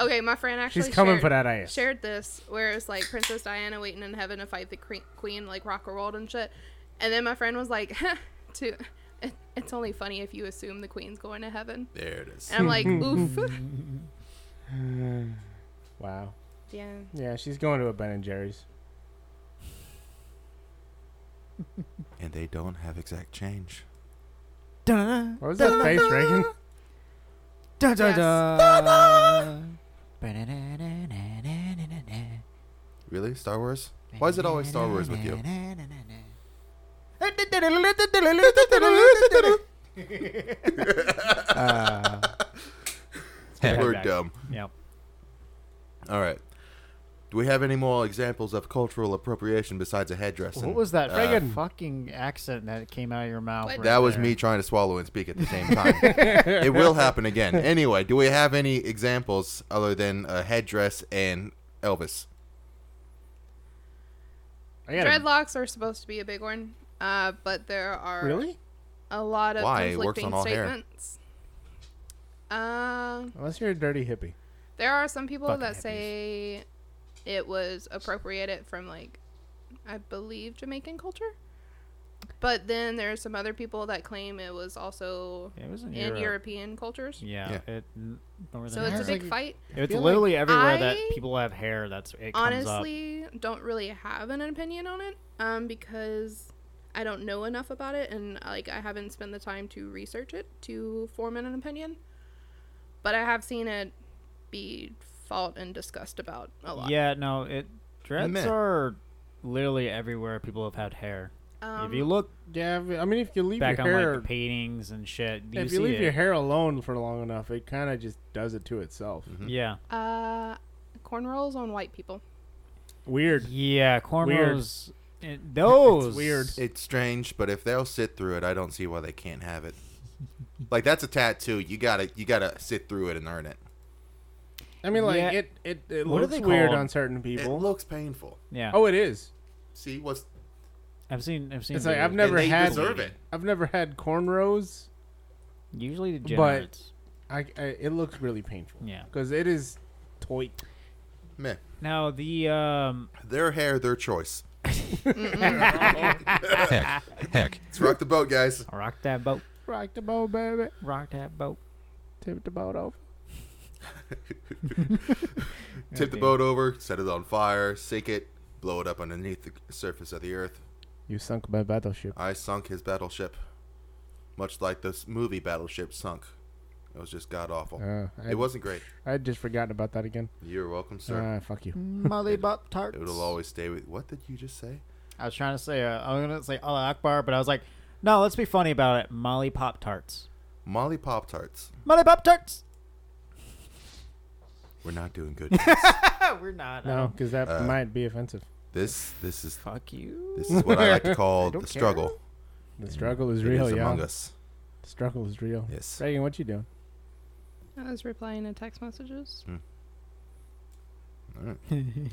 [SPEAKER 4] okay, my friend actually
[SPEAKER 5] She's coming
[SPEAKER 4] shared,
[SPEAKER 5] for that ass.
[SPEAKER 4] shared this where it's like Princess Diana waiting in heaven to fight the cre- queen, like rock and roll and shit. And then my friend was like, <laughs> to, it, it's only funny if you assume the queen's going to heaven.
[SPEAKER 2] There it is.
[SPEAKER 4] And I'm like, oof.
[SPEAKER 5] Wow.
[SPEAKER 4] Yeah.
[SPEAKER 5] Yeah, she's going to a Ben and Jerry's.
[SPEAKER 2] And they don't have exact change.
[SPEAKER 7] Dun,
[SPEAKER 5] What was that face, Reagan?
[SPEAKER 7] dun, dun,
[SPEAKER 4] Yes.
[SPEAKER 7] dun.
[SPEAKER 2] Really? Star Wars? Why is it always Star Wars with
[SPEAKER 7] <laughs>
[SPEAKER 2] you?
[SPEAKER 7] head
[SPEAKER 2] We're
[SPEAKER 7] back.
[SPEAKER 2] dumb.
[SPEAKER 7] Yep.
[SPEAKER 2] All right. Do we have any more examples of cultural appropriation besides a headdress?
[SPEAKER 7] What was that
[SPEAKER 5] Friggin'.
[SPEAKER 7] Uh, fucking accent that came out of your mouth?
[SPEAKER 4] What?
[SPEAKER 7] right
[SPEAKER 2] That was
[SPEAKER 7] there?
[SPEAKER 2] me trying to swallow and speak at the same time. it will happen again. Anyway, do we have any examples other than a headdress and Elvis?
[SPEAKER 5] I got a-
[SPEAKER 4] Dreadlocks are supposed to be a big one, uh, but there are
[SPEAKER 5] Really?
[SPEAKER 4] a lot of
[SPEAKER 2] Why? It works
[SPEAKER 4] conflicting
[SPEAKER 2] on all hair.
[SPEAKER 4] statements. Um.
[SPEAKER 5] Unless you're a dirty hippie.
[SPEAKER 4] There are some people
[SPEAKER 7] Fucking
[SPEAKER 4] that
[SPEAKER 7] hippies.
[SPEAKER 4] say it was appropriated from like I believe Jamaican culture. But then there are some other people that claim it was also
[SPEAKER 7] It was in,
[SPEAKER 4] in
[SPEAKER 7] Europe.
[SPEAKER 4] European cultures.
[SPEAKER 7] Yeah. It, Northern
[SPEAKER 4] So it's
[SPEAKER 7] Europe.
[SPEAKER 4] a big fight.
[SPEAKER 7] It's
[SPEAKER 5] feel like
[SPEAKER 7] literally everywhere that
[SPEAKER 4] I-
[SPEAKER 7] people have hair. That's it. Comes up.
[SPEAKER 4] Honestly, don't really have an opinion on it um because I don't know enough about it and like I haven't spent the time to research it to form an opinion. But I have seen it be fought and discussed about a lot.
[SPEAKER 7] Yeah, no, it dreads
[SPEAKER 2] Meh.
[SPEAKER 7] are literally everywhere people have had hair.
[SPEAKER 4] Um,
[SPEAKER 7] if you look
[SPEAKER 5] Yeah, I mean, if you leave
[SPEAKER 7] back
[SPEAKER 5] your
[SPEAKER 7] on
[SPEAKER 5] hair,
[SPEAKER 7] like the paintings and shit, you
[SPEAKER 5] if
[SPEAKER 7] see
[SPEAKER 5] you leave
[SPEAKER 7] it.
[SPEAKER 5] your hair alone for long enough, it kind of just does it to itself.
[SPEAKER 7] yeah,
[SPEAKER 4] Uh, cornrows on white people.
[SPEAKER 5] Weird.
[SPEAKER 7] yeah, cornrows, and those
[SPEAKER 5] weird.
[SPEAKER 2] It's strange, but if they'll sit through it, I don't see why they can't have it. Like that's a tattoo. You gotta you gotta sit through it and earn it.
[SPEAKER 5] I mean, like
[SPEAKER 7] Yeah.
[SPEAKER 5] it, it, it
[SPEAKER 7] What are
[SPEAKER 5] looks
[SPEAKER 7] they
[SPEAKER 5] weird
[SPEAKER 7] called?
[SPEAKER 5] on certain
[SPEAKER 2] It
[SPEAKER 5] people.
[SPEAKER 2] looks painful.
[SPEAKER 7] Yeah,
[SPEAKER 5] oh, it is.
[SPEAKER 2] See what's
[SPEAKER 7] I've seen, I've seen.
[SPEAKER 5] It's like,
[SPEAKER 7] videos.
[SPEAKER 5] I've never
[SPEAKER 2] and they
[SPEAKER 5] had-
[SPEAKER 2] deserve it.
[SPEAKER 5] I've never had cornrows.
[SPEAKER 7] usually degenerates.
[SPEAKER 5] I, I it looks really painful.
[SPEAKER 7] Yeah.
[SPEAKER 5] because it is toy.
[SPEAKER 2] Meh.
[SPEAKER 7] Now the um,
[SPEAKER 2] Their hair, their choice.
[SPEAKER 6] Heck, heck.
[SPEAKER 2] Let's rock the boat, guys.
[SPEAKER 7] rock that boat,
[SPEAKER 5] Rock the boat, baby.
[SPEAKER 7] rock that boat.
[SPEAKER 5] Tip the boat over.
[SPEAKER 2] Tip the boat over, set it on fire, sink it, blow it up underneath the surface of the earth.
[SPEAKER 5] You sunk my battleship.
[SPEAKER 2] I sunk his battleship, much like this movie Battleship sunk. It was just god awful.
[SPEAKER 5] Uh, I,
[SPEAKER 2] it wasn't great.
[SPEAKER 5] I had just forgotten about that again.
[SPEAKER 2] You're welcome, sir.
[SPEAKER 5] Ah, fuck you.
[SPEAKER 7] Molly Bop tarts.
[SPEAKER 2] It'll always stay with. What did you just say?
[SPEAKER 7] I was trying to say, uh, I was gonna say Allah Akbar, but I was like, no, let's be funny about it. Molly Pop Tarts.
[SPEAKER 2] Molly Pop Tarts.
[SPEAKER 7] Molly Pop Tarts.
[SPEAKER 2] We're not doing good.
[SPEAKER 5] <laughs>
[SPEAKER 7] We're not. I
[SPEAKER 5] No,
[SPEAKER 7] don't-
[SPEAKER 5] because that
[SPEAKER 2] Uh,
[SPEAKER 5] might be offensive.
[SPEAKER 2] this this is
[SPEAKER 7] Fuck you.
[SPEAKER 2] this is what I like to call
[SPEAKER 5] don't
[SPEAKER 2] the struggle.
[SPEAKER 5] The struggle is
[SPEAKER 2] It
[SPEAKER 5] real,
[SPEAKER 2] is
[SPEAKER 5] yeah.
[SPEAKER 2] among us.
[SPEAKER 5] The struggle is real.
[SPEAKER 2] Yes.
[SPEAKER 5] Reagan, what you <laughs> doing?
[SPEAKER 4] I was replying to text messages.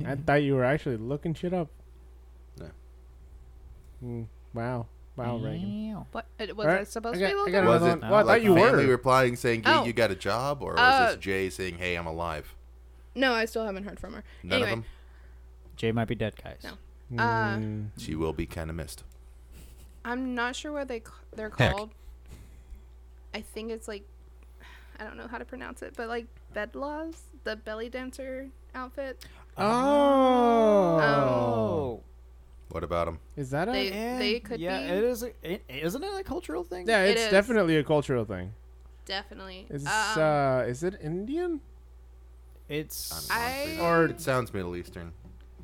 [SPEAKER 5] I thought you were actually looking shit up.
[SPEAKER 2] No.
[SPEAKER 5] Mm, wow. Wow, Reagan.
[SPEAKER 4] What uh, was I
[SPEAKER 5] Alright,
[SPEAKER 4] supposed to
[SPEAKER 5] I got-
[SPEAKER 4] be
[SPEAKER 5] I
[SPEAKER 4] looking?
[SPEAKER 5] got
[SPEAKER 4] up?
[SPEAKER 2] Was
[SPEAKER 5] Another
[SPEAKER 2] it
[SPEAKER 5] one. Well, I
[SPEAKER 2] like
[SPEAKER 5] thought you
[SPEAKER 2] family
[SPEAKER 5] were.
[SPEAKER 2] replying saying, "Yeah,
[SPEAKER 4] Oh.
[SPEAKER 2] you got a job," or was
[SPEAKER 4] Uh,
[SPEAKER 2] this Jay saying, "Hey, I'm alive"?
[SPEAKER 4] No, I still haven't heard from her.
[SPEAKER 2] None
[SPEAKER 4] anyway,
[SPEAKER 2] of them.
[SPEAKER 7] Jay might be dead, guys.
[SPEAKER 4] No.
[SPEAKER 5] Mm,
[SPEAKER 2] She will be kind of missed.
[SPEAKER 4] uh, I'm not sure what they c- they're
[SPEAKER 6] Heck.
[SPEAKER 4] called. I think it's like I don't know how to pronounce it, but like bedlaws, the belly dancer outfit.
[SPEAKER 5] Oh.
[SPEAKER 7] Oh.
[SPEAKER 2] What about him?
[SPEAKER 5] Is that a?
[SPEAKER 4] They- they could
[SPEAKER 7] yeah,
[SPEAKER 4] be-
[SPEAKER 7] it is. A, it, isn't it a cultural thing?
[SPEAKER 5] yeah,
[SPEAKER 4] It
[SPEAKER 5] it's
[SPEAKER 4] is.
[SPEAKER 5] definitely a cultural thing.
[SPEAKER 4] Definitely.
[SPEAKER 5] Is
[SPEAKER 4] Um,
[SPEAKER 5] uh, is it Indian?
[SPEAKER 7] It's.
[SPEAKER 4] I-
[SPEAKER 5] Or-
[SPEAKER 2] it sounds Middle Eastern.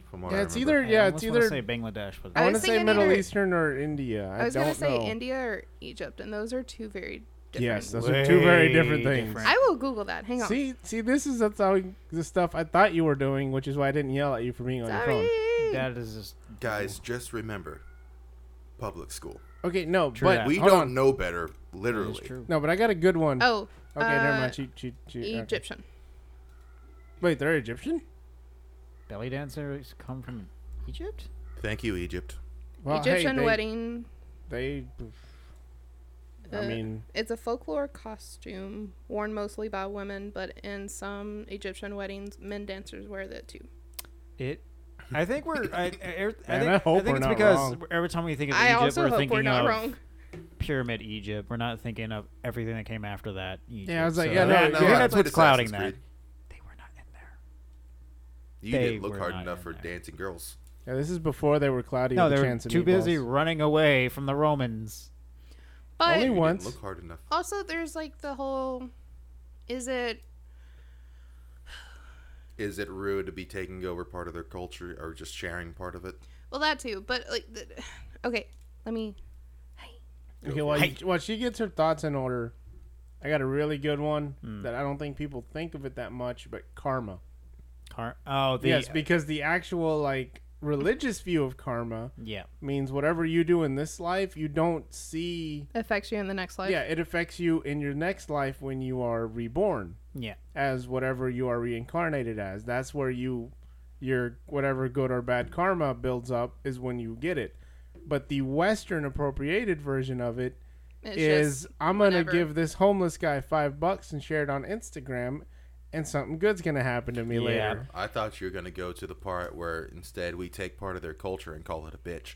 [SPEAKER 2] From what I
[SPEAKER 5] Yeah, it's
[SPEAKER 2] remember.
[SPEAKER 5] either yeah, it's
[SPEAKER 7] want to
[SPEAKER 5] either
[SPEAKER 7] say Bangladesh, but
[SPEAKER 5] I
[SPEAKER 4] I
[SPEAKER 5] want to
[SPEAKER 4] was
[SPEAKER 5] say
[SPEAKER 4] thinking
[SPEAKER 5] Middle
[SPEAKER 4] either-
[SPEAKER 5] Eastern or India. I,
[SPEAKER 4] I was
[SPEAKER 5] don't
[SPEAKER 4] gonna say
[SPEAKER 5] know.
[SPEAKER 4] India or Egypt, and those are two very different.
[SPEAKER 5] Yes, those are two very different
[SPEAKER 7] Way
[SPEAKER 5] things.
[SPEAKER 7] different.
[SPEAKER 4] I will Google that. Hang on.
[SPEAKER 5] See, see, this is that's how the stuff I thought you were doing, which is why I didn't yell at you for being on your
[SPEAKER 4] Sorry.
[SPEAKER 5] phone.
[SPEAKER 7] that is just
[SPEAKER 2] Guys, just remember, public school.
[SPEAKER 5] Okay, no,
[SPEAKER 7] True
[SPEAKER 5] but
[SPEAKER 7] that.
[SPEAKER 2] We
[SPEAKER 5] hold
[SPEAKER 2] don't
[SPEAKER 5] on.
[SPEAKER 2] know better,
[SPEAKER 7] It's
[SPEAKER 2] literally.
[SPEAKER 7] true.
[SPEAKER 5] No, but I got a good one.
[SPEAKER 4] Oh.
[SPEAKER 5] okay,
[SPEAKER 4] uh,
[SPEAKER 5] never mind. She, she, she, okay.
[SPEAKER 4] Egyptian.
[SPEAKER 5] Wait, they're Egyptian?
[SPEAKER 7] Belly dancers come from Egypt.
[SPEAKER 2] Thank you, Egypt.
[SPEAKER 5] Well, hey,
[SPEAKER 4] Egyptian
[SPEAKER 5] they-
[SPEAKER 4] wedding.
[SPEAKER 5] They. I
[SPEAKER 4] Uh,
[SPEAKER 5] mean,
[SPEAKER 4] It's a folklore costume worn mostly by women, but in some Egyptian weddings, men dancers wear that too.
[SPEAKER 7] It. I think we're. I, I, I think,
[SPEAKER 5] <laughs> Man, I
[SPEAKER 7] I
[SPEAKER 5] hope
[SPEAKER 7] think
[SPEAKER 5] we're
[SPEAKER 7] it's
[SPEAKER 5] not
[SPEAKER 7] because
[SPEAKER 5] wrong.
[SPEAKER 7] every time we think of
[SPEAKER 4] I
[SPEAKER 7] Egypt,
[SPEAKER 4] also
[SPEAKER 7] we're
[SPEAKER 4] hope
[SPEAKER 7] thinking
[SPEAKER 4] we're not
[SPEAKER 7] of
[SPEAKER 4] wrong.
[SPEAKER 7] pyramid Egypt. We're not thinking of everything that came after that. Egypt.
[SPEAKER 5] Yeah, I was like,
[SPEAKER 7] so
[SPEAKER 5] yeah,
[SPEAKER 7] that-
[SPEAKER 5] no, yeah,
[SPEAKER 7] I think
[SPEAKER 5] yeah.
[SPEAKER 7] that's
[SPEAKER 2] I played
[SPEAKER 7] what's clouding that.
[SPEAKER 2] Assassin's Creed.
[SPEAKER 7] They were not in there.
[SPEAKER 2] You
[SPEAKER 7] They
[SPEAKER 2] didn't look
[SPEAKER 7] were
[SPEAKER 2] hard
[SPEAKER 7] not
[SPEAKER 2] enough
[SPEAKER 7] in
[SPEAKER 2] for
[SPEAKER 7] there.
[SPEAKER 2] dancing girls.
[SPEAKER 5] yeah, this is before they were cloudy.
[SPEAKER 7] No,
[SPEAKER 5] with
[SPEAKER 7] they
[SPEAKER 5] a
[SPEAKER 7] were
[SPEAKER 5] chance of
[SPEAKER 7] too busy
[SPEAKER 5] Meatballs.
[SPEAKER 7] running away from the Romans.
[SPEAKER 4] But
[SPEAKER 5] Only
[SPEAKER 2] You
[SPEAKER 5] once.
[SPEAKER 2] didn't look hard enough.
[SPEAKER 4] also, there's like the whole is it
[SPEAKER 2] Is it rude to be taking over part of their culture or just sharing part of it?
[SPEAKER 4] well that too, but like the, <sighs> okay, let me
[SPEAKER 5] Okay, while, you- while she gets her thoughts in order, I got a really good one that I don't think people think of it that much, but karma.
[SPEAKER 7] Car- oh, the
[SPEAKER 5] yes, because the actual like religious view of karma
[SPEAKER 7] yeah.
[SPEAKER 5] means whatever you do in this life, you don't see.
[SPEAKER 4] affects you in the next life.
[SPEAKER 5] Yeah, it affects you in your next life when you are reborn
[SPEAKER 7] Yeah.
[SPEAKER 5] as whatever you are reincarnated as. That's where you your whatever good or bad karma builds up is when you get it. But the Western appropriated version of it
[SPEAKER 4] It's
[SPEAKER 5] is
[SPEAKER 4] just
[SPEAKER 5] I'm gonna
[SPEAKER 4] whenever-
[SPEAKER 5] give this homeless guy five bucks and share it on Instagram, and something good's gonna happen to me
[SPEAKER 7] Yeah.
[SPEAKER 5] later.
[SPEAKER 2] I thought you were going to go to the part where instead we take part of their culture and call it a
[SPEAKER 5] <laughs>
[SPEAKER 2] bitch.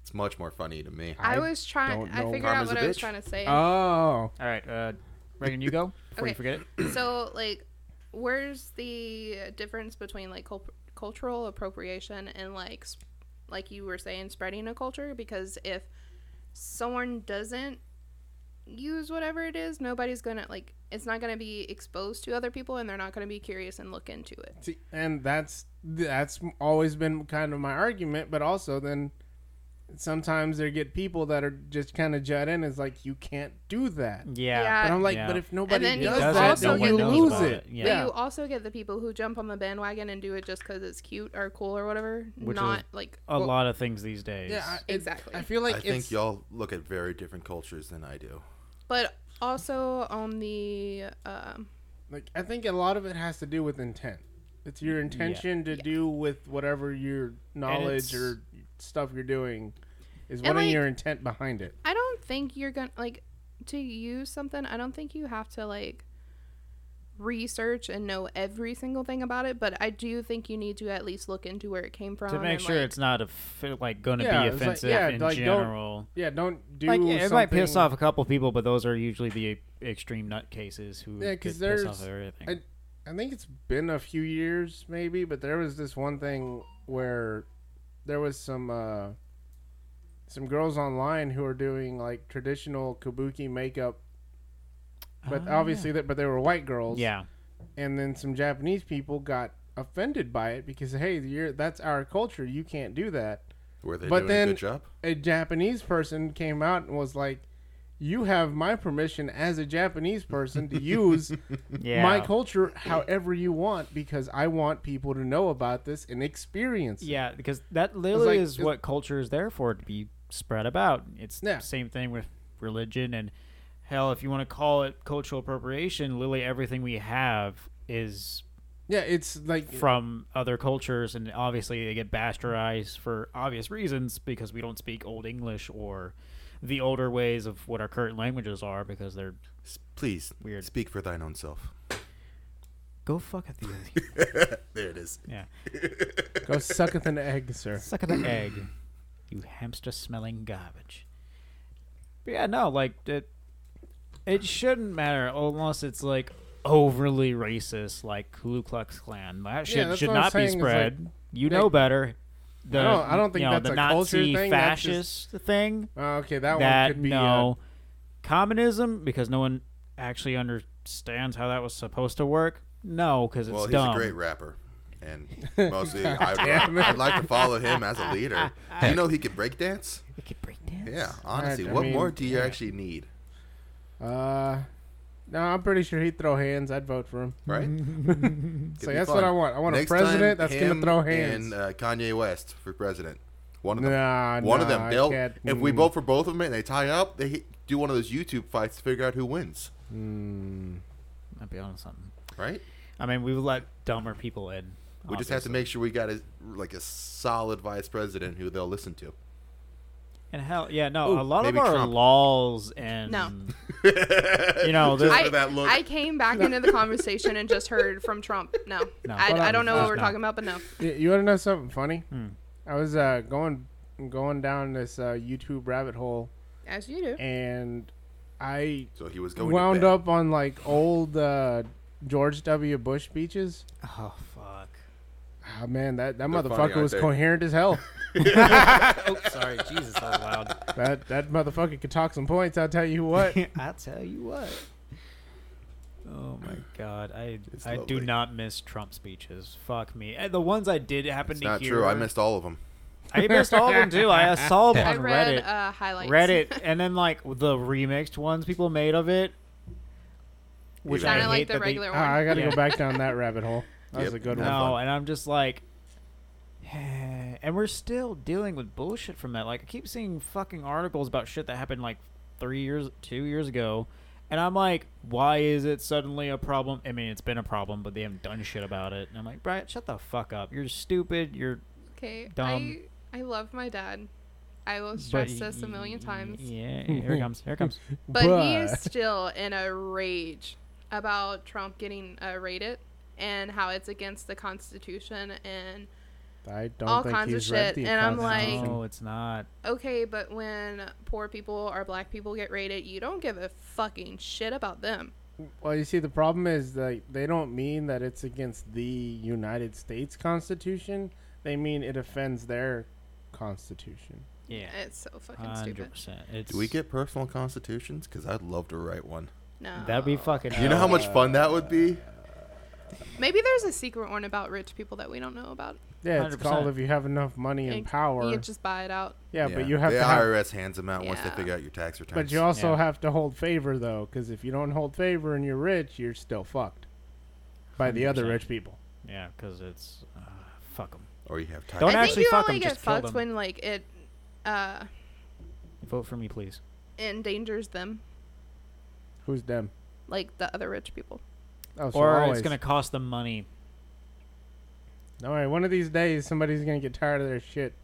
[SPEAKER 2] it's much more funny to me.
[SPEAKER 4] I, was trying
[SPEAKER 5] don't
[SPEAKER 4] I
[SPEAKER 5] know.
[SPEAKER 4] figured out
[SPEAKER 2] Karma's
[SPEAKER 4] what
[SPEAKER 2] a
[SPEAKER 4] I was
[SPEAKER 2] bitch.
[SPEAKER 4] trying to say.
[SPEAKER 5] Oh,
[SPEAKER 7] All right, uh, Reagan, you go before
[SPEAKER 4] Okay.
[SPEAKER 7] you forget it.
[SPEAKER 4] so like where's the difference between like cul- cultural appropriation and like sp- like you were saying spreading a culture because if someone doesn't use whatever it is nobody's gonna like it's not gonna be exposed to other people and they're not gonna be curious and look into it
[SPEAKER 5] See, and that's that's always been kind of my argument, but also then sometimes there get people that are just kind of jut in. It's like you can't do that.
[SPEAKER 7] Yeah.
[SPEAKER 4] Yeah.
[SPEAKER 5] But I'm like,
[SPEAKER 7] Yeah.
[SPEAKER 5] but if nobody
[SPEAKER 4] Mm. then you
[SPEAKER 5] does
[SPEAKER 4] Does
[SPEAKER 5] that,
[SPEAKER 4] it, no
[SPEAKER 5] then
[SPEAKER 4] one
[SPEAKER 5] you
[SPEAKER 4] knows
[SPEAKER 5] lose
[SPEAKER 7] about
[SPEAKER 5] it.
[SPEAKER 7] it. Yeah.
[SPEAKER 4] but you also get the people who jump on the bandwagon and do it just because it's cute or cool or whatever
[SPEAKER 7] Which is
[SPEAKER 4] not like
[SPEAKER 7] A lot of things these days.
[SPEAKER 5] Yeah, I, it-
[SPEAKER 4] Exactly.
[SPEAKER 5] I feel like
[SPEAKER 2] I
[SPEAKER 5] it's,
[SPEAKER 2] think y'all look at very different cultures than I do.
[SPEAKER 4] but also on the um
[SPEAKER 5] like I think a lot of it has to do with intent. It's your intention to do with whatever your
[SPEAKER 7] it's-
[SPEAKER 5] knowledge or stuff you're doing is what are
[SPEAKER 4] like-
[SPEAKER 5] your intent behind it.
[SPEAKER 4] I don't think you're gonna like to use something. I don't think you have to like research and know every single thing about it, but I do think you need to at least look into where it came from.
[SPEAKER 7] To make
[SPEAKER 4] and,
[SPEAKER 7] sure
[SPEAKER 4] like-
[SPEAKER 7] it's not aff- like going to
[SPEAKER 5] Yeah,
[SPEAKER 7] be
[SPEAKER 5] it's like-
[SPEAKER 7] offensive
[SPEAKER 5] yeah,
[SPEAKER 7] in
[SPEAKER 5] like, don't
[SPEAKER 7] general.
[SPEAKER 5] Yeah, don't do
[SPEAKER 7] Like, yeah, it might piss
[SPEAKER 5] something-
[SPEAKER 7] off a couple people, but those are usually the e-, extreme nut cases who
[SPEAKER 5] Yeah,
[SPEAKER 7] get
[SPEAKER 5] because
[SPEAKER 7] pissed
[SPEAKER 5] there's
[SPEAKER 7] off at everything.
[SPEAKER 5] I, I think it's been a few years maybe, but there was this one thing where there was some uh some girls online who were doing like traditional kabuki makeup but
[SPEAKER 7] Ah, yeah.
[SPEAKER 5] obviously that but they were white girls.
[SPEAKER 7] yeah,
[SPEAKER 5] and then some Japanese people got offended by it because hey, you're, that's our culture. You can't do that.
[SPEAKER 2] Were they
[SPEAKER 5] But
[SPEAKER 2] doing
[SPEAKER 5] then-
[SPEAKER 2] a good job?
[SPEAKER 5] A Japanese person came out and was like, "You have my permission as a Japanese person to
[SPEAKER 2] <laughs>
[SPEAKER 5] use
[SPEAKER 7] yeah.
[SPEAKER 5] my culture however you want because I want people to know about this and experience." it."
[SPEAKER 7] Yeah, because that literally
[SPEAKER 5] like-
[SPEAKER 7] is
[SPEAKER 5] it's-
[SPEAKER 7] what culture is there for to be spread about. It's
[SPEAKER 5] Yeah.
[SPEAKER 7] the same thing with religion and hell, if you want to call it cultural appropriation, literally everything we have is
[SPEAKER 5] yeah. It's like
[SPEAKER 7] from other cultures and obviously they get bastardized for obvious reasons because we don't speak old English or the older ways of what our current languages are because they're
[SPEAKER 2] S- Please,
[SPEAKER 7] Weird.
[SPEAKER 2] speak for thine own self.
[SPEAKER 7] go fuck <laughs> at the
[SPEAKER 2] There it is.
[SPEAKER 7] yeah
[SPEAKER 5] <laughs> go sucketh an egg, sir.
[SPEAKER 7] Suck at <coughs> the egg, you hamster smelling garbage. But yeah, no, like it, it shouldn't matter unless it's like overly racist, like Ku Klux Klan. That shit
[SPEAKER 5] that's
[SPEAKER 7] should
[SPEAKER 5] what I'm
[SPEAKER 7] not be
[SPEAKER 5] saying is, like,
[SPEAKER 7] spread. you know better. The,
[SPEAKER 5] don't- I don't think
[SPEAKER 7] you know,
[SPEAKER 5] that's
[SPEAKER 7] the
[SPEAKER 5] a culture
[SPEAKER 7] Nazi
[SPEAKER 5] thing, that's
[SPEAKER 7] fascist thing.
[SPEAKER 5] Oh, okay, that, one
[SPEAKER 7] That
[SPEAKER 5] could be uh,
[SPEAKER 7] no, communism because no one actually understands how that was supposed to work. No, because it's
[SPEAKER 2] Well, he's
[SPEAKER 7] dumb.
[SPEAKER 2] a great rapper,
[SPEAKER 5] <laughs>
[SPEAKER 2] and mostly I, I'd like to follow him as a leader. Do you know he can break dance?
[SPEAKER 7] We could break dance.
[SPEAKER 2] Yeah, honestly,
[SPEAKER 5] I
[SPEAKER 2] what
[SPEAKER 5] mean,
[SPEAKER 2] more do you actually need,
[SPEAKER 5] A, uh, no, I'm pretty sure he'd throw hands. I'd vote for him.
[SPEAKER 2] right?
[SPEAKER 5] <laughs>
[SPEAKER 2] Could
[SPEAKER 5] So
[SPEAKER 2] be
[SPEAKER 5] that's
[SPEAKER 2] fun.
[SPEAKER 5] what I want. I want
[SPEAKER 2] Next
[SPEAKER 5] a
[SPEAKER 2] time,
[SPEAKER 5] president that's
[SPEAKER 2] him
[SPEAKER 5] gonna throw hands.
[SPEAKER 2] And uh, Kanye West for president, <laughs> One of them.
[SPEAKER 5] Nah,
[SPEAKER 2] one of
[SPEAKER 5] nah,
[SPEAKER 2] them.
[SPEAKER 5] I
[SPEAKER 2] They'll.
[SPEAKER 5] can't-
[SPEAKER 2] If we
[SPEAKER 5] mm.
[SPEAKER 2] vote for both of them and they tie up, they hit- do one of those YouTube fights to figure out who wins.
[SPEAKER 7] Might be on something.
[SPEAKER 2] Right.
[SPEAKER 7] I mean, we would let dumber people in.
[SPEAKER 2] We just have to
[SPEAKER 7] obviously.
[SPEAKER 2] make sure we got a like a solid vice president who they'll listen to.
[SPEAKER 7] And hell, yeah, no,
[SPEAKER 2] Ooh,
[SPEAKER 7] a lot of
[SPEAKER 2] maybe
[SPEAKER 7] our
[SPEAKER 2] Trump.
[SPEAKER 7] laws and
[SPEAKER 4] No.
[SPEAKER 2] <laughs>
[SPEAKER 7] you know, there's,
[SPEAKER 4] I,
[SPEAKER 2] for that look.
[SPEAKER 4] I came back into the conversation and just heard from Trump. No,
[SPEAKER 7] No,
[SPEAKER 4] I,
[SPEAKER 7] but
[SPEAKER 4] I don't know
[SPEAKER 7] I'm-
[SPEAKER 4] what we're
[SPEAKER 7] no.
[SPEAKER 4] talking about, but no.
[SPEAKER 5] You, you want to know something funny?
[SPEAKER 7] Hmm.
[SPEAKER 5] I was uh, going going down this uh, YouTube rabbit hole,
[SPEAKER 4] As you do.
[SPEAKER 5] and I
[SPEAKER 2] so he was going.
[SPEAKER 5] wound
[SPEAKER 2] to bed.
[SPEAKER 5] up on like old uh, George W. Bush speeches.
[SPEAKER 7] <laughs> oh fuck.
[SPEAKER 5] Oh man, that, that
[SPEAKER 2] They're funny,
[SPEAKER 5] motherfucker
[SPEAKER 2] aren't
[SPEAKER 5] was
[SPEAKER 2] they?
[SPEAKER 5] coherent as
[SPEAKER 2] <laughs>
[SPEAKER 5] hell.
[SPEAKER 7] Oh, sorry, Jesus, that was loud. <laughs>
[SPEAKER 5] that that motherfucker could talk some points. I'll tell you what.
[SPEAKER 7] I tell you what. Oh my god, I
[SPEAKER 2] It's
[SPEAKER 7] I do
[SPEAKER 2] lovely.
[SPEAKER 7] not miss Trump speeches. Fuck me. And the ones I did happen
[SPEAKER 2] It's
[SPEAKER 7] to
[SPEAKER 2] not
[SPEAKER 7] hear,
[SPEAKER 2] true. I missed all of them.
[SPEAKER 7] I missed all of them too. I
[SPEAKER 2] <laughs>
[SPEAKER 7] saw them
[SPEAKER 4] I
[SPEAKER 7] on
[SPEAKER 4] read
[SPEAKER 7] Reddit.
[SPEAKER 4] uh, highlights.
[SPEAKER 7] Reddit,
[SPEAKER 4] <laughs>
[SPEAKER 7] and then like the remixed ones people made of it, which
[SPEAKER 2] Sounded
[SPEAKER 7] I hate
[SPEAKER 4] like the
[SPEAKER 7] that they-
[SPEAKER 4] regular
[SPEAKER 5] Ah, I got to
[SPEAKER 7] Yeah.
[SPEAKER 5] go back down that rabbit hole. That was
[SPEAKER 2] Yep.
[SPEAKER 5] a good
[SPEAKER 2] No.
[SPEAKER 5] one.
[SPEAKER 7] No,
[SPEAKER 2] fun.
[SPEAKER 7] and I'm just like, "Eh," and we're still dealing with bullshit from that. Like I keep seeing fucking articles about shit that happened like three years, two years ago, and I'm like, why is it suddenly a problem? I mean, it's been a problem, but they haven't done shit about it. And I'm like, Brian, shut the fuck up. You're stupid. You're
[SPEAKER 4] Okay,
[SPEAKER 7] Dumb.
[SPEAKER 4] I I love my dad. I will
[SPEAKER 7] but
[SPEAKER 4] stress this a million times.
[SPEAKER 7] Yeah, here it comes. Here it
[SPEAKER 4] <laughs>
[SPEAKER 7] comes.
[SPEAKER 4] But, he is still in a rage about Trump getting uh, raided and how it's against the Constitution and
[SPEAKER 5] I don't
[SPEAKER 4] all
[SPEAKER 5] think
[SPEAKER 4] kinds of
[SPEAKER 5] he's read
[SPEAKER 4] shit,
[SPEAKER 5] the
[SPEAKER 4] and I'm
[SPEAKER 5] Constitution.
[SPEAKER 7] No, it's not.
[SPEAKER 4] okay, but when poor people or black people get raided, you don't give a fucking shit about them.
[SPEAKER 5] Well, you see, the problem is like they don't mean that it's against the United States Constitution. They mean it offends their Constitution.
[SPEAKER 7] Yeah,
[SPEAKER 4] It's so fucking
[SPEAKER 7] hundred
[SPEAKER 4] stupid.
[SPEAKER 7] percent. It's
[SPEAKER 2] Do we get personal constitutions? Because I'd love to write one.
[SPEAKER 4] No.
[SPEAKER 7] that'd
[SPEAKER 5] Oh.
[SPEAKER 7] be fucking.
[SPEAKER 2] You know how much fun that would be.
[SPEAKER 4] Maybe there's a secret one about rich people that we don't know about.
[SPEAKER 5] Yeah, it's
[SPEAKER 7] 100%.
[SPEAKER 5] called if you have enough money and
[SPEAKER 4] Like,
[SPEAKER 5] power.
[SPEAKER 4] You just buy it out.
[SPEAKER 5] yeah, but you have
[SPEAKER 2] the
[SPEAKER 5] to. Have,
[SPEAKER 2] IRS hands them out once they
[SPEAKER 4] Yeah.
[SPEAKER 2] figure out your tax returns.
[SPEAKER 5] but you also
[SPEAKER 7] Yeah.
[SPEAKER 5] have to hold favor though, because if you don't hold favor and you're rich, you're still fucked by the other
[SPEAKER 7] 100%.
[SPEAKER 5] rich people.
[SPEAKER 7] Yeah, because it's uh, fuck them.
[SPEAKER 2] or you have tax.
[SPEAKER 7] Don't ask-
[SPEAKER 4] I think
[SPEAKER 7] actually
[SPEAKER 4] you
[SPEAKER 7] fuck
[SPEAKER 4] only
[SPEAKER 7] 'em,
[SPEAKER 4] get
[SPEAKER 7] just kill
[SPEAKER 4] fucked
[SPEAKER 7] them.
[SPEAKER 4] when like it uh,
[SPEAKER 7] Vote for me, please.
[SPEAKER 4] endangers them,
[SPEAKER 5] Who's them?
[SPEAKER 4] like the other rich people.
[SPEAKER 5] Oh, so
[SPEAKER 7] or
[SPEAKER 5] always.
[SPEAKER 7] it's going to cost them money.
[SPEAKER 5] All right, one of these days somebody's gonna get tired of their shit.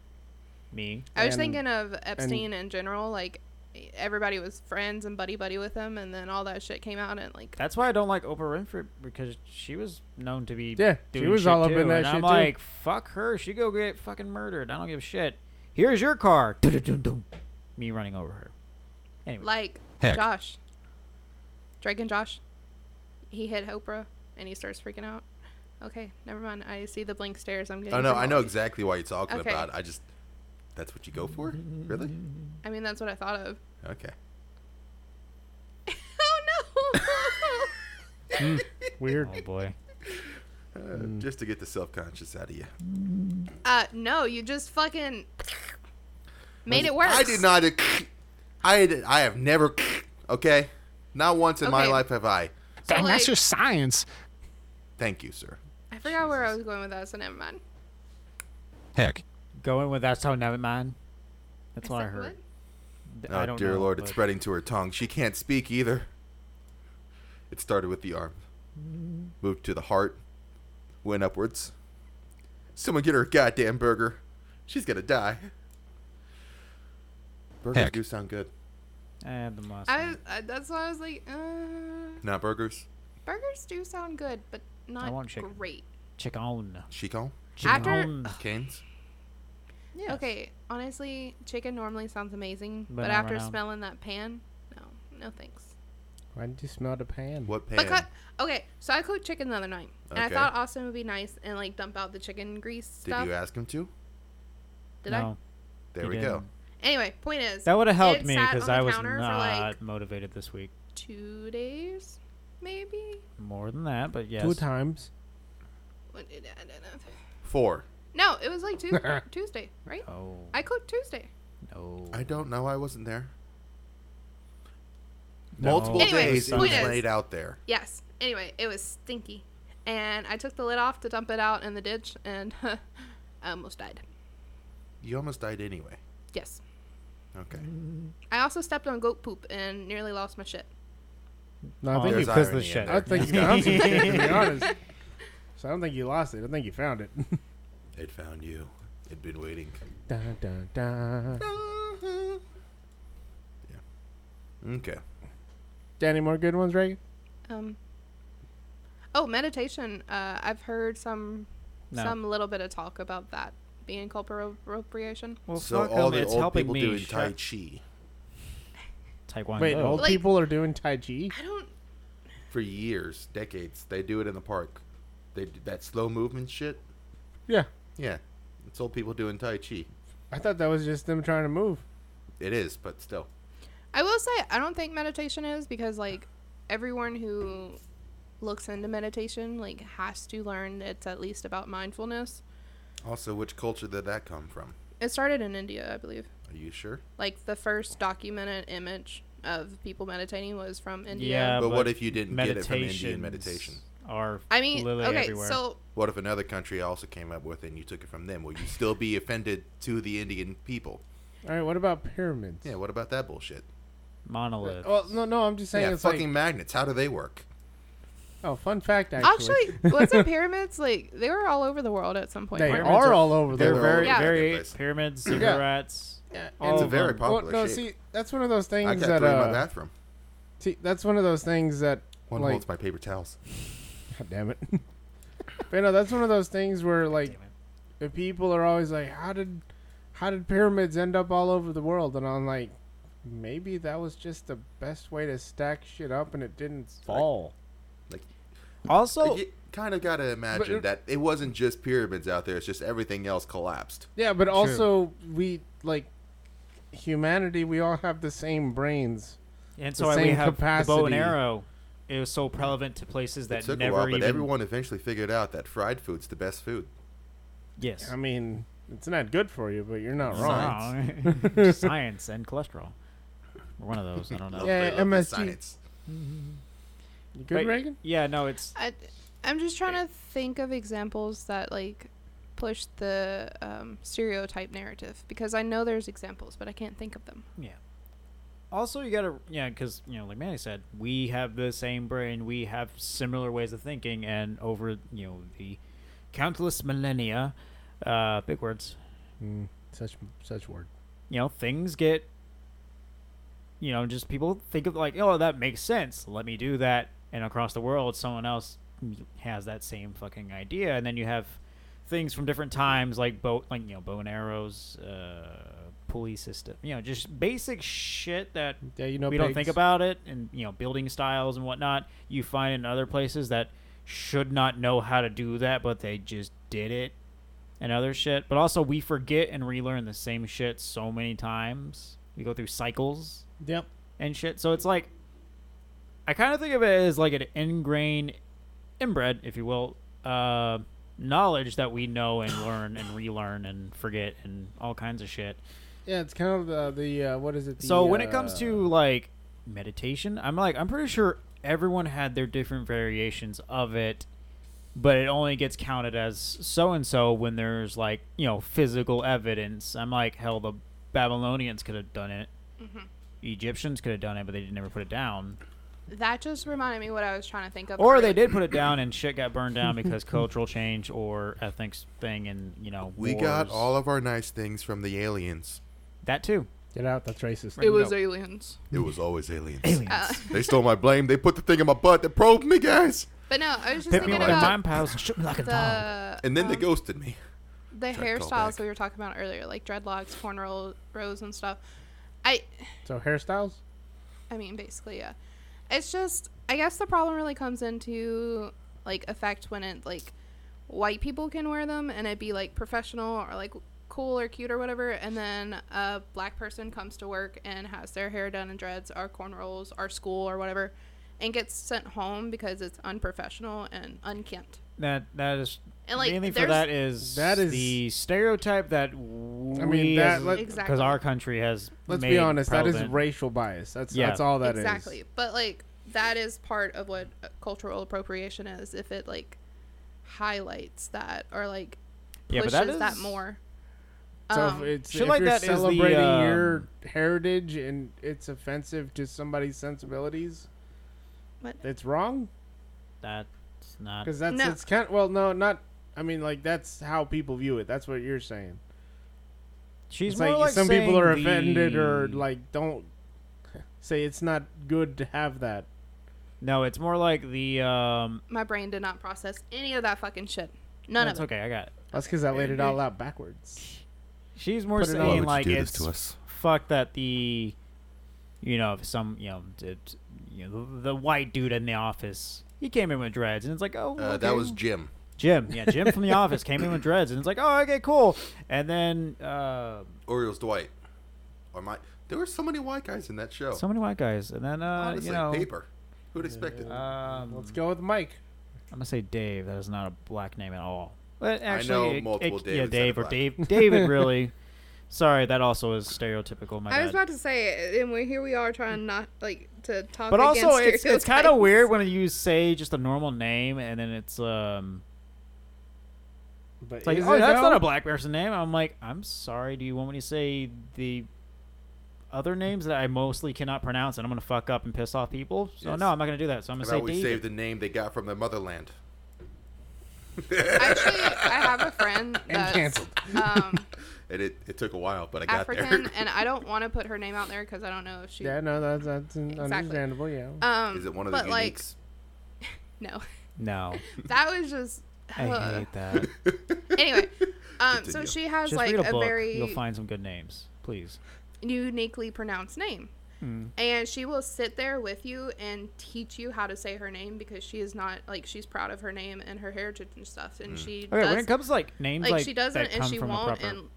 [SPEAKER 7] Me.
[SPEAKER 4] I was
[SPEAKER 5] And-
[SPEAKER 4] thinking of Epstein in general, like everybody was friends and buddy buddy with him, and then all that shit came out, and like
[SPEAKER 7] That's why I don't like Oprah Winfrey because she was known to be
[SPEAKER 5] Yeah, she
[SPEAKER 7] doing
[SPEAKER 5] was
[SPEAKER 7] shit
[SPEAKER 5] all up
[SPEAKER 7] too,
[SPEAKER 5] in that
[SPEAKER 7] and I'm
[SPEAKER 5] shit, too.
[SPEAKER 7] like fuck her. She go get fucking murdered. I don't give a shit. Here's your car. Dun-dun-dun-dun. Me running over her. Anyway,
[SPEAKER 4] like
[SPEAKER 6] Heck.
[SPEAKER 4] Josh, Drake and Josh, he hit Oprah, and he starts freaking out. Okay, never mind. I see the blank stares. I'm getting.
[SPEAKER 2] Oh no,
[SPEAKER 4] from
[SPEAKER 2] I
[SPEAKER 4] all
[SPEAKER 2] know
[SPEAKER 4] of you.
[SPEAKER 2] exactly what you're talking
[SPEAKER 4] Okay.
[SPEAKER 2] about. I just that's what you go for, really?
[SPEAKER 4] I mean, that's what I thought of. <laughs>
[SPEAKER 2] Okay.
[SPEAKER 4] oh no!
[SPEAKER 5] Weird.
[SPEAKER 7] oh boy.
[SPEAKER 2] Uh, Just to get the self conscious out of you.
[SPEAKER 4] <laughs> uh, no, you just fucking made it worse.
[SPEAKER 2] I did not. I did, I have never. Okay, not once in my
[SPEAKER 4] Okay.
[SPEAKER 2] life have I.
[SPEAKER 4] So,
[SPEAKER 8] Dang,
[SPEAKER 4] like-
[SPEAKER 8] that's just science.
[SPEAKER 2] Thank you, sir.
[SPEAKER 4] I forgot where I was going with that, so never mind.
[SPEAKER 6] Heck.
[SPEAKER 7] Going with that's how never mind. That's what I
[SPEAKER 4] said
[SPEAKER 7] heard. Th-
[SPEAKER 2] Oh
[SPEAKER 7] I don't
[SPEAKER 2] dear
[SPEAKER 7] know,
[SPEAKER 2] Lord, it's
[SPEAKER 7] but-
[SPEAKER 2] spreading to her tongue. She can't speak either. It started with the arm, moved to the heart, went upwards. Someone get her a goddamn burger. She's gonna die. Burgers
[SPEAKER 6] Heck.
[SPEAKER 2] do sound good.
[SPEAKER 7] I had them last
[SPEAKER 4] I
[SPEAKER 7] night.
[SPEAKER 4] was, uh, that's why I was like, uh,
[SPEAKER 2] Not burgers.
[SPEAKER 4] burgers do sound good, but not
[SPEAKER 7] want chicken.
[SPEAKER 4] great.
[SPEAKER 7] Chicken. <sighs>
[SPEAKER 2] Chico?
[SPEAKER 4] After-
[SPEAKER 7] Chicken.
[SPEAKER 2] Canes?
[SPEAKER 7] Yes.
[SPEAKER 4] Okay, honestly, chicken normally sounds amazing,
[SPEAKER 7] But
[SPEAKER 4] but,
[SPEAKER 7] not
[SPEAKER 4] after
[SPEAKER 7] right now.
[SPEAKER 4] smelling that pan, no, no thanks.
[SPEAKER 5] Why did you smell the pan?
[SPEAKER 2] What pan?
[SPEAKER 4] But cut. Okay, so I cooked chicken the other night, and I
[SPEAKER 2] Okay.
[SPEAKER 4] thought Austin would be nice and like dump out the chicken grease
[SPEAKER 2] Did
[SPEAKER 4] stuff.
[SPEAKER 2] you ask him to?
[SPEAKER 4] Did I?
[SPEAKER 7] no,
[SPEAKER 2] There
[SPEAKER 7] you
[SPEAKER 2] we go.
[SPEAKER 7] didn't.
[SPEAKER 4] Anyway, point is
[SPEAKER 7] That would have helped
[SPEAKER 4] it
[SPEAKER 7] me
[SPEAKER 4] sat
[SPEAKER 7] because
[SPEAKER 4] on the
[SPEAKER 7] I was
[SPEAKER 4] counter
[SPEAKER 7] not
[SPEAKER 4] for, like,
[SPEAKER 7] motivated this week.
[SPEAKER 4] two days, maybe.
[SPEAKER 7] More than that, but yes.
[SPEAKER 5] Two times.
[SPEAKER 4] What did I- I don't know.
[SPEAKER 2] Four.
[SPEAKER 4] No, it was like
[SPEAKER 7] <laughs>
[SPEAKER 4] Tuesday, Tuesday, right?
[SPEAKER 7] Oh
[SPEAKER 4] I cooked Tuesday.
[SPEAKER 7] no.
[SPEAKER 2] I don't know. I wasn't there.
[SPEAKER 7] No.
[SPEAKER 2] Multiple
[SPEAKER 4] Anyways,
[SPEAKER 2] days it
[SPEAKER 4] point
[SPEAKER 2] was
[SPEAKER 4] is-
[SPEAKER 2] laid out there.
[SPEAKER 4] Yes. Anyway, it was stinky. <laughs> And I took the lid off to dump it out in the ditch, and I almost died.
[SPEAKER 2] You almost died anyway.
[SPEAKER 4] Yes.
[SPEAKER 2] Okay.
[SPEAKER 4] I also stepped on goat poop and nearly lost my shit.
[SPEAKER 5] No, I think
[SPEAKER 2] there's
[SPEAKER 5] you
[SPEAKER 2] a-
[SPEAKER 7] pissed the
[SPEAKER 2] irony in
[SPEAKER 7] shit.
[SPEAKER 5] I
[SPEAKER 7] out of
[SPEAKER 5] think
[SPEAKER 7] me.
[SPEAKER 5] you found it, to
[SPEAKER 2] <laughs>
[SPEAKER 5] be honest. So I don't think you lost it. I think you found it.
[SPEAKER 2] It found you. It'd been waiting.
[SPEAKER 5] dun, dun, dun.
[SPEAKER 7] Mm-hmm.
[SPEAKER 2] Okay.
[SPEAKER 5] Any more good ones, Reagan?
[SPEAKER 4] Um. Oh, meditation. Uh, I've heard some
[SPEAKER 7] No.
[SPEAKER 4] some little bit of talk about that being cultural appropriation.
[SPEAKER 7] Well,
[SPEAKER 2] so
[SPEAKER 7] fuck 'em,
[SPEAKER 2] all the
[SPEAKER 7] it's
[SPEAKER 2] old
[SPEAKER 7] helping
[SPEAKER 2] people
[SPEAKER 7] me
[SPEAKER 2] doing
[SPEAKER 7] shut-
[SPEAKER 2] Tai Chi
[SPEAKER 7] Taekwondo.
[SPEAKER 5] Wait, old
[SPEAKER 4] Like-
[SPEAKER 5] people are doing Tai Chi?
[SPEAKER 4] I don't.
[SPEAKER 2] for years, decades. They do it in the park. They do that slow movement shit.
[SPEAKER 5] Yeah.
[SPEAKER 2] Yeah. It's old people doing Tai Chi.
[SPEAKER 5] I thought that was just them trying to move.
[SPEAKER 2] It is, but still.
[SPEAKER 4] I will say I don't think meditation is because like everyone who looks into meditation like has to learn it's at least about mindfulness.
[SPEAKER 2] Also, which culture did that come from?
[SPEAKER 4] It started in India, I believe.
[SPEAKER 2] Are you sure?
[SPEAKER 4] Like the first documented image of people meditating was from India.
[SPEAKER 7] Yeah,
[SPEAKER 2] But what if you didn't get it from Indian
[SPEAKER 7] meditations
[SPEAKER 2] meditation?
[SPEAKER 7] Are
[SPEAKER 4] I mean,
[SPEAKER 7] literally
[SPEAKER 4] okay,
[SPEAKER 7] everywhere.
[SPEAKER 4] so
[SPEAKER 2] What if another country also came up with it and you took it from them? Will you still be offended to the Indian people?
[SPEAKER 5] All right, what about pyramids?
[SPEAKER 2] Yeah, what about that bullshit?
[SPEAKER 7] monoliths.
[SPEAKER 5] Well, no, no, I'm just saying
[SPEAKER 2] yeah,
[SPEAKER 5] it's
[SPEAKER 2] fucking
[SPEAKER 5] like.
[SPEAKER 2] magnets. How do they work?
[SPEAKER 5] Oh, fun fact, actually.
[SPEAKER 4] Actually,
[SPEAKER 7] <laughs>
[SPEAKER 4] wasn't pyramids like they were all over the world at some point?
[SPEAKER 5] they
[SPEAKER 4] right?
[SPEAKER 7] pyramids
[SPEAKER 5] are
[SPEAKER 7] are-
[SPEAKER 5] all over the
[SPEAKER 7] They're
[SPEAKER 5] world.
[SPEAKER 7] very,
[SPEAKER 4] Yeah.
[SPEAKER 7] very
[SPEAKER 2] Place.
[SPEAKER 7] pyramids, ziggurats. all
[SPEAKER 2] It's a
[SPEAKER 7] of
[SPEAKER 2] very
[SPEAKER 7] them.
[SPEAKER 5] Well,
[SPEAKER 2] popular
[SPEAKER 5] no,
[SPEAKER 2] shape.
[SPEAKER 5] see, that's one of those things
[SPEAKER 2] I got
[SPEAKER 5] that.
[SPEAKER 2] three in my
[SPEAKER 5] Uh,
[SPEAKER 2] bathroom.
[SPEAKER 5] see, that's one of those things that.
[SPEAKER 2] One
[SPEAKER 5] like,
[SPEAKER 2] holds my paper
[SPEAKER 7] <laughs>
[SPEAKER 2] towels.
[SPEAKER 5] God damn it. <laughs> but no, that's one of those things where like
[SPEAKER 7] Damn it.
[SPEAKER 5] if people are always like, How did how did pyramids end up all over the world? And I'm like, Maybe that was just the best way to stack shit up and it didn't fall.
[SPEAKER 7] Also,
[SPEAKER 2] you kind of got to imagine
[SPEAKER 5] it-
[SPEAKER 2] that it wasn't just pyramids out there. It's just everything else collapsed.
[SPEAKER 5] Yeah, but also we like humanity, we all have the same brains.
[SPEAKER 7] and so
[SPEAKER 5] the
[SPEAKER 7] why we
[SPEAKER 5] same
[SPEAKER 7] have the bow and
[SPEAKER 5] capacity.
[SPEAKER 7] arrow. It was so prevalent to places that
[SPEAKER 2] it took
[SPEAKER 7] never
[SPEAKER 2] a while,
[SPEAKER 7] even.
[SPEAKER 2] but everyone eventually figured out that fried food's the best food.
[SPEAKER 7] yes,
[SPEAKER 5] I mean, it's not good for you, but you're not wrong.
[SPEAKER 7] science. <laughs> science
[SPEAKER 5] <laughs>
[SPEAKER 7] and cholesterol. Or One of those. I don't know.
[SPEAKER 2] Love-
[SPEAKER 5] Yeah,
[SPEAKER 2] they love the
[SPEAKER 5] MSG.
[SPEAKER 2] Science.
[SPEAKER 5] You good,
[SPEAKER 7] But-
[SPEAKER 5] Reagan?
[SPEAKER 7] Yeah, no, it's
[SPEAKER 4] I, I'm just trying to think of examples that like push the um, stereotype narrative because I know there's examples, but I can't think of them.
[SPEAKER 7] Yeah. Also, you gotta yeah, because you know, like Manny said, we have the same brain, we have similar ways of thinking, and over you know the countless millennia, uh, big words,
[SPEAKER 5] Such such word.
[SPEAKER 7] you know, things get, you know, just people think of like, oh, that makes sense. Let me do that, and across the world, someone else has that same fucking idea, and then you have things from different times, like bow, like you know, bow and arrows, uh, pulley system, you know, just basic shit that
[SPEAKER 5] Yeah, you know
[SPEAKER 7] we don't think
[SPEAKER 5] pigs.
[SPEAKER 7] about it and you know building styles and whatnot you find in other places that should not know how to do that but they just did it and other shit but also we forget and relearn the same shit so many times we go through cycles
[SPEAKER 5] Yep.
[SPEAKER 7] and shit so it's like i kind of think of it as like an ingrained inbred if you will uh knowledge that we know and learn and relearn and forget and all kinds of shit
[SPEAKER 5] Yeah, it's kind of uh, the uh, what is it?
[SPEAKER 7] so
[SPEAKER 5] the,
[SPEAKER 7] when it comes
[SPEAKER 5] uh,
[SPEAKER 7] to like meditation, I'm like I'm pretty sure everyone had their different variations of it, but it only gets counted as so and so when there's like you know physical evidence. I'm like hell, the Babylonians could have done it,
[SPEAKER 4] Mm-hmm.
[SPEAKER 7] Egyptians could have done it, but they didn't ever put it down,
[SPEAKER 4] That just reminded me what I was trying to think of.
[SPEAKER 7] or
[SPEAKER 4] earlier.
[SPEAKER 7] they did put it down and shit got burned
[SPEAKER 2] <laughs>
[SPEAKER 7] down because cultural change or ethnic thing, and you know
[SPEAKER 2] We got
[SPEAKER 7] wars.
[SPEAKER 2] all of our nice things from the aliens.
[SPEAKER 7] that too.
[SPEAKER 5] get out, that's racist.
[SPEAKER 4] It was
[SPEAKER 7] No.
[SPEAKER 4] aliens.
[SPEAKER 2] It was always aliens.
[SPEAKER 7] Aliens.
[SPEAKER 4] Uh, <laughs>
[SPEAKER 2] They stole my blame. They put the thing in my butt. They probed me, guys.
[SPEAKER 4] but no, I was just
[SPEAKER 7] Pit me
[SPEAKER 4] thinking
[SPEAKER 7] like a
[SPEAKER 4] about
[SPEAKER 7] mine piles and shoot me like a dog.
[SPEAKER 4] the
[SPEAKER 2] And then they
[SPEAKER 4] um,
[SPEAKER 2] ghosted me.
[SPEAKER 4] the
[SPEAKER 2] Sorry, call
[SPEAKER 4] hairstyles
[SPEAKER 2] back.
[SPEAKER 4] we were talking about earlier, like dreadlocks, cornrows, and stuff. I
[SPEAKER 5] So hairstyles?
[SPEAKER 4] I mean, basically, yeah. It's just, I guess the problem really comes into like effect when it like white people can wear them and it be like professional or like cool or cute or whatever, and then a black person comes to work and has their hair done in dreads or cornrows or school or whatever, and gets sent home because it's unprofessional and unkempt.
[SPEAKER 7] That that is
[SPEAKER 4] And like,
[SPEAKER 7] mainly for
[SPEAKER 4] there's-
[SPEAKER 7] that is
[SPEAKER 5] That is-
[SPEAKER 7] the stereotype that we I mean
[SPEAKER 5] that- let-
[SPEAKER 4] Exactly.
[SPEAKER 7] our country has
[SPEAKER 5] Let's
[SPEAKER 7] made
[SPEAKER 5] be honest, that is
[SPEAKER 7] prevalent.
[SPEAKER 5] racial bias. That's
[SPEAKER 7] Yeah.
[SPEAKER 5] that's all that is.
[SPEAKER 4] exactly but like that is part of what uh, cultural appropriation is if it like highlights that or like
[SPEAKER 7] Yeah,
[SPEAKER 4] pushes
[SPEAKER 7] but that
[SPEAKER 4] that
[SPEAKER 7] is-
[SPEAKER 4] more
[SPEAKER 5] So
[SPEAKER 4] Um,
[SPEAKER 5] if it's
[SPEAKER 7] shit
[SPEAKER 5] if
[SPEAKER 7] like
[SPEAKER 5] you're
[SPEAKER 7] that is the,
[SPEAKER 5] celebrating
[SPEAKER 7] um,
[SPEAKER 5] your heritage and it's offensive to somebody's sensibilities,
[SPEAKER 4] What?
[SPEAKER 5] It's wrong
[SPEAKER 7] That's not.
[SPEAKER 5] because that's
[SPEAKER 4] No.
[SPEAKER 5] it's kind. well, no, not. I mean, like that's how people view it. That's what you're saying.
[SPEAKER 7] She's
[SPEAKER 5] it's
[SPEAKER 7] more
[SPEAKER 5] like,
[SPEAKER 7] like
[SPEAKER 5] some people
[SPEAKER 7] saying
[SPEAKER 5] are offended or
[SPEAKER 7] the-
[SPEAKER 5] like don't say it's not good to have that.
[SPEAKER 7] No, it's more like the. Um,
[SPEAKER 4] My brain did not process any of that fucking shit. None
[SPEAKER 7] that's
[SPEAKER 4] of it.
[SPEAKER 7] okay. I got. It.
[SPEAKER 5] That's because I laid it all out backwards.
[SPEAKER 7] She's more
[SPEAKER 5] Put it on. Why
[SPEAKER 7] saying
[SPEAKER 5] would
[SPEAKER 7] like
[SPEAKER 2] do
[SPEAKER 7] it's
[SPEAKER 2] this to us?
[SPEAKER 7] fuck that the, you know, if some you know, did, you know the, the white dude in the office. He came in with dreads, and it's like, oh,
[SPEAKER 2] Uh,
[SPEAKER 7] okay.
[SPEAKER 2] That was Jim.
[SPEAKER 7] Jim. Yeah, Jim
[SPEAKER 4] <laughs>
[SPEAKER 7] from the office came in with dreads, and it's like, oh, okay, cool. And then uh,
[SPEAKER 2] Orioles Dwight. Or my. There were so many white guys in that show.
[SPEAKER 7] so many white guys, and then uh,
[SPEAKER 2] Honestly,
[SPEAKER 7] you know,
[SPEAKER 2] paper. Who'd expect it?
[SPEAKER 7] um,
[SPEAKER 5] Let's go with Mike.
[SPEAKER 7] I'm gonna say Dave. That is not a black name at all. But actually,
[SPEAKER 2] know
[SPEAKER 7] it-
[SPEAKER 2] multiple
[SPEAKER 7] it-
[SPEAKER 2] Davids
[SPEAKER 7] Yeah,
[SPEAKER 2] that
[SPEAKER 7] Dave
[SPEAKER 2] are
[SPEAKER 7] or
[SPEAKER 2] black. <laughs>
[SPEAKER 7] Dave. David really. Sorry, that also is stereotypical. My
[SPEAKER 4] I was
[SPEAKER 7] bad.
[SPEAKER 4] about to say, and we here we are trying not like to talk.
[SPEAKER 7] but also, it's
[SPEAKER 4] against
[SPEAKER 7] it's kind of
[SPEAKER 4] stereotypes.
[SPEAKER 7] weird when you say just a normal name and then it's um
[SPEAKER 5] But
[SPEAKER 7] it's like
[SPEAKER 5] is
[SPEAKER 7] oh
[SPEAKER 5] it
[SPEAKER 7] that's not
[SPEAKER 5] though?
[SPEAKER 7] a black person name. I'm like I'm sorry. Do you want me to say the other names that I mostly cannot pronounce and I'm gonna fuck up and piss off people? So
[SPEAKER 2] Yes.
[SPEAKER 7] no, I'm not gonna do that. So I'm gonna
[SPEAKER 2] How about
[SPEAKER 7] say
[SPEAKER 2] we
[SPEAKER 7] David.
[SPEAKER 2] save the name they got from their motherland?
[SPEAKER 4] Actually, I have a <laughs> friend
[SPEAKER 5] and
[SPEAKER 4] that's
[SPEAKER 5] canceled.
[SPEAKER 7] <laughs>
[SPEAKER 4] um,
[SPEAKER 2] And it, it took a while, but I got
[SPEAKER 4] African,
[SPEAKER 2] there.
[SPEAKER 4] and I don't want to put her name out there because I don't know if she.
[SPEAKER 5] Yeah, no, that's, that's
[SPEAKER 4] Exactly.
[SPEAKER 5] understandable. Yeah.
[SPEAKER 2] <laughs>
[SPEAKER 4] Um,
[SPEAKER 2] Is it one of the
[SPEAKER 4] but like,
[SPEAKER 2] uniques?
[SPEAKER 4] no, <laughs>
[SPEAKER 2] <laughs>
[SPEAKER 7] no,
[SPEAKER 4] that was just.
[SPEAKER 7] I hate that.
[SPEAKER 4] anyway, um, so
[SPEAKER 2] Continue.
[SPEAKER 4] she has
[SPEAKER 7] Just
[SPEAKER 4] like
[SPEAKER 7] read a, book.
[SPEAKER 4] a,
[SPEAKER 7] You'll
[SPEAKER 4] very
[SPEAKER 7] find some good names, please.
[SPEAKER 4] uniquely pronounced name.
[SPEAKER 7] Hmm.
[SPEAKER 4] And she will sit there with you and teach you how to say her name because she is not like she's proud of her name and her heritage and stuff. And she
[SPEAKER 7] Okay,
[SPEAKER 4] does
[SPEAKER 7] when it comes to like names
[SPEAKER 4] like,
[SPEAKER 7] like,
[SPEAKER 4] she doesn't
[SPEAKER 7] that
[SPEAKER 4] and
[SPEAKER 7] come
[SPEAKER 4] she
[SPEAKER 7] from
[SPEAKER 4] won't
[SPEAKER 7] a proper,
[SPEAKER 4] and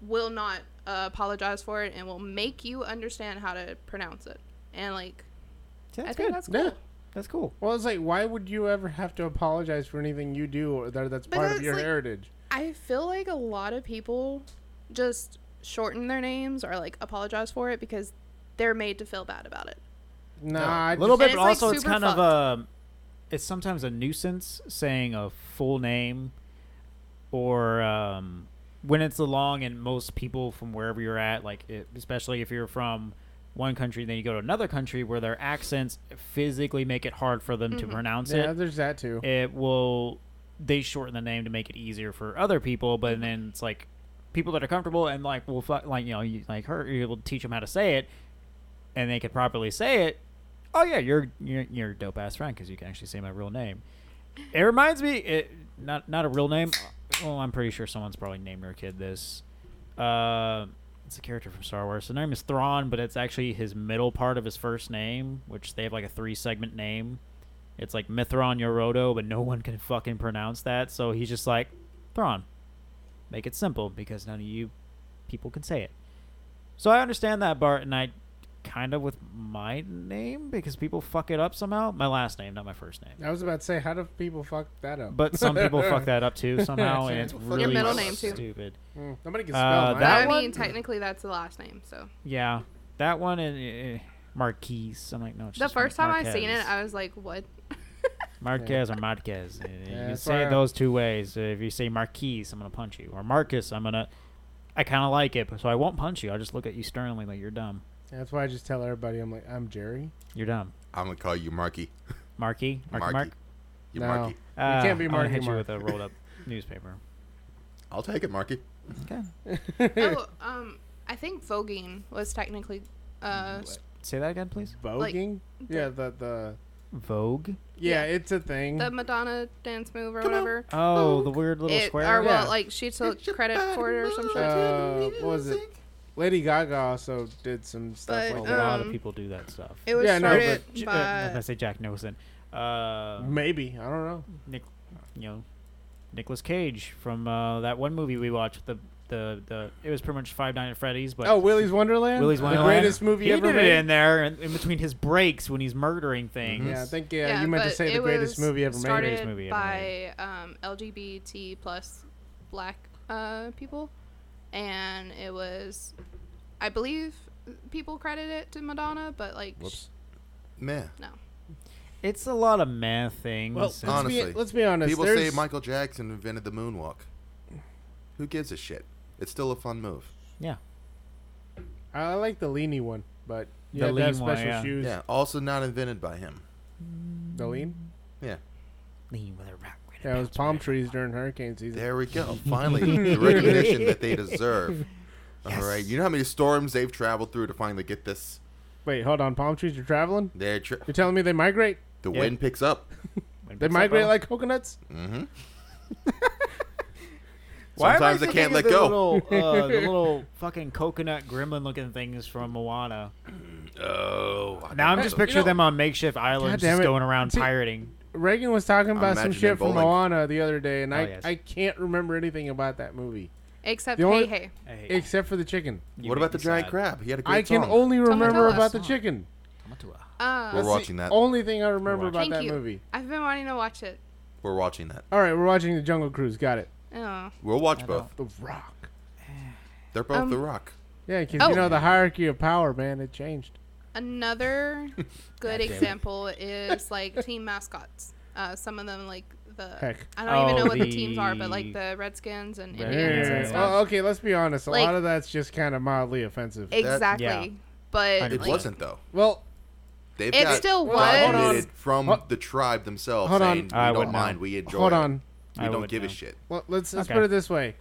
[SPEAKER 4] will not uh, apologize for it and will make you understand how to pronounce it and like
[SPEAKER 7] Yeah,
[SPEAKER 4] i
[SPEAKER 7] that's
[SPEAKER 4] think
[SPEAKER 7] good.
[SPEAKER 4] that's
[SPEAKER 5] Yeah.
[SPEAKER 4] cool
[SPEAKER 7] That's cool.
[SPEAKER 5] Well, it's like, why would you ever have to apologize for anything you do or that, that's
[SPEAKER 4] But
[SPEAKER 5] part of
[SPEAKER 4] it's
[SPEAKER 5] your
[SPEAKER 4] like-
[SPEAKER 5] heritage?
[SPEAKER 4] i feel like a lot of people just shorten their names or like apologize for it because they're made to feel bad about it
[SPEAKER 5] Nah,
[SPEAKER 2] No.
[SPEAKER 5] I
[SPEAKER 7] A little bit,
[SPEAKER 4] And
[SPEAKER 7] but
[SPEAKER 4] it's, like,
[SPEAKER 7] also it's
[SPEAKER 4] super
[SPEAKER 7] kind
[SPEAKER 4] fucked.
[SPEAKER 7] of a. It's sometimes a nuisance saying a full name, or um, when it's long and most people from wherever you're at, like it, especially if you're from one country, then you go to another country where their accents physically make it hard for them
[SPEAKER 4] Mm-hmm.
[SPEAKER 7] to pronounce
[SPEAKER 5] Yeah,
[SPEAKER 7] it.
[SPEAKER 5] there's that too.
[SPEAKER 7] It will they shorten the name to make it easier for other people, but then it's like people that are comfortable and like will fu- like you know you, like her you will teach them how to say it, and they could properly say it. Oh yeah, you're you're, you're a dope ass friend because you can actually say my real name. It reminds me, it not not a real name. Well, I'm pretty sure someone's probably named their kid this. Uh, it's a character from Star Wars. The name is Thrawn, but it's actually his middle part of his first name, which they have like a three segment name. It's like Mithron Yorodo, but no one can fucking pronounce that. So he's just like Thrawn. Make it simple because none of you people can say it. So I understand that Bart, and I kind of with my name because people fuck it up somehow. My last name, not my first name.
[SPEAKER 5] I was about to say, how do people fuck that up?
[SPEAKER 7] But some people
[SPEAKER 5] <laughs>
[SPEAKER 7] fuck that up too somehow, and it's
[SPEAKER 2] People fuck
[SPEAKER 7] really
[SPEAKER 4] Your middle name, too.
[SPEAKER 7] stupid.
[SPEAKER 5] Mm, nobody can
[SPEAKER 7] Uh,
[SPEAKER 5] spell mine.
[SPEAKER 7] That
[SPEAKER 4] i mean
[SPEAKER 7] one-
[SPEAKER 4] technically that's the last name so
[SPEAKER 7] Yeah, that one and uh, Marquise. I'm like, no. It's
[SPEAKER 4] the
[SPEAKER 7] just Mar-
[SPEAKER 4] first time i seen it
[SPEAKER 7] Marquez.
[SPEAKER 4] i was like
[SPEAKER 5] <laughs>
[SPEAKER 4] what
[SPEAKER 7] Marquez or Marquez. Uh, you can
[SPEAKER 5] that's
[SPEAKER 7] say
[SPEAKER 5] why I-
[SPEAKER 7] it those two ways. Uh, If you say Marquise, I'm gonna punch you, or Marcus, I'm gonna. I kind of like it, so I won't punch you. I'll just look at you sternly, like you're dumb.
[SPEAKER 5] That's why I just tell everybody, I'm like, I'm Jerry.
[SPEAKER 7] You're dumb,
[SPEAKER 2] I'm going to call you Marky.
[SPEAKER 7] Marky. Marky
[SPEAKER 2] Marky.
[SPEAKER 7] Mark.
[SPEAKER 2] You
[SPEAKER 5] No.
[SPEAKER 2] Marky.
[SPEAKER 7] Uh,
[SPEAKER 5] can't be
[SPEAKER 7] I'm gonna
[SPEAKER 5] Marky
[SPEAKER 7] hit you
[SPEAKER 5] Mark.
[SPEAKER 7] with a rolled up <laughs> newspaper.
[SPEAKER 2] I'll take it, Marky.
[SPEAKER 7] Okay.
[SPEAKER 4] oh um i think voguing was technically uh
[SPEAKER 7] Say that again, please.
[SPEAKER 5] Voguing? yeah, the the
[SPEAKER 7] Vogue.
[SPEAKER 4] Yeah.
[SPEAKER 5] yeah, it's a
[SPEAKER 7] <laughs>
[SPEAKER 5] thing.
[SPEAKER 4] the madonna dance move or whatever
[SPEAKER 7] Oh, the weird little
[SPEAKER 4] it,
[SPEAKER 7] square.
[SPEAKER 4] or
[SPEAKER 5] Yeah.
[SPEAKER 4] well like she took credit for it or some shit
[SPEAKER 5] uh, what was it? Lady Gaga also did some stuff
[SPEAKER 4] But,
[SPEAKER 5] like
[SPEAKER 7] a lot of
[SPEAKER 4] um,
[SPEAKER 7] people do that stuff.
[SPEAKER 4] It was
[SPEAKER 5] Yeah, no,
[SPEAKER 4] started
[SPEAKER 7] J- uh,
[SPEAKER 4] by.
[SPEAKER 7] let's say Jack Nicholson, uh,
[SPEAKER 5] that. Maybe I don't know.
[SPEAKER 7] Nick, you know, Nicolas Cage from uh, that one movie we watched. The the the it was pretty much Five Nights at Freddy's, but
[SPEAKER 5] Oh, Willy's Wonderland.
[SPEAKER 7] Willy's Wonderland.
[SPEAKER 5] The greatest movie
[SPEAKER 7] he
[SPEAKER 5] ever
[SPEAKER 7] did
[SPEAKER 5] made.
[SPEAKER 7] it in there, in, in between his breaks when he's murdering things.
[SPEAKER 5] yeah, I think yeah,
[SPEAKER 4] yeah,
[SPEAKER 5] you meant to
[SPEAKER 4] but
[SPEAKER 5] say the
[SPEAKER 4] it
[SPEAKER 5] greatest
[SPEAKER 4] was
[SPEAKER 5] movie ever
[SPEAKER 4] started
[SPEAKER 5] made.
[SPEAKER 7] Greatest movie ever
[SPEAKER 4] by um, LGBT plus black uh, people, and it was, I believe, people credit it to Madonna, but like,
[SPEAKER 2] Whoops. Meh.
[SPEAKER 7] It's a lot of meh things.
[SPEAKER 5] Well,
[SPEAKER 7] and-
[SPEAKER 2] honest-
[SPEAKER 5] let's be,
[SPEAKER 2] Honestly.
[SPEAKER 5] let's be honest.
[SPEAKER 2] People
[SPEAKER 5] there's-
[SPEAKER 2] say Michael Jackson invented the moonwalk. Who gives a shit? It's still a fun move.
[SPEAKER 7] Yeah.
[SPEAKER 5] I like the leany one, but you
[SPEAKER 7] The
[SPEAKER 5] have to have
[SPEAKER 7] lean one,
[SPEAKER 5] special
[SPEAKER 7] yeah.
[SPEAKER 5] shoes.
[SPEAKER 2] Yeah. Also not invented by him.
[SPEAKER 5] The lean?
[SPEAKER 2] Yeah.
[SPEAKER 7] Lean with a rock. with a
[SPEAKER 5] Yeah, it was
[SPEAKER 7] bounce
[SPEAKER 5] palm
[SPEAKER 7] back.
[SPEAKER 5] trees during hurricane season.
[SPEAKER 2] There we
[SPEAKER 7] <laughs>
[SPEAKER 2] go. Finally, the recognition that they deserve. All right. You know how many storms they've traveled through to finally get this?
[SPEAKER 5] Wait, hold on. Palm trees are traveling?
[SPEAKER 2] They're tra-
[SPEAKER 5] You're telling me they migrate?
[SPEAKER 2] the wind picks up.
[SPEAKER 5] They migrate like coconuts?
[SPEAKER 7] Why am I
[SPEAKER 2] Sometimes they
[SPEAKER 7] thinking
[SPEAKER 2] can't
[SPEAKER 7] of
[SPEAKER 2] let
[SPEAKER 7] the
[SPEAKER 2] go.
[SPEAKER 7] Little,
[SPEAKER 2] <laughs>
[SPEAKER 7] uh, the little fucking coconut gremlin looking things from Moana.
[SPEAKER 2] Oh. I
[SPEAKER 7] Now I'm
[SPEAKER 2] know.
[SPEAKER 7] just picturing them on makeshift islands
[SPEAKER 5] damn
[SPEAKER 7] just
[SPEAKER 5] it.
[SPEAKER 7] going around
[SPEAKER 5] See-
[SPEAKER 7] pirating.
[SPEAKER 5] Reagan was talking about some
[SPEAKER 2] imagining
[SPEAKER 5] shit from
[SPEAKER 2] bowling.
[SPEAKER 5] Moana the other day, and I,
[SPEAKER 7] Oh, yes.
[SPEAKER 5] I can't remember anything about that movie
[SPEAKER 4] Except,
[SPEAKER 5] The only-
[SPEAKER 4] hey, hey.
[SPEAKER 7] Hey,
[SPEAKER 5] except for the chicken.
[SPEAKER 7] you
[SPEAKER 2] What
[SPEAKER 7] make
[SPEAKER 2] about the
[SPEAKER 7] me
[SPEAKER 2] giant
[SPEAKER 7] sad.
[SPEAKER 2] crab? He had a great
[SPEAKER 5] I can
[SPEAKER 2] song.
[SPEAKER 5] only remember
[SPEAKER 4] Tell us.
[SPEAKER 5] about the chicken.
[SPEAKER 7] Tamatua.
[SPEAKER 4] Uh,
[SPEAKER 2] We're
[SPEAKER 5] That's
[SPEAKER 2] watching
[SPEAKER 5] the
[SPEAKER 2] that.
[SPEAKER 5] Only thing I remember about
[SPEAKER 4] thank
[SPEAKER 5] that
[SPEAKER 4] you.
[SPEAKER 5] movie.
[SPEAKER 4] I've been wanting to watch it.
[SPEAKER 2] We're watching that.
[SPEAKER 5] All right, we're watching The Jungle Cruise. Got it.
[SPEAKER 4] Oh.
[SPEAKER 2] We'll watch both.
[SPEAKER 5] The Rock.
[SPEAKER 2] They're both
[SPEAKER 4] Um,
[SPEAKER 2] The Rock.
[SPEAKER 5] Yeah, because
[SPEAKER 4] Oh.
[SPEAKER 5] you know the hierarchy of power, man, it changed.
[SPEAKER 2] <laughs>
[SPEAKER 4] Another good example is like team mascots. Uh, some of them like the
[SPEAKER 5] Heck.
[SPEAKER 4] I don't even
[SPEAKER 7] Oh,
[SPEAKER 4] know what the teams are, but like
[SPEAKER 7] the-
[SPEAKER 4] the Redskins and
[SPEAKER 5] Yeah,
[SPEAKER 4] Indians and
[SPEAKER 7] Yeah.
[SPEAKER 4] stuff.
[SPEAKER 5] Well, okay, let's be honest. A
[SPEAKER 4] Like-
[SPEAKER 5] lot of that's just kind of mildly offensive.
[SPEAKER 4] Exactly.
[SPEAKER 7] Yeah.
[SPEAKER 4] But
[SPEAKER 2] It
[SPEAKER 7] Hundred
[SPEAKER 4] like,
[SPEAKER 7] percent.
[SPEAKER 2] wasn't though.
[SPEAKER 5] well,
[SPEAKER 2] They've
[SPEAKER 4] It
[SPEAKER 2] got
[SPEAKER 4] still was.
[SPEAKER 2] documented
[SPEAKER 5] Hold on.
[SPEAKER 2] from
[SPEAKER 5] Hold-
[SPEAKER 2] the tribe themselves
[SPEAKER 5] Hold on.
[SPEAKER 2] saying we
[SPEAKER 7] I would
[SPEAKER 2] don't
[SPEAKER 7] know.
[SPEAKER 2] mind, we enjoy.
[SPEAKER 5] hold
[SPEAKER 2] it.
[SPEAKER 5] on.
[SPEAKER 2] we
[SPEAKER 7] I
[SPEAKER 2] don't
[SPEAKER 7] would
[SPEAKER 2] give a
[SPEAKER 7] know.
[SPEAKER 2] shit.
[SPEAKER 5] Well, let's let's
[SPEAKER 7] Okay.
[SPEAKER 5] put it this way.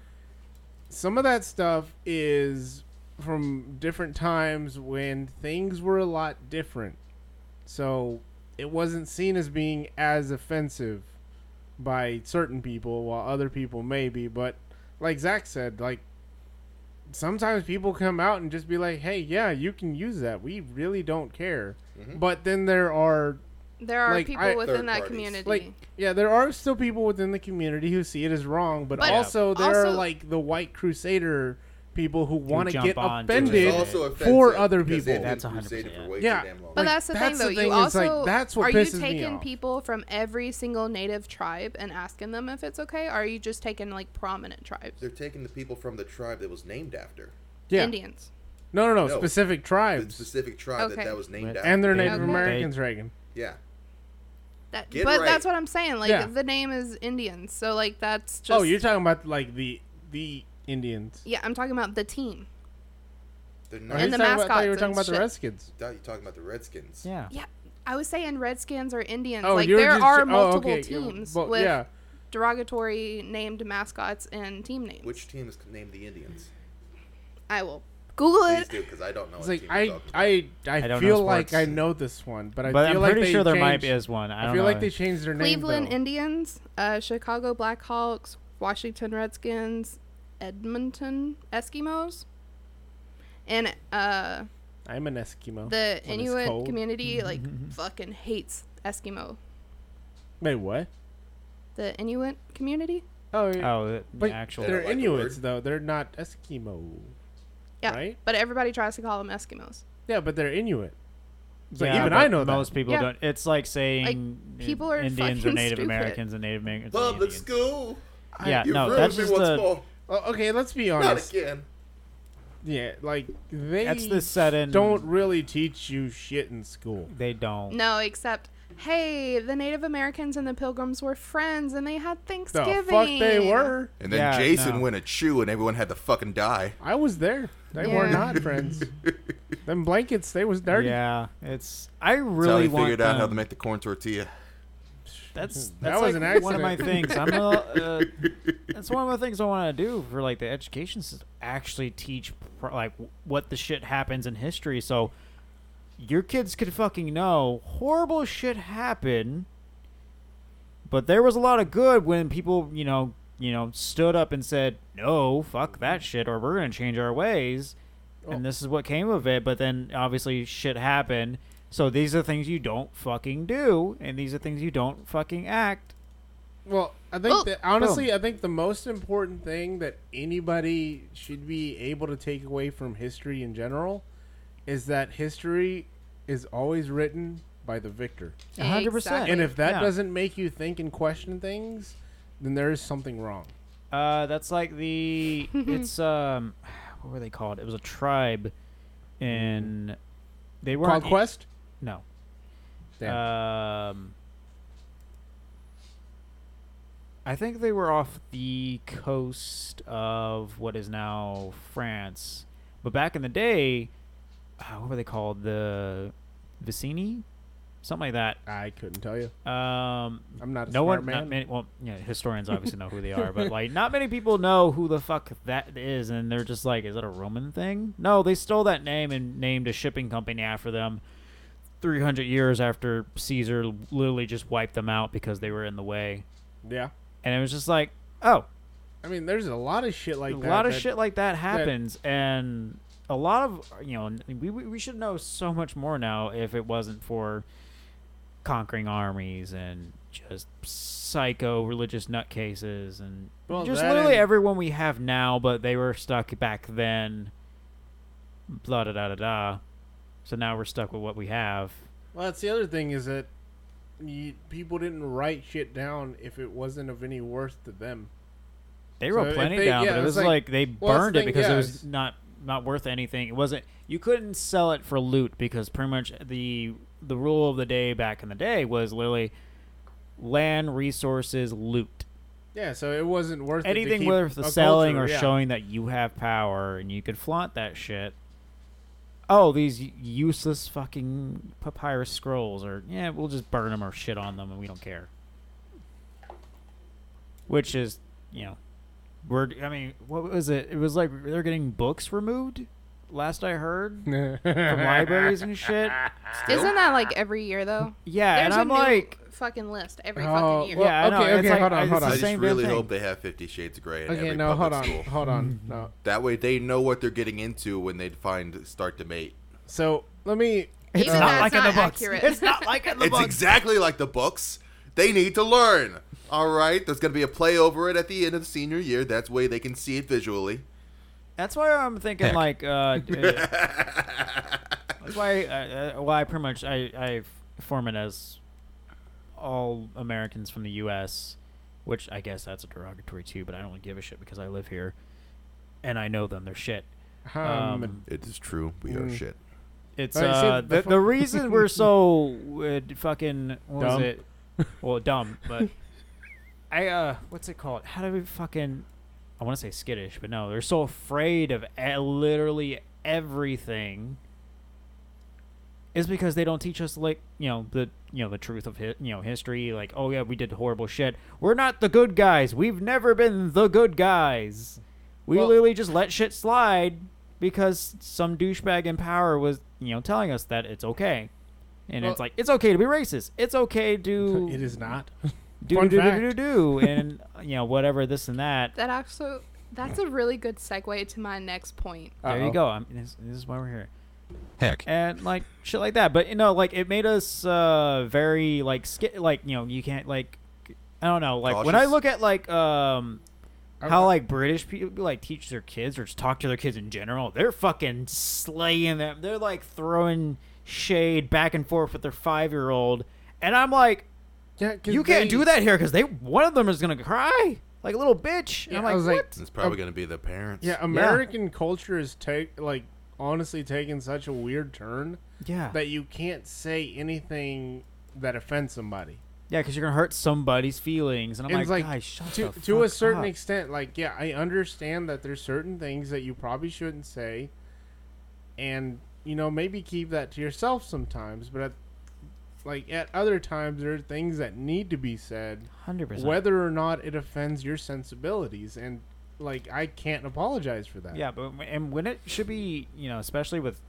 [SPEAKER 5] Some of that stuff is from different times when things were a lot different. So it wasn't seen as being as offensive by certain people while other people maybe, but like Zach said, like sometimes people come out and just be like, "Hey, yeah, you can use that. We really don't care." But then there are
[SPEAKER 4] there are
[SPEAKER 5] like,
[SPEAKER 4] people
[SPEAKER 5] I-
[SPEAKER 4] within
[SPEAKER 2] Third
[SPEAKER 4] that
[SPEAKER 2] parties.
[SPEAKER 4] community.
[SPEAKER 5] like yeah there are still people within the community who see it as wrong but,
[SPEAKER 4] But
[SPEAKER 5] also there are
[SPEAKER 4] also-
[SPEAKER 5] like the white crusader people who want to
[SPEAKER 7] jump
[SPEAKER 5] get
[SPEAKER 7] onto it.
[SPEAKER 5] offended
[SPEAKER 7] It's also
[SPEAKER 5] for other people
[SPEAKER 7] That's for way
[SPEAKER 5] yeah
[SPEAKER 4] but
[SPEAKER 5] like,
[SPEAKER 4] that's the thing, though. you
[SPEAKER 5] is,
[SPEAKER 4] also
[SPEAKER 5] like, that's what
[SPEAKER 4] are you
[SPEAKER 5] pisses me
[SPEAKER 4] taking
[SPEAKER 5] off.
[SPEAKER 4] people from every single native tribe and asking them if it's okay? Or are you just taking like prominent tribes,
[SPEAKER 2] They're taking the people from the tribe that was named after.
[SPEAKER 5] yeah
[SPEAKER 4] Indians?
[SPEAKER 5] no no no
[SPEAKER 2] No.
[SPEAKER 5] specific
[SPEAKER 2] The
[SPEAKER 5] tribes
[SPEAKER 2] specific tribe
[SPEAKER 4] Okay.
[SPEAKER 2] that that was named after.
[SPEAKER 5] and they're native
[SPEAKER 4] Okay.
[SPEAKER 5] americans reagan
[SPEAKER 2] Yeah.
[SPEAKER 4] That,
[SPEAKER 2] Get
[SPEAKER 4] but
[SPEAKER 2] right.
[SPEAKER 4] that's what I'm saying. Like
[SPEAKER 5] Yeah.
[SPEAKER 4] the name is Indians, so like that's just.
[SPEAKER 5] oh you're talking about like the the indians
[SPEAKER 4] Yeah, I'm talking about the team.
[SPEAKER 2] They're
[SPEAKER 5] Or
[SPEAKER 2] not.
[SPEAKER 5] he's
[SPEAKER 4] the
[SPEAKER 5] talking about, I thought you were
[SPEAKER 4] mascots
[SPEAKER 5] talking
[SPEAKER 4] and
[SPEAKER 5] about the
[SPEAKER 4] shit.
[SPEAKER 5] redskins
[SPEAKER 2] You're talking about the Redskins.
[SPEAKER 7] Yeah.
[SPEAKER 4] Yeah, I was saying Redskins or Indians.
[SPEAKER 5] oh
[SPEAKER 4] like
[SPEAKER 5] you were
[SPEAKER 4] there
[SPEAKER 5] just-
[SPEAKER 4] are
[SPEAKER 5] oh,
[SPEAKER 4] multiple
[SPEAKER 5] okay, yeah,
[SPEAKER 4] teams
[SPEAKER 5] well,
[SPEAKER 4] with
[SPEAKER 5] yeah
[SPEAKER 4] derogatory named mascots and team names.
[SPEAKER 2] Which team is named the Indians?
[SPEAKER 4] I will Google
[SPEAKER 2] Please
[SPEAKER 4] it.
[SPEAKER 2] do, because I don't know.
[SPEAKER 5] it's
[SPEAKER 7] Oh,
[SPEAKER 2] what
[SPEAKER 5] like
[SPEAKER 2] team you're
[SPEAKER 5] I
[SPEAKER 2] talking about.
[SPEAKER 5] I I,
[SPEAKER 7] I don't know
[SPEAKER 5] feel like I
[SPEAKER 7] sports.
[SPEAKER 5] know this one, but I
[SPEAKER 7] But
[SPEAKER 5] feel
[SPEAKER 7] I'm
[SPEAKER 5] like
[SPEAKER 7] pretty
[SPEAKER 5] they
[SPEAKER 7] sure there might
[SPEAKER 5] changed-
[SPEAKER 7] be as one. I
[SPEAKER 5] I,
[SPEAKER 7] don't
[SPEAKER 5] feel
[SPEAKER 7] know.
[SPEAKER 5] like they changed their name.
[SPEAKER 4] Cleveland
[SPEAKER 5] though.
[SPEAKER 4] Indians, uh, Chicago Blackhawks, Washington Redskins, Edmonton Eskimos, and uh,
[SPEAKER 5] I'm an Eskimo.
[SPEAKER 4] the
[SPEAKER 5] it's
[SPEAKER 4] Inuit
[SPEAKER 5] cold.
[SPEAKER 4] community like
[SPEAKER 5] <laughs>
[SPEAKER 4] fucking hates Eskimo.
[SPEAKER 5] Wait, what?
[SPEAKER 4] The Inuit community.
[SPEAKER 5] Oh, yeah.
[SPEAKER 7] Oh, the- the
[SPEAKER 5] but
[SPEAKER 7] actual.
[SPEAKER 5] they're
[SPEAKER 2] They don't like the
[SPEAKER 5] Inuits
[SPEAKER 2] word.
[SPEAKER 5] though. They're not Eskimo.
[SPEAKER 4] Yeah,
[SPEAKER 5] Right?
[SPEAKER 4] but everybody tries to call them Eskimos.
[SPEAKER 5] Yeah, but they're Inuit. So
[SPEAKER 7] Yeah,
[SPEAKER 5] even I
[SPEAKER 7] but
[SPEAKER 5] know that.
[SPEAKER 7] Most people
[SPEAKER 4] Yeah.
[SPEAKER 7] don't. It's like saying
[SPEAKER 4] Like, people are
[SPEAKER 7] Indians
[SPEAKER 4] fucking
[SPEAKER 7] or Native
[SPEAKER 4] stupid.
[SPEAKER 7] Americans and Native Americans. are
[SPEAKER 2] Public
[SPEAKER 7] Indians.
[SPEAKER 2] school.
[SPEAKER 7] Yeah,
[SPEAKER 2] You
[SPEAKER 7] no,
[SPEAKER 2] ruined
[SPEAKER 7] that's
[SPEAKER 2] me
[SPEAKER 7] just
[SPEAKER 2] once
[SPEAKER 7] the.
[SPEAKER 2] more.
[SPEAKER 5] Oh, okay, let's be
[SPEAKER 2] Not
[SPEAKER 5] honest.
[SPEAKER 2] again.
[SPEAKER 5] Yeah, like they
[SPEAKER 7] That's the sudden.
[SPEAKER 5] don't really teach you shit in school.
[SPEAKER 7] They don't.
[SPEAKER 4] No, except hey, the Native Americans and the Pilgrims were friends, and they had
[SPEAKER 5] The
[SPEAKER 4] Thanksgiving.
[SPEAKER 5] fuck they were.
[SPEAKER 2] And then
[SPEAKER 7] Yeah,
[SPEAKER 2] Jason
[SPEAKER 7] no.
[SPEAKER 2] went a chew, and everyone had to fucking die.
[SPEAKER 5] I was there. They were
[SPEAKER 4] Yeah.
[SPEAKER 5] not
[SPEAKER 2] <laughs>
[SPEAKER 5] friends. Them blankets, they was dirty.
[SPEAKER 7] Yeah, it's. I
[SPEAKER 2] That's how
[SPEAKER 7] really
[SPEAKER 2] they
[SPEAKER 7] want
[SPEAKER 2] figured out how
[SPEAKER 7] them-
[SPEAKER 2] to make the corn tortilla.
[SPEAKER 7] That's that's
[SPEAKER 5] That
[SPEAKER 7] like
[SPEAKER 5] was an
[SPEAKER 7] one of my
[SPEAKER 5] accident.
[SPEAKER 7] things. I'm a, uh,
[SPEAKER 5] <laughs>
[SPEAKER 7] that's one of the things I want to do for like the education system. Actually, teach pr- like what the shit happens in history, so your kids could fucking know horrible shit happened. But there was a lot of good when people, you know, you know, stood up and said, "No, fuck that shit," or we're gonna change our ways. And this is what came of it. But then obviously shit happened. So these are things you don't fucking do, and these are things you don't fucking act.
[SPEAKER 5] Well, I think
[SPEAKER 4] Oh.
[SPEAKER 5] that honestly, I think the most important thing that anybody should be able to take away from history in general is that history is always written by the victor.
[SPEAKER 7] A hundred percent.
[SPEAKER 4] Exactly.
[SPEAKER 5] And if that
[SPEAKER 7] Yeah.
[SPEAKER 5] doesn't make you think and question things, then there is something wrong.
[SPEAKER 7] Uh, that's like the it's um, what were they called? It was a tribe, in they were
[SPEAKER 5] Conquest?
[SPEAKER 7] No, Uh,
[SPEAKER 5] Damn.
[SPEAKER 7] um, I think they were off the coast of what is now France. But back in the day, uh, what were they called? The Vicini? Something like
[SPEAKER 5] I couldn't tell you.
[SPEAKER 7] that. Um,
[SPEAKER 5] I'm not a
[SPEAKER 7] no
[SPEAKER 5] smart
[SPEAKER 7] one,
[SPEAKER 5] man.
[SPEAKER 7] not many. Well, yeah, historians obviously know who they are,
[SPEAKER 5] <laughs>
[SPEAKER 7] but like, not many people know who the fuck that is, and they're just like, is that a Roman thing? No, they stole that name and named a shipping company after them. Three hundred years after Caesar literally just wiped them out because they were in the way,
[SPEAKER 5] Yeah.
[SPEAKER 7] and it was just like, oh,
[SPEAKER 5] I mean, there's a lot of shit like
[SPEAKER 7] a
[SPEAKER 5] that.
[SPEAKER 7] lot of
[SPEAKER 5] that-
[SPEAKER 7] shit like that happens, and a lot of you know, we we we should know so much more now if it wasn't for conquering armies and just psycho religious nutcases and
[SPEAKER 5] Well,
[SPEAKER 7] just
[SPEAKER 5] that
[SPEAKER 7] literally
[SPEAKER 5] and-
[SPEAKER 7] everyone we have now, but they were stuck back then. Blah da da da da. So now we're stuck with what we have.
[SPEAKER 5] Well, that's the other thing is that you, people didn't write shit down if it wasn't of any worth to them.
[SPEAKER 7] They
[SPEAKER 5] So
[SPEAKER 7] wrote
[SPEAKER 5] if
[SPEAKER 7] plenty
[SPEAKER 5] they-
[SPEAKER 7] down,
[SPEAKER 5] yeah,
[SPEAKER 7] but it
[SPEAKER 5] it's
[SPEAKER 7] was like,
[SPEAKER 5] like-
[SPEAKER 7] they
[SPEAKER 5] well, that's
[SPEAKER 7] burned
[SPEAKER 5] the
[SPEAKER 7] it
[SPEAKER 5] thing,
[SPEAKER 7] because it
[SPEAKER 5] yeah,
[SPEAKER 7] was
[SPEAKER 5] it's-
[SPEAKER 7] not not worth anything. It wasn't you couldn't sell it for loot because pretty much the the rule of the day back in the day was literally land resources loot.
[SPEAKER 5] Yeah, so it wasn't worth it to
[SPEAKER 7] Anything
[SPEAKER 5] keep
[SPEAKER 7] worth
[SPEAKER 5] a
[SPEAKER 7] the selling
[SPEAKER 5] culture,
[SPEAKER 7] or
[SPEAKER 5] yeah.
[SPEAKER 7] showing that you have power and you could flaunt that shit. Oh, these useless fucking papyrus scrolls, or yeah, we'll just burn them or shit on them, and we don't care. Which is, you know, we're. I mean, what was it? It was like they're getting books removed. Last I heard,
[SPEAKER 5] <laughs>
[SPEAKER 7] from libraries and shit.
[SPEAKER 4] Isn't that like every year though?
[SPEAKER 7] Yeah, and
[SPEAKER 4] There's
[SPEAKER 7] I'm
[SPEAKER 4] a new
[SPEAKER 7] like,
[SPEAKER 4] fucking list every
[SPEAKER 5] Oh,
[SPEAKER 4] fucking year.
[SPEAKER 5] well,
[SPEAKER 7] Yeah, I know,
[SPEAKER 5] okay,
[SPEAKER 7] it's
[SPEAKER 5] okay,
[SPEAKER 7] like-
[SPEAKER 5] hold
[SPEAKER 7] I-
[SPEAKER 5] on, hold
[SPEAKER 7] it's
[SPEAKER 2] I
[SPEAKER 7] the
[SPEAKER 5] on.
[SPEAKER 2] just
[SPEAKER 7] same damn
[SPEAKER 2] really
[SPEAKER 7] thing.
[SPEAKER 2] hope they have Fifty Shades of Grey at
[SPEAKER 5] Okay,
[SPEAKER 2] every
[SPEAKER 5] no, hold
[SPEAKER 2] public
[SPEAKER 5] on,
[SPEAKER 2] school.
[SPEAKER 7] <laughs>
[SPEAKER 5] hold on. No,
[SPEAKER 2] That way they know what they're getting into when they find start to mate.
[SPEAKER 5] so let me.
[SPEAKER 7] it's
[SPEAKER 4] Even
[SPEAKER 7] not
[SPEAKER 4] that's
[SPEAKER 7] like in the
[SPEAKER 4] not
[SPEAKER 7] books.
[SPEAKER 4] accurate.
[SPEAKER 7] It's not like in the
[SPEAKER 2] it's
[SPEAKER 7] books.
[SPEAKER 2] exactly like the books. They need to learn. All right, there's going to be a play over it at the end of the senior year. That's way they can see it visually.
[SPEAKER 7] That's why I'm thinking
[SPEAKER 6] Heck.
[SPEAKER 7] like. Uh, d- that's why. Uh, uh, well, I pretty much I I form it as all Americans from the U.S., which I guess that's a derogatory too, but I don't give a shit because I live here, and I know them. They're shit.
[SPEAKER 5] Um,
[SPEAKER 7] Um,
[SPEAKER 2] It is true. We are
[SPEAKER 5] Mm.
[SPEAKER 2] shit.
[SPEAKER 7] It's
[SPEAKER 5] Alright, so
[SPEAKER 7] uh,
[SPEAKER 5] the
[SPEAKER 7] the,
[SPEAKER 5] fu-
[SPEAKER 7] the reason we're
[SPEAKER 5] <laughs>
[SPEAKER 7] so uh, d- fucking what was
[SPEAKER 5] Dumb.
[SPEAKER 7] it? Well, dumb,
[SPEAKER 5] <laughs>
[SPEAKER 7] but I uh, what's it called? How do we fucking? I want to say skittish, but no, they're so afraid of e- literally everything. Is because they don't teach us like you know the you know the truth of hi- you know history. Like oh yeah, we did horrible shit. We're not the good guys. We've never been the good guys. We
[SPEAKER 5] Well-
[SPEAKER 7] literally just let shit slide because some douchebag in power was, you know, telling us that it's okay. And it's
[SPEAKER 5] Well-
[SPEAKER 7] like it's okay to be racist. It's okay to
[SPEAKER 5] <laughs> it is not.
[SPEAKER 7] do
[SPEAKER 5] Fun
[SPEAKER 7] do, do
[SPEAKER 5] fact.
[SPEAKER 7] do do do
[SPEAKER 5] <laughs>
[SPEAKER 7] and you know whatever this and that.
[SPEAKER 4] <laughs> That actually that's a really good segue to my next point.
[SPEAKER 7] There you
[SPEAKER 5] Uh-oh.
[SPEAKER 7] go. I'm, this, this is why we're here.
[SPEAKER 6] Heck.
[SPEAKER 7] and like shit like that. But you know, like it made us uh very like sk- like you know you can't like I don't know like when I
[SPEAKER 2] Cautious.
[SPEAKER 7] look at like um how
[SPEAKER 5] Okay.
[SPEAKER 7] like British people like teach their kids or just talk to their kids in general, they're fucking slaying them. They're like throwing shade back and forth with their five year old, and I'm like,
[SPEAKER 5] Yeah, 'cause
[SPEAKER 7] you can't
[SPEAKER 5] they-
[SPEAKER 7] do that here because they one of them is gonna cry like a little bitch. And
[SPEAKER 5] Yeah,
[SPEAKER 7] I'm
[SPEAKER 5] I
[SPEAKER 7] like,
[SPEAKER 5] was
[SPEAKER 7] what?
[SPEAKER 5] like,
[SPEAKER 2] It's probably
[SPEAKER 7] Oh.
[SPEAKER 2] going to be the parents.
[SPEAKER 5] yeah,
[SPEAKER 7] um,
[SPEAKER 5] American culture is take like honestly taking such a weird turn
[SPEAKER 7] yeah,
[SPEAKER 5] that you can't say anything that offends somebody.
[SPEAKER 7] yeah, because you're gonna hurt somebody's feelings, and I'm
[SPEAKER 5] And
[SPEAKER 7] like,
[SPEAKER 5] it's like,
[SPEAKER 7] guys, shut
[SPEAKER 5] to
[SPEAKER 7] the
[SPEAKER 5] to a
[SPEAKER 7] fuck
[SPEAKER 5] certain
[SPEAKER 7] up."
[SPEAKER 5] extent, like yeah, I understand that there's certain things that you probably shouldn't say, and you know maybe keep that to yourself sometimes. But at, like at other times, there are things that need to be said,
[SPEAKER 7] hundred percent.
[SPEAKER 5] whether or not it offends your sensibilities, and like I can't apologize for that.
[SPEAKER 7] Yeah, but w- and when it should be, you know, especially with,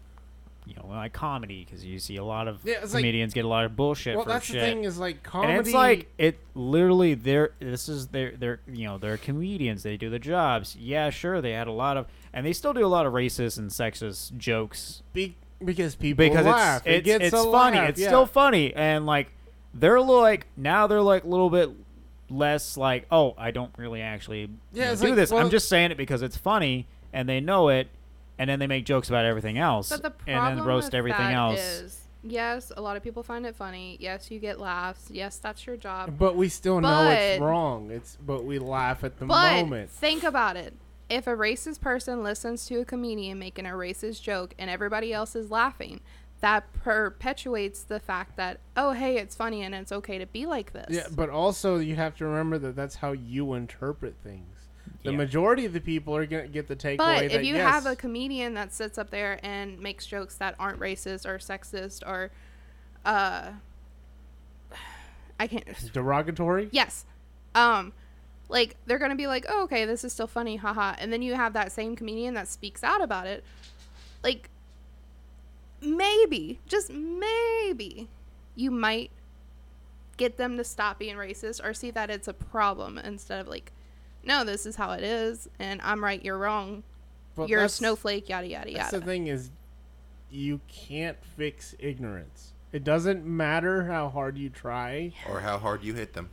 [SPEAKER 7] you know, like comedy, because you see a lot of
[SPEAKER 5] Yeah, it's like-
[SPEAKER 7] comedians get a lot of bullshit
[SPEAKER 5] Well,
[SPEAKER 7] for
[SPEAKER 5] that's
[SPEAKER 7] shit.
[SPEAKER 5] the thing is like comedy.
[SPEAKER 7] and it's like it literally they're this is their their you know they're comedians they do their jobs yeah sure they had a lot of and they still do a lot of racist and sexist jokes
[SPEAKER 5] be- because people
[SPEAKER 7] because
[SPEAKER 5] laugh.
[SPEAKER 7] it's
[SPEAKER 5] it gets
[SPEAKER 7] it's, it's
[SPEAKER 5] a
[SPEAKER 7] funny.
[SPEAKER 5] laugh,
[SPEAKER 7] It's
[SPEAKER 5] yeah.
[SPEAKER 7] still funny, and like they're like now they're like a little bit less like oh I don't really actually you
[SPEAKER 5] Yeah,
[SPEAKER 7] know,
[SPEAKER 5] it's
[SPEAKER 7] do
[SPEAKER 5] like,
[SPEAKER 7] this. I'm
[SPEAKER 5] well-
[SPEAKER 7] just saying it because it's funny, and they know it, and then they make jokes about everything else,
[SPEAKER 4] But the
[SPEAKER 7] and
[SPEAKER 4] problem
[SPEAKER 7] then roast
[SPEAKER 4] with
[SPEAKER 7] everything
[SPEAKER 4] that
[SPEAKER 7] else.
[SPEAKER 4] is, yes, a lot of people find it funny. Yes, you get laughs. Yes, that's your job.
[SPEAKER 5] But we still know it's
[SPEAKER 4] But-
[SPEAKER 5] wrong. It's but we laugh at the
[SPEAKER 4] But
[SPEAKER 5] moment.
[SPEAKER 4] think about it. If a racist person listens to a comedian making a racist joke and everybody else is laughing, that perpetuates the fact that oh hey it's funny and it's okay to be like this
[SPEAKER 5] Yeah, but also you have to remember that that's how you interpret things. The
[SPEAKER 7] Yeah.
[SPEAKER 5] majority of the people are gonna get the takeaway
[SPEAKER 4] But
[SPEAKER 5] that
[SPEAKER 4] if you
[SPEAKER 5] yes,
[SPEAKER 4] have a comedian that sits up there and makes jokes that aren't racist or sexist or, uh, I can't.
[SPEAKER 5] derogatory,
[SPEAKER 4] Yes, um, like they're gonna be like, oh, okay, this is still funny, haha. And then you have that same comedian that speaks out about it, like maybe, just maybe, you might get them to stop being racist or see that it's a problem instead of like, no, this is how it is, and I'm right, you're wrong
[SPEAKER 5] but
[SPEAKER 4] you're a
[SPEAKER 5] that's-
[SPEAKER 4] snowflake, yada yada
[SPEAKER 5] That's the
[SPEAKER 4] yada.
[SPEAKER 5] thing is, you can't fix ignorance. It doesn't matter how hard you try.
[SPEAKER 2] or how hard you hit them.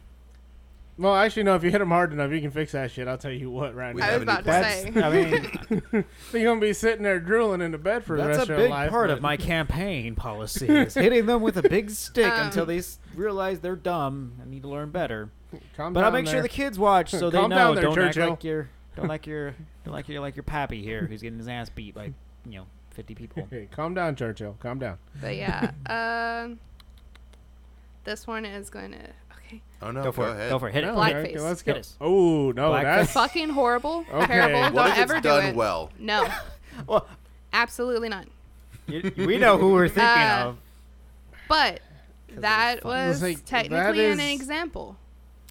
[SPEAKER 5] Well, actually, no. If you hit them hard enough, you can fix that shit. I'll tell you what, right
[SPEAKER 2] We
[SPEAKER 5] now.
[SPEAKER 4] I
[SPEAKER 2] have a
[SPEAKER 4] was
[SPEAKER 2] new
[SPEAKER 4] about to
[SPEAKER 2] plan.
[SPEAKER 4] say
[SPEAKER 7] I
[SPEAKER 4] <laughs>
[SPEAKER 7] mean,
[SPEAKER 5] <laughs> You're gonna be sitting there drooling in the bed for the
[SPEAKER 7] that's
[SPEAKER 5] rest
[SPEAKER 7] a
[SPEAKER 5] of your
[SPEAKER 7] big
[SPEAKER 5] life.
[SPEAKER 7] part of
[SPEAKER 5] but-
[SPEAKER 7] my campaign policy
[SPEAKER 5] <laughs>
[SPEAKER 7] is hitting them with a big stick until
[SPEAKER 4] Um,
[SPEAKER 7] they s- realize they're dumb and need to learn better.
[SPEAKER 5] Calm
[SPEAKER 7] But I'll
[SPEAKER 5] down
[SPEAKER 7] make sure
[SPEAKER 5] there.
[SPEAKER 7] the kids watch
[SPEAKER 5] <laughs>
[SPEAKER 7] so they
[SPEAKER 5] Calm
[SPEAKER 7] know.
[SPEAKER 5] down there,
[SPEAKER 7] don't
[SPEAKER 5] Churchill.
[SPEAKER 7] act like you're don't like your don't like your like your pappy here who's getting his ass beat by you know fifty
[SPEAKER 5] <laughs>
[SPEAKER 7] people.
[SPEAKER 4] Oh,
[SPEAKER 5] Hey, calm down, Churchill. Calm down.
[SPEAKER 4] But yeah, <laughs> um, this one is gonna okay.
[SPEAKER 2] Oh no,
[SPEAKER 7] Go for it.
[SPEAKER 2] ahead.
[SPEAKER 7] Go for it. Hit
[SPEAKER 5] No,
[SPEAKER 7] it.
[SPEAKER 4] Blackface.
[SPEAKER 5] okay, let's go.
[SPEAKER 7] Hit us.
[SPEAKER 5] Oh no,
[SPEAKER 7] Blackface.
[SPEAKER 5] that's
[SPEAKER 4] Fucking horrible,
[SPEAKER 5] Okay.
[SPEAKER 4] terrible.
[SPEAKER 2] What
[SPEAKER 4] Don't
[SPEAKER 2] if
[SPEAKER 4] ever
[SPEAKER 2] it's
[SPEAKER 4] do
[SPEAKER 2] done
[SPEAKER 4] it.
[SPEAKER 2] well? <laughs>
[SPEAKER 4] No,
[SPEAKER 7] Well,
[SPEAKER 4] absolutely not.
[SPEAKER 7] you- we know who we're thinking
[SPEAKER 4] Uh,
[SPEAKER 7] of.
[SPEAKER 4] But that was
[SPEAKER 5] It's like,
[SPEAKER 4] technically
[SPEAKER 5] that
[SPEAKER 4] an
[SPEAKER 5] is-
[SPEAKER 4] example.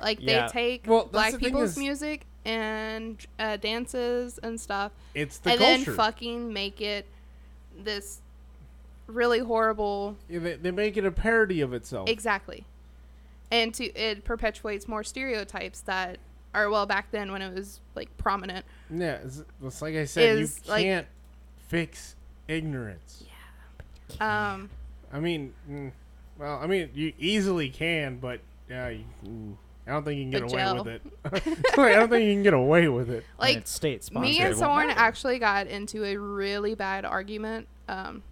[SPEAKER 4] Like
[SPEAKER 7] Yeah.
[SPEAKER 4] they take
[SPEAKER 5] Well, that's
[SPEAKER 4] black
[SPEAKER 5] the thing
[SPEAKER 4] people's
[SPEAKER 5] is-
[SPEAKER 4] music and uh, dances and stuff,
[SPEAKER 5] it's the
[SPEAKER 4] and
[SPEAKER 5] culture.
[SPEAKER 4] then fucking make it this really horrible
[SPEAKER 5] Yeah, they, they make it a parody of itself.
[SPEAKER 4] Exactly. And to it perpetuates more stereotypes that are well back then when it was like prominent.
[SPEAKER 5] yeah, it's, it's like I said, you
[SPEAKER 4] Is, like-
[SPEAKER 5] can't fix ignorance.
[SPEAKER 4] Um
[SPEAKER 5] I mean, mm, well, I mean, you easily can, but yeah, you, ooh, I don't think you can
[SPEAKER 4] But
[SPEAKER 5] get away
[SPEAKER 4] Joe. <laughs>
[SPEAKER 5] with it. <laughs> Like, I don't think you can get away with it.
[SPEAKER 7] Like
[SPEAKER 4] like
[SPEAKER 7] it's state sponsored.
[SPEAKER 4] me and
[SPEAKER 7] it won't
[SPEAKER 4] someone
[SPEAKER 7] matter.
[SPEAKER 4] actually got into a really bad argument um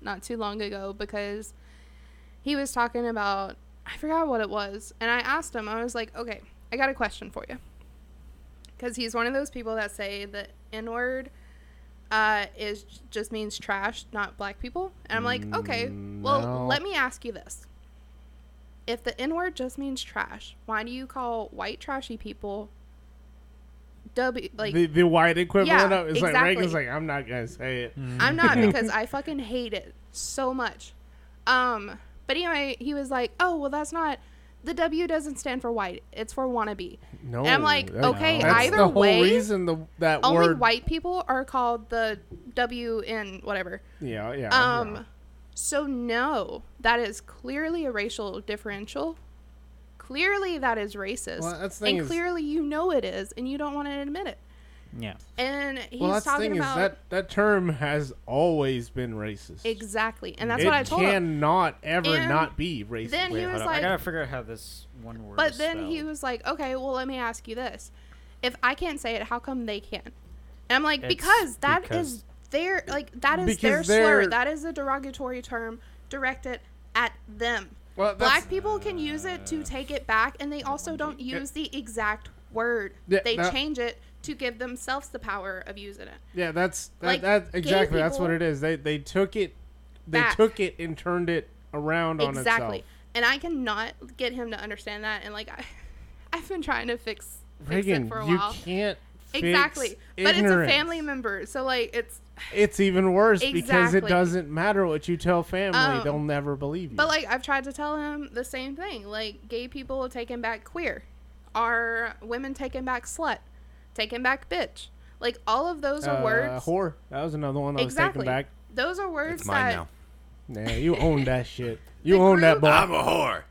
[SPEAKER 4] not too long ago because he was talking about I forgot what it was and I asked him I was like, "Okay, I got a question for you." Cuz he's one of those people that say the n-word uh, is just means trash, not black people. And I'm like, okay, well,
[SPEAKER 5] no.
[SPEAKER 4] let me ask you this. If the N word just means trash, why do you call white trashy people W like
[SPEAKER 5] the the white equivalent
[SPEAKER 4] Yeah,
[SPEAKER 5] of it's like right is
[SPEAKER 4] exactly.
[SPEAKER 5] like I'm not gonna say it.
[SPEAKER 4] I'm
[SPEAKER 5] <laughs>
[SPEAKER 4] not because I fucking hate it so much. Um, but anyway, he was like, "Oh, well, that's not the W doesn't stand for white; it's for wannabe."
[SPEAKER 5] No,
[SPEAKER 4] And I'm like,
[SPEAKER 5] that's-
[SPEAKER 4] okay,
[SPEAKER 5] that's
[SPEAKER 4] either
[SPEAKER 5] the whole
[SPEAKER 4] way,
[SPEAKER 5] reason the that
[SPEAKER 4] Only
[SPEAKER 5] word.
[SPEAKER 4] white people are called the W in whatever.
[SPEAKER 5] yeah, Oh, yeah.
[SPEAKER 4] Um,
[SPEAKER 5] yeah.
[SPEAKER 4] so no, that is clearly a racial differential. Clearly, that is racist,
[SPEAKER 5] Well, that's the thing
[SPEAKER 4] and
[SPEAKER 5] is-
[SPEAKER 4] clearly you know it is, and you don't want to admit it.
[SPEAKER 7] Yeah.
[SPEAKER 4] And he's
[SPEAKER 5] Well, that's the
[SPEAKER 4] talking
[SPEAKER 5] thing
[SPEAKER 4] about
[SPEAKER 5] is that that term has always been racist.
[SPEAKER 4] exactly, and that's
[SPEAKER 5] It
[SPEAKER 4] what I told him.
[SPEAKER 5] cannot ever
[SPEAKER 4] And
[SPEAKER 5] not be racist.
[SPEAKER 4] Then he
[SPEAKER 7] Hold
[SPEAKER 4] was
[SPEAKER 7] up, I
[SPEAKER 4] like,
[SPEAKER 7] gotta figure out how this one word.
[SPEAKER 4] But
[SPEAKER 7] is
[SPEAKER 4] then he
[SPEAKER 7] spelled.
[SPEAKER 4] was like, okay, well, let me ask you this. If I can't say it, how come they can? And I'm like,
[SPEAKER 7] It's
[SPEAKER 4] because that is
[SPEAKER 7] because-
[SPEAKER 4] their, like, that is their
[SPEAKER 5] Because
[SPEAKER 4] slur.
[SPEAKER 5] they're-
[SPEAKER 4] That is a derogatory term directed at them.
[SPEAKER 5] well,
[SPEAKER 4] Black people can use it to take it back, and they also don't use the exact word.
[SPEAKER 5] Yeah,
[SPEAKER 4] they
[SPEAKER 5] that-
[SPEAKER 4] change it to give themselves the power of using it.
[SPEAKER 5] Yeah, that's that,
[SPEAKER 4] Like,
[SPEAKER 5] that
[SPEAKER 4] gay
[SPEAKER 5] exactly. That's what
[SPEAKER 4] people-
[SPEAKER 5] it is. They they took it, they
[SPEAKER 4] Back.
[SPEAKER 5] took it and turned it around on
[SPEAKER 4] Exactly.
[SPEAKER 5] itself.
[SPEAKER 4] And I cannot get him to understand that. And, like, <laughs> I, I've been trying to fix, fix
[SPEAKER 5] Reagan,
[SPEAKER 4] it for a
[SPEAKER 5] you
[SPEAKER 4] while.
[SPEAKER 5] can't. fix
[SPEAKER 4] Exactly. But it's a
[SPEAKER 5] ignorance.
[SPEAKER 4] family member. So, like, it's.
[SPEAKER 5] It's even worse because it
[SPEAKER 4] Exactly.
[SPEAKER 5] doesn't matter what you tell family;
[SPEAKER 4] Um,
[SPEAKER 5] they'll never believe you.
[SPEAKER 4] But, like, I've tried to tell him the same thing. Like, gay people taking back queer. Are women taking back slut? Taking back bitch? Like, all of those are
[SPEAKER 5] Uh,
[SPEAKER 4] words.
[SPEAKER 5] Whore. That was another one that
[SPEAKER 4] exactly.
[SPEAKER 5] was taken back.
[SPEAKER 4] Those are words
[SPEAKER 2] It's mine
[SPEAKER 4] that.
[SPEAKER 2] now.
[SPEAKER 5] Nah, you own
[SPEAKER 4] <laughs>
[SPEAKER 5] that shit. You own
[SPEAKER 4] group-
[SPEAKER 5] that boy.
[SPEAKER 2] I'm a whore.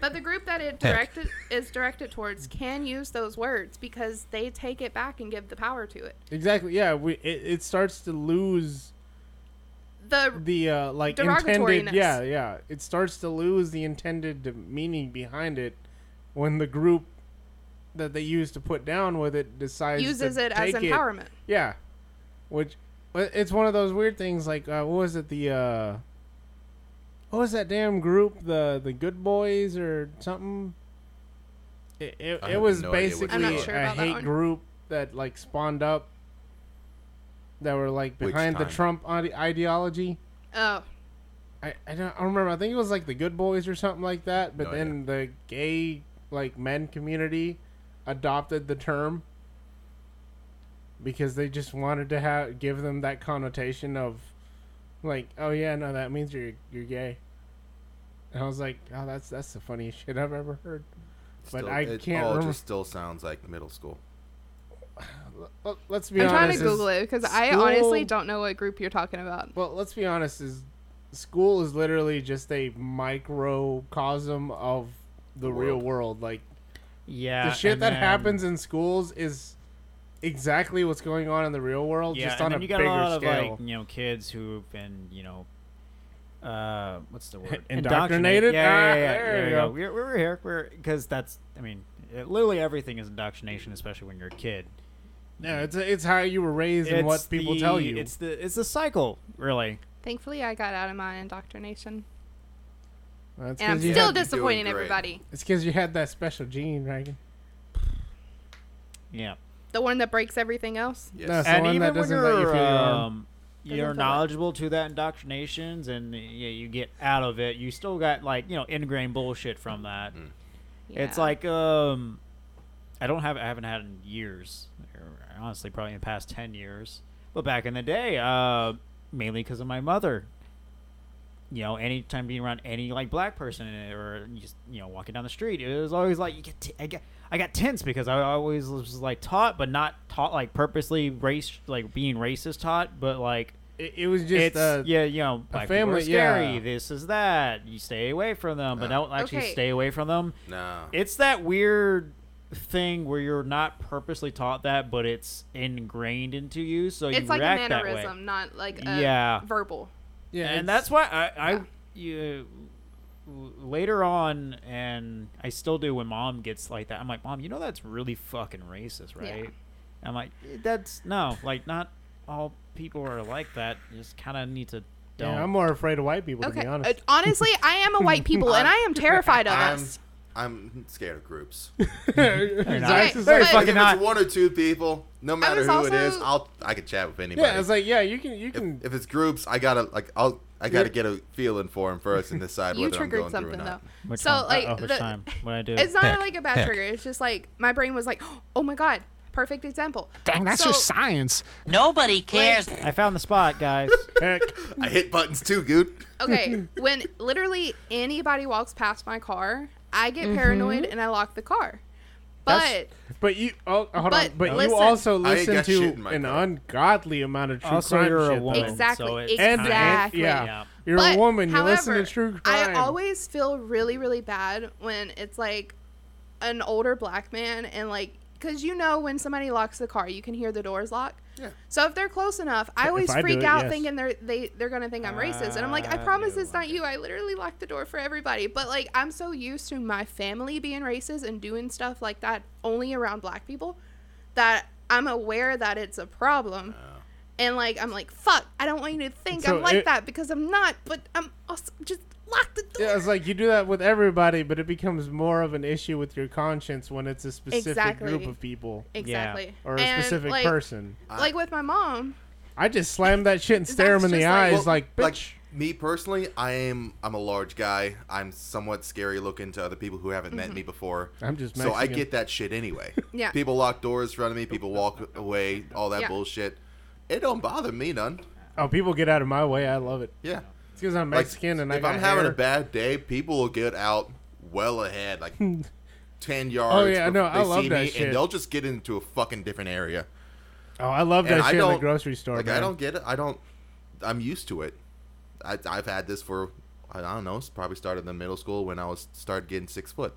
[SPEAKER 4] But the group
[SPEAKER 2] <laughs>
[SPEAKER 4] that it directed is directed towards can use those words because they take it back and give the power to it.
[SPEAKER 5] exactly. Yeah, we. It, it starts to lose
[SPEAKER 4] The
[SPEAKER 5] the uh like
[SPEAKER 4] Derogatoriness.
[SPEAKER 5] intended yeah yeah it starts to lose the intended meaning behind it when the group that they used to put down with it decides to
[SPEAKER 4] uses it as
[SPEAKER 5] take
[SPEAKER 4] empowerment.
[SPEAKER 5] yeah which but it's one of those weird things like uh, what was it the uh what was that damn group the the good boys or something it, it,
[SPEAKER 2] I
[SPEAKER 5] it
[SPEAKER 2] have
[SPEAKER 5] was
[SPEAKER 2] no idea what
[SPEAKER 5] basically
[SPEAKER 2] you're
[SPEAKER 4] I'm not sure
[SPEAKER 5] a
[SPEAKER 4] about that
[SPEAKER 5] hate
[SPEAKER 4] one.
[SPEAKER 5] group that like spawned up that were like
[SPEAKER 2] Which
[SPEAKER 5] behind the
[SPEAKER 2] time?
[SPEAKER 5] trump ide- ideology
[SPEAKER 4] Oh,
[SPEAKER 5] I, I don't I don't remember. I think it was like the Good Boys or something like that. But
[SPEAKER 2] No
[SPEAKER 5] then the gay like men community adopted the term because they just wanted to have give them that connotation of like, oh yeah, no, that means you're you're gay. And I was like, oh, that's that's the funniest shit I've ever heard. But I
[SPEAKER 2] it
[SPEAKER 5] can't
[SPEAKER 2] all
[SPEAKER 5] remember-
[SPEAKER 2] just still sounds like middle school.
[SPEAKER 5] Let- Let's be
[SPEAKER 4] I'm
[SPEAKER 5] honest.
[SPEAKER 4] trying to
[SPEAKER 5] is-
[SPEAKER 4] Google it because I honestly
[SPEAKER 5] school-
[SPEAKER 4] don't know what group you're talking about.
[SPEAKER 5] Well, let's be honest. Is school is literally just a microcosm of the real
[SPEAKER 2] World.
[SPEAKER 5] world. Like
[SPEAKER 7] Yeah.
[SPEAKER 5] the shit
[SPEAKER 7] Uh, and
[SPEAKER 5] that
[SPEAKER 7] then-
[SPEAKER 5] happens in schools is exactly what's going on in the real world,
[SPEAKER 7] Yeah,
[SPEAKER 5] just
[SPEAKER 7] and
[SPEAKER 5] on
[SPEAKER 7] then
[SPEAKER 5] a
[SPEAKER 7] you
[SPEAKER 5] bigger
[SPEAKER 7] got a lot
[SPEAKER 5] scale.
[SPEAKER 7] of like you know kids who've been you know. Uh, what's the
[SPEAKER 5] <laughs>
[SPEAKER 7] word?
[SPEAKER 5] Indoctrinated?
[SPEAKER 7] Yeah, yeah, yeah,
[SPEAKER 5] Ah,
[SPEAKER 7] yeah.
[SPEAKER 5] there
[SPEAKER 7] There
[SPEAKER 5] you
[SPEAKER 7] we
[SPEAKER 5] go.
[SPEAKER 7] go. We're, we're here. We're because that's. I mean, it, literally everything is indoctrination, especially when you're a kid.
[SPEAKER 5] no, it's it's how you were raised and what
[SPEAKER 7] It's
[SPEAKER 5] people
[SPEAKER 7] the-
[SPEAKER 5] tell you.
[SPEAKER 7] It's the it's the cycle, really.
[SPEAKER 4] Thankfully, I got out of my indoctrination,
[SPEAKER 5] That's
[SPEAKER 4] and I'm
[SPEAKER 5] 'cause you
[SPEAKER 4] still
[SPEAKER 5] had,
[SPEAKER 2] doing
[SPEAKER 4] disappointing
[SPEAKER 2] great.
[SPEAKER 4] everybody.
[SPEAKER 5] it's because you had that special gene, Dragon.
[SPEAKER 7] Yeah.
[SPEAKER 4] The one that breaks everything else.
[SPEAKER 2] Yes.
[SPEAKER 5] No, That's the
[SPEAKER 7] and
[SPEAKER 5] one
[SPEAKER 7] even
[SPEAKER 5] that
[SPEAKER 7] when
[SPEAKER 5] doesn't let you
[SPEAKER 7] you're,
[SPEAKER 5] feel your arm.
[SPEAKER 7] um,
[SPEAKER 4] Doesn't
[SPEAKER 7] you're
[SPEAKER 4] feel it.
[SPEAKER 7] knowledgeable to that indoctrinations, and yeah, you get out of it. You still got like you know ingrained bullshit from that. It's
[SPEAKER 4] Yeah.
[SPEAKER 7] like um, I don't have I haven't had in years, or honestly, probably in the past ten years. But back in the day, uh, mainly because of my mother. You know, anytime being around any like black person eh, or just you know walking down the street, it was always like you get t- I get I got tense because I always was like taught, but not taught like purposely race like being racist taught, but like
[SPEAKER 5] It, it was just
[SPEAKER 7] it's
[SPEAKER 5] uh,
[SPEAKER 7] yeah, you know, black people are
[SPEAKER 5] family-
[SPEAKER 7] scary.
[SPEAKER 5] yeah.
[SPEAKER 7] This is that. You stay away from them, but don't actually
[SPEAKER 4] Okay.
[SPEAKER 7] stay away from them.
[SPEAKER 2] no.
[SPEAKER 7] It's that weird thing where you're not purposely taught that, but it's ingrained into you, so you
[SPEAKER 4] it's like a
[SPEAKER 7] react that way.
[SPEAKER 4] mannerism, not like a
[SPEAKER 7] Yeah.
[SPEAKER 4] verbal.
[SPEAKER 5] yeah,
[SPEAKER 7] and
[SPEAKER 5] it's-
[SPEAKER 7] that's why I, I
[SPEAKER 4] Yeah.
[SPEAKER 7] you, later on, and I still do when mom gets like that. I'm like, mom, you know that's really fucking racist, right? I'm like, that's no, like not all people are like that. You just kind of need to
[SPEAKER 5] yeah,
[SPEAKER 7] don't.
[SPEAKER 5] I'm more afraid of white people to
[SPEAKER 4] Okay.
[SPEAKER 5] be
[SPEAKER 4] Uh,
[SPEAKER 5] honest.
[SPEAKER 4] honestly, I am a white people, and I
[SPEAKER 5] <laughs>
[SPEAKER 4] am terrified of
[SPEAKER 2] I'm,
[SPEAKER 4] us.
[SPEAKER 2] I'm scared of
[SPEAKER 4] <laughs>
[SPEAKER 2] groups.
[SPEAKER 5] Zax is
[SPEAKER 4] Very
[SPEAKER 5] like-
[SPEAKER 2] if
[SPEAKER 7] fucking-
[SPEAKER 2] it's
[SPEAKER 7] not.
[SPEAKER 2] one or two people, no matter who
[SPEAKER 4] was
[SPEAKER 2] it is,
[SPEAKER 4] also-
[SPEAKER 2] I'll I could chat with anybody.
[SPEAKER 5] yeah, it's like hmm. yeah, you can you
[SPEAKER 2] if, <laughs>
[SPEAKER 5] can
[SPEAKER 2] if it's groups, I gotta like I'll I gotta get a feeling for them first and decide
[SPEAKER 4] You
[SPEAKER 2] whether I'm
[SPEAKER 4] triggered
[SPEAKER 2] going through or
[SPEAKER 4] something
[SPEAKER 2] not.
[SPEAKER 4] though.
[SPEAKER 7] Which
[SPEAKER 4] so
[SPEAKER 7] one?
[SPEAKER 4] like,
[SPEAKER 7] Uh-oh, which
[SPEAKER 4] the-
[SPEAKER 7] uh, time? What I do?
[SPEAKER 4] <laughs> it's not
[SPEAKER 6] Heck,
[SPEAKER 4] like a bad
[SPEAKER 6] heck.
[SPEAKER 4] trigger. It's just like my brain was like, oh my god, perfect example.
[SPEAKER 8] Dang, that's
[SPEAKER 4] so,
[SPEAKER 8] just science.
[SPEAKER 9] Nobody cares.
[SPEAKER 7] I found the spot, guys.
[SPEAKER 5] heck.
[SPEAKER 2] I hit buttons too, dude.
[SPEAKER 7] <laughs>
[SPEAKER 4] okay, when literally anybody walks past my car, I get
[SPEAKER 7] Mm-hmm.
[SPEAKER 4] paranoid and I lock the car. But
[SPEAKER 5] But you oh, hold on.
[SPEAKER 4] But
[SPEAKER 5] But
[SPEAKER 4] listen-
[SPEAKER 5] you also
[SPEAKER 2] I ain't
[SPEAKER 5] listen
[SPEAKER 2] got
[SPEAKER 5] to
[SPEAKER 2] shit in my
[SPEAKER 5] an
[SPEAKER 2] car.
[SPEAKER 5] ungodly amount of true
[SPEAKER 7] also,
[SPEAKER 5] crime
[SPEAKER 7] you're a
[SPEAKER 5] shit, though.
[SPEAKER 7] woman.
[SPEAKER 4] Exactly,
[SPEAKER 7] So it's
[SPEAKER 5] And,
[SPEAKER 7] kinda-
[SPEAKER 5] and-
[SPEAKER 4] Exactly.
[SPEAKER 5] yeah.
[SPEAKER 7] Yeah.
[SPEAKER 5] you're
[SPEAKER 4] but,
[SPEAKER 5] a woman. You
[SPEAKER 4] however,
[SPEAKER 5] listen to true crime.
[SPEAKER 4] I always feel really, really bad when it's like an older black man and like, because you know when somebody locks the car, you can hear the doors lock.
[SPEAKER 2] Yeah.
[SPEAKER 4] So if they're close enough, I always
[SPEAKER 5] I do
[SPEAKER 4] freak
[SPEAKER 5] it,
[SPEAKER 4] out
[SPEAKER 5] yes.
[SPEAKER 4] thinking they're they they're gonna think I'm racist, and I'm like, I
[SPEAKER 7] Ah,
[SPEAKER 4] promise
[SPEAKER 7] no
[SPEAKER 4] it's not you. I literally locked the door for everybody, but like I'm so used to my family being racist and doing stuff like that only around black people that I'm aware that it's a problem. And like I'm like fuck, I don't want you to think
[SPEAKER 5] Oh. So
[SPEAKER 4] I'm like
[SPEAKER 5] it-
[SPEAKER 4] that because I'm not, but I'm also just lock the door.
[SPEAKER 5] Yeah, it's like you do that with everybody, but it becomes more of an issue with your conscience when it's a specific
[SPEAKER 4] Exactly.
[SPEAKER 5] group of people
[SPEAKER 4] exactly.
[SPEAKER 5] or a
[SPEAKER 4] And,
[SPEAKER 5] specific
[SPEAKER 4] like,
[SPEAKER 5] person.
[SPEAKER 4] Like with my mom,
[SPEAKER 5] I just slam that shit and stare him in
[SPEAKER 4] That's
[SPEAKER 5] the
[SPEAKER 4] just like-
[SPEAKER 5] eyes,
[SPEAKER 2] Well,
[SPEAKER 5] like, bitch.
[SPEAKER 2] me personally, I am I'm a large guy. I'm somewhat scary looking to other people who haven't
[SPEAKER 4] Mm-hmm.
[SPEAKER 2] met me before.
[SPEAKER 5] I'm just
[SPEAKER 2] so I
[SPEAKER 5] Mexican.
[SPEAKER 2] get that shit anyway.
[SPEAKER 4] <laughs> Yeah.
[SPEAKER 2] People lock doors in front of me. People walk away. All that
[SPEAKER 4] Yeah.
[SPEAKER 2] bullshit. It don't bother me none.
[SPEAKER 5] oh, people get out of my way. I love it.
[SPEAKER 2] Yeah.
[SPEAKER 5] It's because I'm
[SPEAKER 2] Like,
[SPEAKER 5] Mexican and I
[SPEAKER 2] if
[SPEAKER 5] got
[SPEAKER 2] I'm having
[SPEAKER 5] hair.
[SPEAKER 2] a bad day, people will get out well ahead,
[SPEAKER 5] <laughs>
[SPEAKER 2] like ten yards.
[SPEAKER 5] Oh, yeah,
[SPEAKER 2] before
[SPEAKER 5] no, I
[SPEAKER 2] they
[SPEAKER 5] love
[SPEAKER 2] see
[SPEAKER 5] that
[SPEAKER 2] me,
[SPEAKER 5] shit.
[SPEAKER 2] And they'll just get into a fucking different area.
[SPEAKER 5] Oh, I love
[SPEAKER 2] and
[SPEAKER 5] that
[SPEAKER 2] I
[SPEAKER 5] shit in the
[SPEAKER 2] don't-
[SPEAKER 5] grocery store.
[SPEAKER 2] Like
[SPEAKER 5] man.
[SPEAKER 2] I don't get it. I don't. I'm used to it. I, I've had this for I don't know. it's Probably started in middle school when I was started getting six <laughs> foot.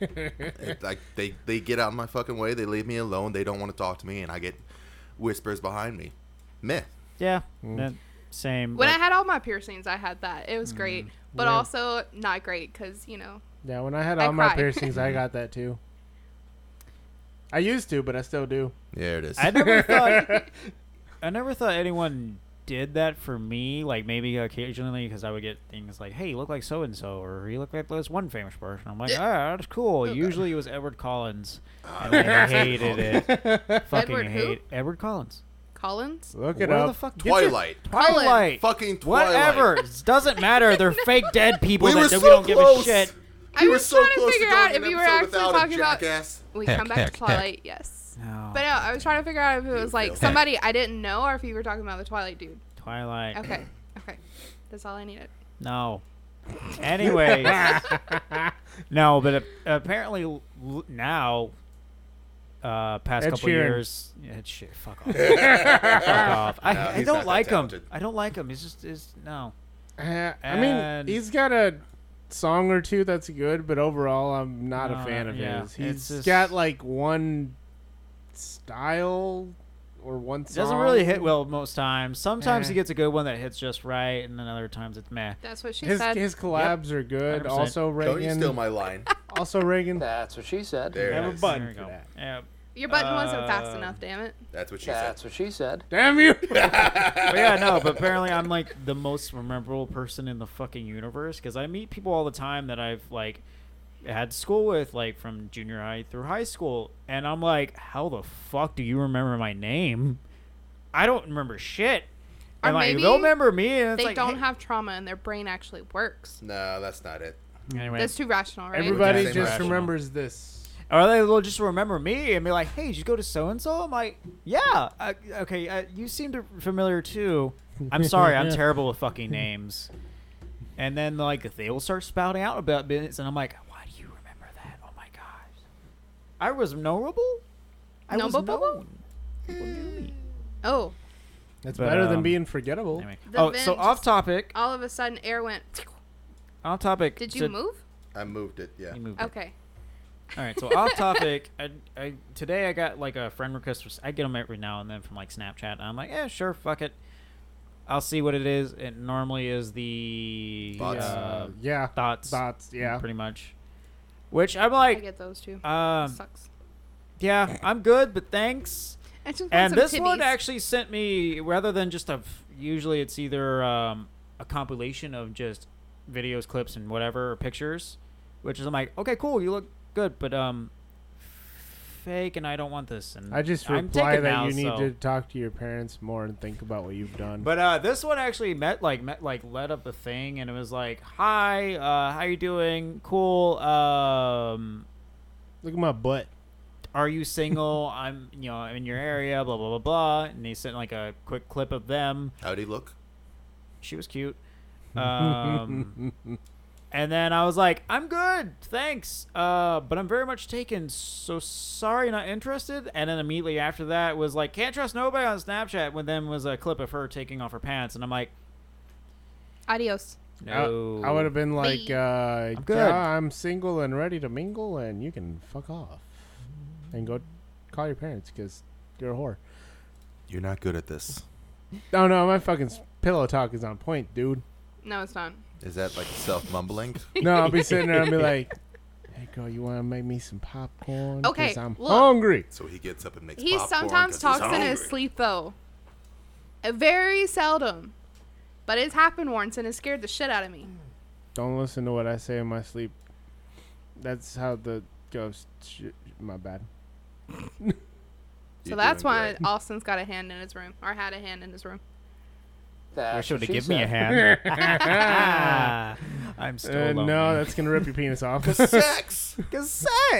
[SPEAKER 2] It- like they they get out of my fucking way. They leave me alone. They don't want to talk to me, and I get whispers behind me. Meh.
[SPEAKER 7] yeah.
[SPEAKER 2] Mm.
[SPEAKER 7] that- same.
[SPEAKER 4] when
[SPEAKER 7] but-
[SPEAKER 4] I had all my piercings, I had that. It was great, but also not great because you know
[SPEAKER 5] Yeah, when I had
[SPEAKER 4] I
[SPEAKER 5] all my
[SPEAKER 4] cry.
[SPEAKER 5] piercings, I got that too. I used to, but I still do.
[SPEAKER 2] There it is.
[SPEAKER 7] I
[SPEAKER 4] <laughs>
[SPEAKER 7] never thought I never thought anyone did that for me. Like maybe occasionally because I would get things like, "Hey, you look like so and so," or "You look like this one famous person." I'm like, "Ah, that's cool."
[SPEAKER 4] <laughs>
[SPEAKER 7] Usually
[SPEAKER 2] <laughs>
[SPEAKER 7] it was Edward Collins, and I hated it. Fucking
[SPEAKER 4] Edward who?
[SPEAKER 7] hate Edward Collins.
[SPEAKER 4] Collins?
[SPEAKER 5] Look it
[SPEAKER 7] Where
[SPEAKER 5] up.
[SPEAKER 7] the fuck? get your-
[SPEAKER 2] Twilight.
[SPEAKER 7] Twilight.
[SPEAKER 2] Fucking Twilight.
[SPEAKER 7] Whatever. Doesn't matter.
[SPEAKER 4] <laughs>
[SPEAKER 7] They're fake dead people
[SPEAKER 2] We
[SPEAKER 7] that
[SPEAKER 2] were so
[SPEAKER 7] don't- we don't
[SPEAKER 2] close.
[SPEAKER 7] give a shit.
[SPEAKER 4] I
[SPEAKER 2] We were
[SPEAKER 4] was
[SPEAKER 2] so
[SPEAKER 4] trying to
[SPEAKER 2] close
[SPEAKER 4] figure
[SPEAKER 2] doing
[SPEAKER 4] out
[SPEAKER 2] an
[SPEAKER 4] if you were
[SPEAKER 2] episode
[SPEAKER 4] actually
[SPEAKER 2] without a
[SPEAKER 4] talking about-
[SPEAKER 2] jackass.
[SPEAKER 4] We
[SPEAKER 6] Heck,
[SPEAKER 4] come back
[SPEAKER 6] heck,
[SPEAKER 4] to
[SPEAKER 6] heck.
[SPEAKER 4] Twilight, yes.
[SPEAKER 7] No.
[SPEAKER 4] But no, I was trying to figure out if it was like
[SPEAKER 2] Heck.
[SPEAKER 4] somebody I didn't know or if you were talking about the Twilight dude.
[SPEAKER 7] Twilight.
[SPEAKER 4] Okay, okay. That's all I needed.
[SPEAKER 7] No.
[SPEAKER 5] <laughs>
[SPEAKER 7] Anyway. no, but a- apparently l- now, uh, past
[SPEAKER 5] Ed
[SPEAKER 7] couple
[SPEAKER 5] Sheeran.
[SPEAKER 7] years, Ed Sheer, fuck
[SPEAKER 5] <laughs>
[SPEAKER 7] off. fuck off. I, I
[SPEAKER 2] he's not
[SPEAKER 7] don't
[SPEAKER 2] that
[SPEAKER 7] like him.
[SPEAKER 2] talented.
[SPEAKER 7] I don't like him. He's just is no.
[SPEAKER 5] Uh, I mean,
[SPEAKER 7] And-
[SPEAKER 5] he's got a song or two that's good, but overall, I'm not
[SPEAKER 7] No,
[SPEAKER 5] a fan of
[SPEAKER 7] yeah,
[SPEAKER 5] his.
[SPEAKER 7] it's
[SPEAKER 5] He's
[SPEAKER 7] just-
[SPEAKER 5] got like one style or one
[SPEAKER 7] It
[SPEAKER 5] song.
[SPEAKER 7] doesn't really hit well most times. Sometimes he
[SPEAKER 5] Eh.
[SPEAKER 7] gets a good one that hits just right, and then other times it's meh.
[SPEAKER 4] That's what she
[SPEAKER 5] His,
[SPEAKER 4] said.
[SPEAKER 5] his collabs are good.
[SPEAKER 7] 100%.
[SPEAKER 5] Also,
[SPEAKER 2] Don't you
[SPEAKER 5] Reagan.
[SPEAKER 2] steal my line.
[SPEAKER 5] also, Reagan.
[SPEAKER 8] That's what she said.
[SPEAKER 2] There
[SPEAKER 5] Have
[SPEAKER 2] it
[SPEAKER 5] a
[SPEAKER 2] is.
[SPEAKER 5] button
[SPEAKER 7] There we
[SPEAKER 5] for
[SPEAKER 7] go.
[SPEAKER 5] that.
[SPEAKER 7] Yeah.
[SPEAKER 4] Your button wasn't fast
[SPEAKER 7] Uh,
[SPEAKER 4] enough, damn it.
[SPEAKER 2] That's what she
[SPEAKER 8] That's what she said.
[SPEAKER 2] <laughs>
[SPEAKER 5] Damn you!
[SPEAKER 7] But yeah, no, but apparently I'm like the most memorable person in the fucking universe because I meet people all the time that I've like had school with, like from junior high through high school, and I'm like, how the fuck do you remember my name? I don't remember shit.
[SPEAKER 4] Or
[SPEAKER 7] And like
[SPEAKER 4] maybe
[SPEAKER 7] they'll remember me, and it's
[SPEAKER 4] They
[SPEAKER 7] like,
[SPEAKER 4] don't
[SPEAKER 7] hey-
[SPEAKER 4] have trauma and their brain actually works.
[SPEAKER 2] said. No, that's not it.
[SPEAKER 7] Anyway,
[SPEAKER 4] That's too rational, right?
[SPEAKER 5] Everybody
[SPEAKER 2] Same
[SPEAKER 5] just
[SPEAKER 2] rationale.
[SPEAKER 5] remembers this.
[SPEAKER 7] or they will just remember me and be like, "Hey, did you go to so and so?" I'm like, "Yeah, uh, okay, uh, you seemed familiar too." I'm sorry, I'm terrible with fucking names. And then like they will start spouting out about business, and I'm like, "Why do you remember that? Oh my gosh, I was knowable. I was
[SPEAKER 4] Knowable?
[SPEAKER 7] known. People knew me."
[SPEAKER 4] Oh,
[SPEAKER 5] That's
[SPEAKER 7] But,
[SPEAKER 5] better
[SPEAKER 7] um,
[SPEAKER 5] than being forgettable.
[SPEAKER 7] Anyway.
[SPEAKER 4] The
[SPEAKER 7] Oh,
[SPEAKER 4] vent
[SPEAKER 7] so off
[SPEAKER 4] just-
[SPEAKER 7] topic.
[SPEAKER 4] all of a sudden air went.
[SPEAKER 7] Off topic.
[SPEAKER 4] Did you
[SPEAKER 7] to-
[SPEAKER 4] move? Oh,
[SPEAKER 2] I moved it. Yeah.
[SPEAKER 7] You moved it.
[SPEAKER 4] Okay.
[SPEAKER 7] All right, so off topic. <laughs> I, I today I got like a friend request. For, I get them every now and then from like Snapchat, and I'm like, yeah, sure, fuck it. I'll see what it is. It normally is the
[SPEAKER 2] Thoughts.
[SPEAKER 7] uh,
[SPEAKER 5] yeah.
[SPEAKER 7] thoughts,
[SPEAKER 5] Thoughts, yeah.
[SPEAKER 7] pretty much. Which I'm
[SPEAKER 4] I
[SPEAKER 7] like,
[SPEAKER 4] get those too.
[SPEAKER 7] um,
[SPEAKER 4] Sucks.
[SPEAKER 7] yeah, I'm good, but thanks.
[SPEAKER 4] I just want
[SPEAKER 7] And
[SPEAKER 4] some
[SPEAKER 7] this one
[SPEAKER 4] titties.
[SPEAKER 7] actually sent me rather than just a. f- Usually it's either um, a compilation of just videos, clips, and whatever or pictures, which is I'm like, okay, cool, you look good, but um, fake, and I don't want this. And
[SPEAKER 5] I just
[SPEAKER 7] I'm
[SPEAKER 5] reply that
[SPEAKER 7] taken now,
[SPEAKER 5] you need
[SPEAKER 7] so-
[SPEAKER 5] to talk to your parents more and think about what you've done.
[SPEAKER 7] But uh, this one actually met like met like led up a thing, and it was like, hi, uh, how you doing? Cool. Um,
[SPEAKER 5] Look at my butt.
[SPEAKER 7] are you
[SPEAKER 5] <laughs>
[SPEAKER 7] single? I'm you know in your area. Blah blah blah blah. And they sent like a quick clip of them.
[SPEAKER 2] How'd he look?
[SPEAKER 7] she was cute. Um, and then I was like, I'm good, thanks, uh, but I'm very much taken. So sorry, not interested. And then immediately after that was like, can't trust nobody on Snapchat. When then was a clip of her taking off her pants, and I'm like,
[SPEAKER 4] Adios.
[SPEAKER 5] I-
[SPEAKER 7] no,
[SPEAKER 5] I, would have been like, uh, I'm
[SPEAKER 7] Oh. good.
[SPEAKER 5] I'm single and ready to mingle, and you can fuck off and go call your parents because you're a whore.
[SPEAKER 2] You're not good at this.
[SPEAKER 5] No, no, my fucking s- pillow talk is on point, dude.
[SPEAKER 4] No, it's not.
[SPEAKER 2] Is that like self
[SPEAKER 4] <laughs>
[SPEAKER 2] mumbling?
[SPEAKER 5] No, I'll be sitting there and
[SPEAKER 7] <laughs>
[SPEAKER 5] be like, "Hey, girl, you want to make me some popcorn? 'Cause
[SPEAKER 4] Okay,
[SPEAKER 5] I'm
[SPEAKER 4] look.
[SPEAKER 5] hungry."
[SPEAKER 2] so he gets up and makes.
[SPEAKER 4] He
[SPEAKER 2] popcorn
[SPEAKER 4] sometimes
[SPEAKER 2] 'cause he's
[SPEAKER 4] talks in his
[SPEAKER 2] hungry.
[SPEAKER 4] sleep though. Uh, Very seldom. But it's happened once and it scared the shit out of
[SPEAKER 2] Mm,
[SPEAKER 4] me.
[SPEAKER 5] Don't listen to what I say in my sleep. That's how the ghost. Sh- my bad.
[SPEAKER 4] So
[SPEAKER 2] You're
[SPEAKER 4] that's
[SPEAKER 2] doing
[SPEAKER 4] why
[SPEAKER 2] great.
[SPEAKER 4] Austin's got a hand in his room or had a hand in his room.
[SPEAKER 8] That's
[SPEAKER 7] I should have
[SPEAKER 8] what she
[SPEAKER 7] given me a
[SPEAKER 8] said.
[SPEAKER 5] <laughs>
[SPEAKER 7] hand. I'm still
[SPEAKER 5] Uh,
[SPEAKER 7] alone.
[SPEAKER 5] no, that's gonna rip your
[SPEAKER 4] <laughs>
[SPEAKER 5] penis off.
[SPEAKER 2] <laughs> sex.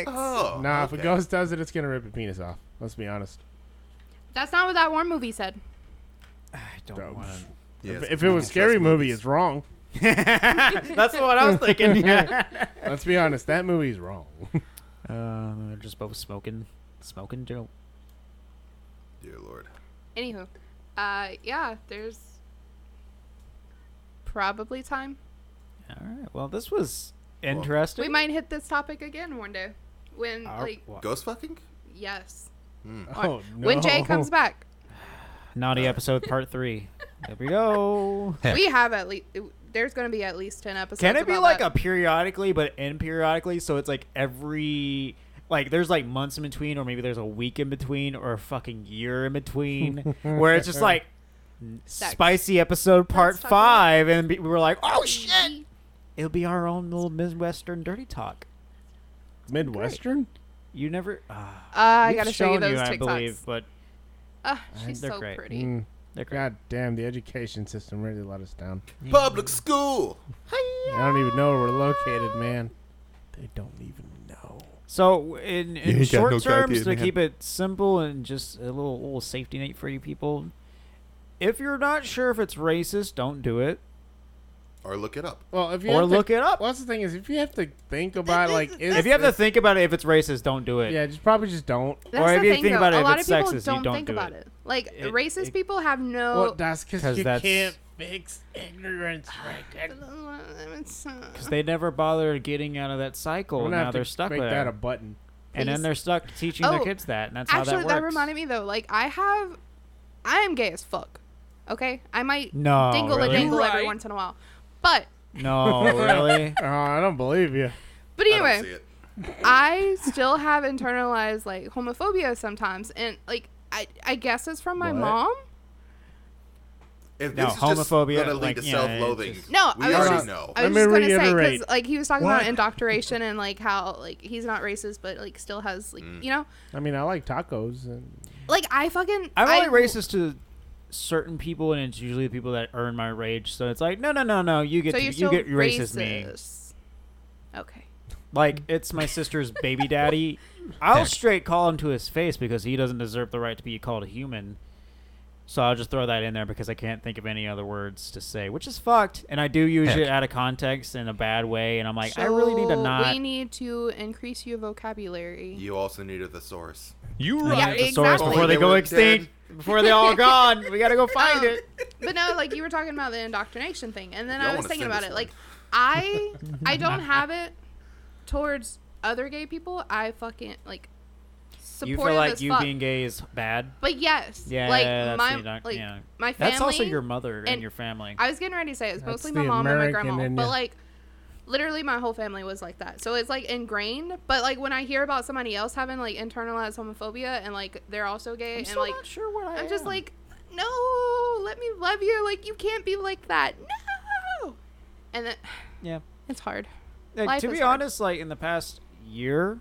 [SPEAKER 2] Oh.
[SPEAKER 5] nah, if a
[SPEAKER 2] okay.
[SPEAKER 5] ghost does it, it's gonna rip your penis off. Let's be honest.
[SPEAKER 4] That's not what that war movie said.
[SPEAKER 7] I
[SPEAKER 5] Don't.
[SPEAKER 7] don't want.
[SPEAKER 2] Yes, <laughs>
[SPEAKER 5] if it was
[SPEAKER 2] we can
[SPEAKER 5] scary
[SPEAKER 2] trust
[SPEAKER 5] movie,
[SPEAKER 2] movies.
[SPEAKER 5] it's wrong.
[SPEAKER 7] <laughs> that's what I was thinking.
[SPEAKER 5] <laughs>
[SPEAKER 7] Yeah.
[SPEAKER 5] Let's be honest, that movie's wrong. <laughs>
[SPEAKER 7] um, they're just both smoking, smoking dope.
[SPEAKER 2] Dear Lord.
[SPEAKER 4] Anywho, uh, yeah, there's probably time.
[SPEAKER 7] All right. Well, this was interesting.
[SPEAKER 4] We might hit this topic again one day. When,
[SPEAKER 7] Our-
[SPEAKER 4] like,
[SPEAKER 7] well,
[SPEAKER 2] Ghost fucking?
[SPEAKER 7] Mm-hmm.
[SPEAKER 4] yes.
[SPEAKER 5] Oh no!
[SPEAKER 4] When Jay
[SPEAKER 5] <laughs>
[SPEAKER 7] <laughs>
[SPEAKER 4] comes back,
[SPEAKER 7] Naughty episode part
[SPEAKER 4] <laughs>
[SPEAKER 7] three. There we go.
[SPEAKER 6] Heck.
[SPEAKER 4] Uh. we have at least, there's going to be at least 10 episodes.
[SPEAKER 7] Can it be
[SPEAKER 4] about
[SPEAKER 7] like
[SPEAKER 4] that.
[SPEAKER 7] a periodically, but in periodically? So it's like every, like there's like months in between, or maybe there's a week in between, or a fucking year in
[SPEAKER 4] <laughs>
[SPEAKER 7] between, where it's just like n-
[SPEAKER 4] Sex.
[SPEAKER 7] spicy episode part
[SPEAKER 4] Let's talk about- Mm-hmm.
[SPEAKER 7] five, and be- we were like, oh shit, it'll be our own little midwestern dirty talk.
[SPEAKER 5] Midwestern.
[SPEAKER 7] You never, uh,
[SPEAKER 4] Uh, I
[SPEAKER 7] we've
[SPEAKER 4] Uh, gotta show you
[SPEAKER 7] shown
[SPEAKER 4] those
[SPEAKER 7] I
[SPEAKER 4] TikToks.
[SPEAKER 7] believe, but
[SPEAKER 4] Ah,
[SPEAKER 7] I think
[SPEAKER 4] she's
[SPEAKER 7] they're
[SPEAKER 4] so
[SPEAKER 7] great.
[SPEAKER 4] pretty.
[SPEAKER 5] Mm,
[SPEAKER 7] They're great.
[SPEAKER 5] God damn, the education system really let us down.
[SPEAKER 2] Public school.
[SPEAKER 5] I don't even know where we're located, man. They don't even know.
[SPEAKER 7] So
[SPEAKER 2] <laughs>
[SPEAKER 7] in, in
[SPEAKER 2] ain't got
[SPEAKER 7] short
[SPEAKER 2] no
[SPEAKER 7] terms,
[SPEAKER 2] goddamn
[SPEAKER 7] to
[SPEAKER 2] hand.
[SPEAKER 7] keep it simple and just a little little safety net for you people, if you're not sure if it's racist, don't do it.
[SPEAKER 2] Or look it up.
[SPEAKER 5] Well, if you
[SPEAKER 7] Or
[SPEAKER 5] have to-
[SPEAKER 7] look it up.
[SPEAKER 5] Well, that's the thing is, if you have to think about like, is
[SPEAKER 7] If you have to
[SPEAKER 5] this-
[SPEAKER 7] think about it, if it's racist, don't do it.
[SPEAKER 5] yeah, just probably just don't.
[SPEAKER 4] That's
[SPEAKER 7] Or
[SPEAKER 4] the
[SPEAKER 7] if you
[SPEAKER 4] thing,
[SPEAKER 7] think
[SPEAKER 4] though.
[SPEAKER 7] about it,
[SPEAKER 4] a
[SPEAKER 7] if
[SPEAKER 4] lot
[SPEAKER 7] it's
[SPEAKER 4] of people
[SPEAKER 7] sexist, you
[SPEAKER 4] don't,
[SPEAKER 7] don't
[SPEAKER 4] think
[SPEAKER 7] do
[SPEAKER 4] about
[SPEAKER 7] it.
[SPEAKER 4] it. Like
[SPEAKER 7] It-
[SPEAKER 4] racist
[SPEAKER 7] it-
[SPEAKER 4] people have no.
[SPEAKER 5] Well, that's because
[SPEAKER 7] 'Cause
[SPEAKER 5] you
[SPEAKER 7] that's-
[SPEAKER 5] can't fix
[SPEAKER 7] <sighs>
[SPEAKER 5] ignorance, Frank.
[SPEAKER 7] Because they never bothered getting out of that cycle,
[SPEAKER 5] We're
[SPEAKER 7] and
[SPEAKER 5] gonna
[SPEAKER 7] now
[SPEAKER 5] have
[SPEAKER 7] they're
[SPEAKER 5] to
[SPEAKER 7] stuck
[SPEAKER 5] make
[SPEAKER 7] there.
[SPEAKER 5] that a button.
[SPEAKER 7] and then
[SPEAKER 4] Please.
[SPEAKER 7] they're stuck teaching their
[SPEAKER 4] Oh,
[SPEAKER 7] kids that, and that's how
[SPEAKER 4] Actually,
[SPEAKER 7] that works.
[SPEAKER 4] that reminded me though. Like I have, I am gay as fuck. Okay, I might
[SPEAKER 7] No,
[SPEAKER 4] dingle
[SPEAKER 7] really?
[SPEAKER 4] a dingle every once in a while, but
[SPEAKER 5] <laughs>
[SPEAKER 7] No, really.
[SPEAKER 5] Oh, I don't believe you.
[SPEAKER 4] but
[SPEAKER 2] I don't see
[SPEAKER 4] anyway,
[SPEAKER 2] it.
[SPEAKER 4] I, still have internalized like homophobia sometimes, and like I I guess it's from my
[SPEAKER 7] What?
[SPEAKER 4] mom.
[SPEAKER 2] If
[SPEAKER 7] No,
[SPEAKER 2] this is
[SPEAKER 7] homophobia,
[SPEAKER 2] just gonna lead
[SPEAKER 7] like,
[SPEAKER 2] to
[SPEAKER 7] yeah,
[SPEAKER 2] self-loathing.
[SPEAKER 7] it's just-
[SPEAKER 4] No,
[SPEAKER 2] we
[SPEAKER 4] I was
[SPEAKER 2] already
[SPEAKER 4] just-
[SPEAKER 2] know.
[SPEAKER 4] I was
[SPEAKER 5] Oh, Let
[SPEAKER 4] just
[SPEAKER 5] me
[SPEAKER 4] gonna say because
[SPEAKER 5] reiterate.
[SPEAKER 4] like he was talking
[SPEAKER 5] What?
[SPEAKER 4] about indoctration and like how like he's not racist but like still has like
[SPEAKER 5] Mm.
[SPEAKER 4] you know
[SPEAKER 5] I mean, I like tacos, and
[SPEAKER 4] like I fucking
[SPEAKER 7] I'm
[SPEAKER 4] I,
[SPEAKER 7] only racist to certain people, and it's usually the people that earn my rage. So it's like, no, no, no, no. You get
[SPEAKER 4] So
[SPEAKER 7] to,
[SPEAKER 4] you're
[SPEAKER 7] you
[SPEAKER 4] still
[SPEAKER 7] get your racist
[SPEAKER 4] racist.
[SPEAKER 7] me.
[SPEAKER 4] Okay.
[SPEAKER 7] Like it's my sister's baby daddy. I'll straight call him to his face because he doesn't deserve the right to be called a human. So I'll just throw that in there because I can't think of any other words to say, which is fucked. And I do use
[SPEAKER 6] Heck.
[SPEAKER 7] it out of context in a bad way, and I'm like, I really need to
[SPEAKER 4] So
[SPEAKER 7] not.
[SPEAKER 4] We need to increase your vocabulary.
[SPEAKER 2] You also need a thesaurus.
[SPEAKER 6] You right.
[SPEAKER 7] I need
[SPEAKER 4] Yeah,
[SPEAKER 7] a thesaurus
[SPEAKER 4] exactly.
[SPEAKER 7] before they,
[SPEAKER 2] They
[SPEAKER 7] go
[SPEAKER 2] were
[SPEAKER 7] extinct, before they all gone. We gotta go find
[SPEAKER 4] <laughs> Um,
[SPEAKER 7] it.
[SPEAKER 4] but no, like you were talking about the indoctrination thing, and then
[SPEAKER 2] Y'all
[SPEAKER 4] I was
[SPEAKER 2] wanna
[SPEAKER 4] thinking
[SPEAKER 2] send
[SPEAKER 4] about
[SPEAKER 2] this
[SPEAKER 4] it.
[SPEAKER 2] one.
[SPEAKER 4] Like,
[SPEAKER 7] <laughs>
[SPEAKER 4] I I don't have it towards other gay people. I fucking like
[SPEAKER 7] You
[SPEAKER 4] supportive
[SPEAKER 7] feel like
[SPEAKER 4] as
[SPEAKER 7] you
[SPEAKER 4] fuck.
[SPEAKER 7] being gay is bad.
[SPEAKER 4] but yes,
[SPEAKER 7] Yeah,
[SPEAKER 4] like
[SPEAKER 7] that's
[SPEAKER 4] my
[SPEAKER 7] the doc-
[SPEAKER 4] like
[SPEAKER 7] yeah.
[SPEAKER 4] my family.
[SPEAKER 7] That's also your mother and,
[SPEAKER 4] and
[SPEAKER 7] your family.
[SPEAKER 4] I was getting ready to say it's
[SPEAKER 5] That's
[SPEAKER 4] mostly
[SPEAKER 5] the
[SPEAKER 4] my mom and my
[SPEAKER 5] American
[SPEAKER 4] grandma,
[SPEAKER 5] in
[SPEAKER 4] but
[SPEAKER 5] ya.
[SPEAKER 4] like literally my whole family was like that. So it's like ingrained. But like when I hear about somebody else having like internalized homophobia and like they're also gay and like
[SPEAKER 7] sure what I
[SPEAKER 4] I'm just like, no, let me love you. Like you can't be like that. No. And then <sighs>
[SPEAKER 7] yeah.
[SPEAKER 4] it's hard.
[SPEAKER 7] Like,
[SPEAKER 4] life
[SPEAKER 7] to
[SPEAKER 4] is
[SPEAKER 7] be
[SPEAKER 4] hard.
[SPEAKER 7] honest, like in the past year,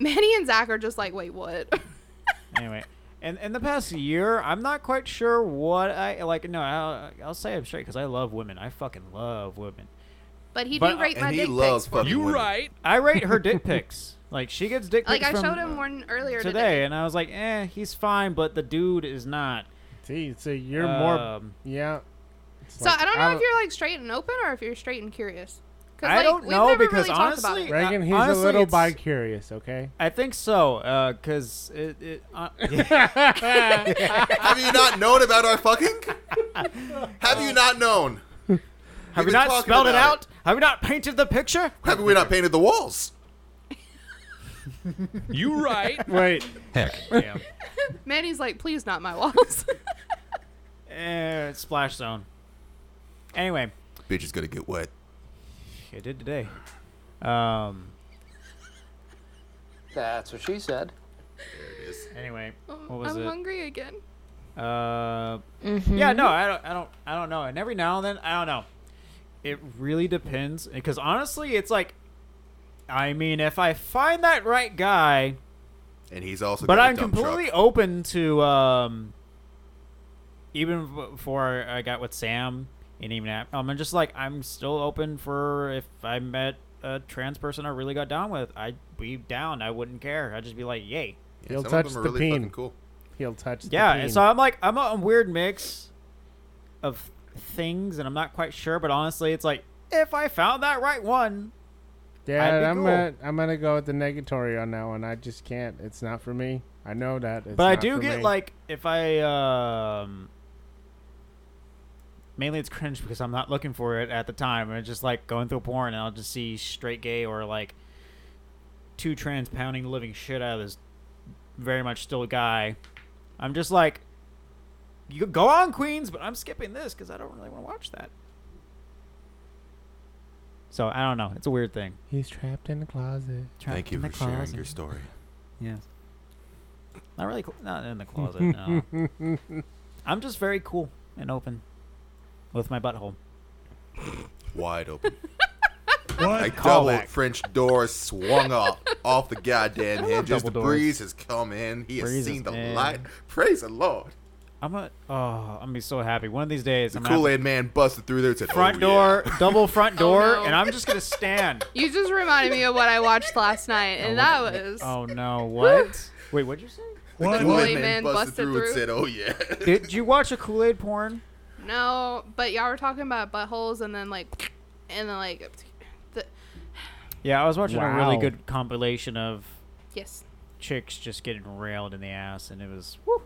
[SPEAKER 4] Manny and Zach are just like, wait, what? <laughs>
[SPEAKER 7] anyway, and in the past year, I'm not quite sure what I like. No, I'll, I'll say I'm straight because I love women. I fucking love women.
[SPEAKER 4] but he
[SPEAKER 7] But-
[SPEAKER 4] did rate
[SPEAKER 2] And
[SPEAKER 4] my
[SPEAKER 2] he
[SPEAKER 4] dick
[SPEAKER 2] loves
[SPEAKER 4] pics. for me.
[SPEAKER 2] fucking
[SPEAKER 6] You
[SPEAKER 2] women.
[SPEAKER 6] right.
[SPEAKER 7] I rate her dick
[SPEAKER 4] <laughs>
[SPEAKER 7] pics. Like she gets dick pics
[SPEAKER 4] Like I
[SPEAKER 7] from uh,
[SPEAKER 4] showed him one earlier
[SPEAKER 7] today,
[SPEAKER 4] today.
[SPEAKER 7] and I was like, eh, he's fine, but the dude is not.
[SPEAKER 5] see, so you're more,
[SPEAKER 7] Um,
[SPEAKER 5] yeah. It's
[SPEAKER 4] So
[SPEAKER 5] like,
[SPEAKER 4] I don't know if you're like straight and open or if you're straight and curious. 'Cause,
[SPEAKER 7] I
[SPEAKER 4] like,
[SPEAKER 7] don't
[SPEAKER 4] we've
[SPEAKER 7] know
[SPEAKER 4] never
[SPEAKER 7] because
[SPEAKER 4] really talked about
[SPEAKER 7] honestly-
[SPEAKER 4] it.
[SPEAKER 5] Reagan, he's
[SPEAKER 7] honestly,
[SPEAKER 5] a little
[SPEAKER 7] it's-
[SPEAKER 5] bi curious, okay?
[SPEAKER 7] I think so, because it. it uh,
[SPEAKER 2] Have you not known about our fucking? Have you not known?
[SPEAKER 7] have
[SPEAKER 2] been
[SPEAKER 7] we not
[SPEAKER 2] talking
[SPEAKER 7] spelled it
[SPEAKER 2] about
[SPEAKER 7] out? Have we not painted the picture?
[SPEAKER 2] Have we not painted the walls?
[SPEAKER 6] You right.
[SPEAKER 5] Wait,
[SPEAKER 6] Heck.
[SPEAKER 4] Manny's like, please not my walls. <laughs>
[SPEAKER 7] Eh, splash zone. Anyway,
[SPEAKER 2] Bitch is gonna get wet.
[SPEAKER 7] it did today. Um.
[SPEAKER 8] That's what she said.
[SPEAKER 7] Anyway, what was
[SPEAKER 4] Um, I'm
[SPEAKER 7] it?
[SPEAKER 4] hungry again.
[SPEAKER 7] Uh. Yeah. No. I don't. I don't. I don't know. And every now and then, I don't know. It really depends. Because honestly, it's like, I mean, if I find that right guy,
[SPEAKER 2] And he's also.
[SPEAKER 7] but
[SPEAKER 2] got a
[SPEAKER 7] I'm
[SPEAKER 2] dump
[SPEAKER 7] completely
[SPEAKER 2] Truck.
[SPEAKER 7] open to um, even b- before I got with Sam and even at, um, I'm just like I'm still open for if I met a trans person I really got down with, I'd be down. I wouldn't care. I'd just be like, yay,
[SPEAKER 2] Yeah,
[SPEAKER 5] He'll
[SPEAKER 2] some of
[SPEAKER 5] touch
[SPEAKER 2] them are
[SPEAKER 5] the
[SPEAKER 2] really
[SPEAKER 5] peen.
[SPEAKER 2] fucking cool.
[SPEAKER 5] he'll touch. the
[SPEAKER 7] yeah. And
[SPEAKER 5] peen.
[SPEAKER 7] so I'm like I'm a, a weird mix of things, and I'm not quite sure. But honestly, it's like if I found that right one, I'd
[SPEAKER 5] Dad,
[SPEAKER 7] be
[SPEAKER 5] I'm
[SPEAKER 7] cool.
[SPEAKER 5] gonna I'm gonna go with the negatory on that one. I just can't. It's not for me. I know that. It's
[SPEAKER 7] but I
[SPEAKER 5] not
[SPEAKER 7] do
[SPEAKER 5] for
[SPEAKER 7] get
[SPEAKER 5] me.
[SPEAKER 7] like if I um mainly it's cringe because I'm not looking for it at the time. I'm just like going through porn and I'll just see straight gay or like two trans pounding the living shit out of this very much still guy. I'm just like you could go on Queens, but I'm skipping this because I don't really want to watch that. So I don't know. It's a weird thing.
[SPEAKER 5] he's trapped in the closet.
[SPEAKER 7] Trapped in the closet.
[SPEAKER 2] story.
[SPEAKER 7] Yeah. Not really cool. Not <laughs> in the closet. no. I'm just very cool and open with my butthole. <laughs>
[SPEAKER 2] Wide open. A
[SPEAKER 7] What?
[SPEAKER 2] double
[SPEAKER 7] Callback.
[SPEAKER 2] French door swung off off the goddamn hinges.
[SPEAKER 7] double
[SPEAKER 2] The
[SPEAKER 7] doors.
[SPEAKER 2] breeze has come in. He has
[SPEAKER 7] Breeze
[SPEAKER 2] seen
[SPEAKER 7] is
[SPEAKER 2] the
[SPEAKER 7] in.
[SPEAKER 2] light. Praise the Lord.
[SPEAKER 7] I'm a. Oh, I'm gonna be so happy. One of these days,
[SPEAKER 2] The
[SPEAKER 7] I'm gonna have
[SPEAKER 2] Kool Aid Man busted through there "Oh, to
[SPEAKER 7] front door, <laughs> double front door,
[SPEAKER 4] Oh, no.
[SPEAKER 7] and I'm just gonna
[SPEAKER 4] <laughs>
[SPEAKER 7] stand.
[SPEAKER 4] You just reminded me of what I watched last night, and that was
[SPEAKER 7] Oh no! What? Wait, what'd you say?
[SPEAKER 2] The Kool
[SPEAKER 4] Kool-Aid
[SPEAKER 2] Aid Man
[SPEAKER 4] Man
[SPEAKER 2] busted
[SPEAKER 4] busted
[SPEAKER 2] through, and
[SPEAKER 4] through.
[SPEAKER 2] said, "Oh yeah."
[SPEAKER 7] <laughs> Did you watch a Kool Aid porn?
[SPEAKER 4] no. But y'all were talking about buttholes, and then like, and then like, the,
[SPEAKER 7] Yeah, I was watching a really
[SPEAKER 3] Wow.
[SPEAKER 7] good compilation of
[SPEAKER 4] yes.
[SPEAKER 7] chicks just getting railed in the ass, and it was. Woo.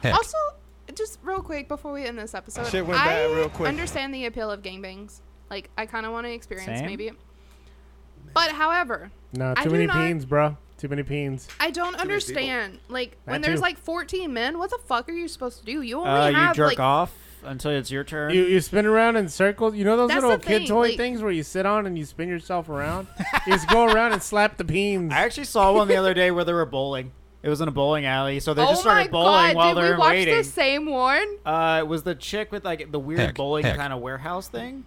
[SPEAKER 6] Heck.
[SPEAKER 4] Also, just real quick before we end this episode,
[SPEAKER 9] Shit went
[SPEAKER 4] I
[SPEAKER 9] bad real quick.
[SPEAKER 4] understand the appeal of gangbangs. Like, I kind of want to experience
[SPEAKER 7] Same.
[SPEAKER 4] maybe. But however,
[SPEAKER 5] No,
[SPEAKER 4] I
[SPEAKER 5] too
[SPEAKER 4] do
[SPEAKER 5] many
[SPEAKER 4] not-
[SPEAKER 5] peens, bro. Too many peens.
[SPEAKER 4] I don't
[SPEAKER 2] many people.
[SPEAKER 4] understand. Like, when
[SPEAKER 5] That
[SPEAKER 4] there's
[SPEAKER 5] too.
[SPEAKER 4] like 14 men, what the fuck are you supposed to do? You only
[SPEAKER 7] Uh, you
[SPEAKER 4] have
[SPEAKER 7] jerk
[SPEAKER 4] like
[SPEAKER 7] off until it's your turn.
[SPEAKER 5] You, you spin around in circles. You know those
[SPEAKER 4] That's
[SPEAKER 5] little
[SPEAKER 4] the
[SPEAKER 5] kid
[SPEAKER 4] thing,
[SPEAKER 5] toy
[SPEAKER 4] like-
[SPEAKER 5] things where you sit on and you spin yourself around? you just go around and slap the peens.
[SPEAKER 7] I actually saw one the other day where they were bowling. It was in a bowling alley, so they
[SPEAKER 4] oh
[SPEAKER 7] just started
[SPEAKER 4] my
[SPEAKER 7] bowling
[SPEAKER 4] god!
[SPEAKER 7] while
[SPEAKER 4] Did
[SPEAKER 7] they're
[SPEAKER 4] we watch
[SPEAKER 7] waiting.
[SPEAKER 4] the same one?
[SPEAKER 7] Uh, it was the chick with like the weird
[SPEAKER 6] Heck,
[SPEAKER 7] bowling
[SPEAKER 6] heck.
[SPEAKER 7] kind of warehouse thing.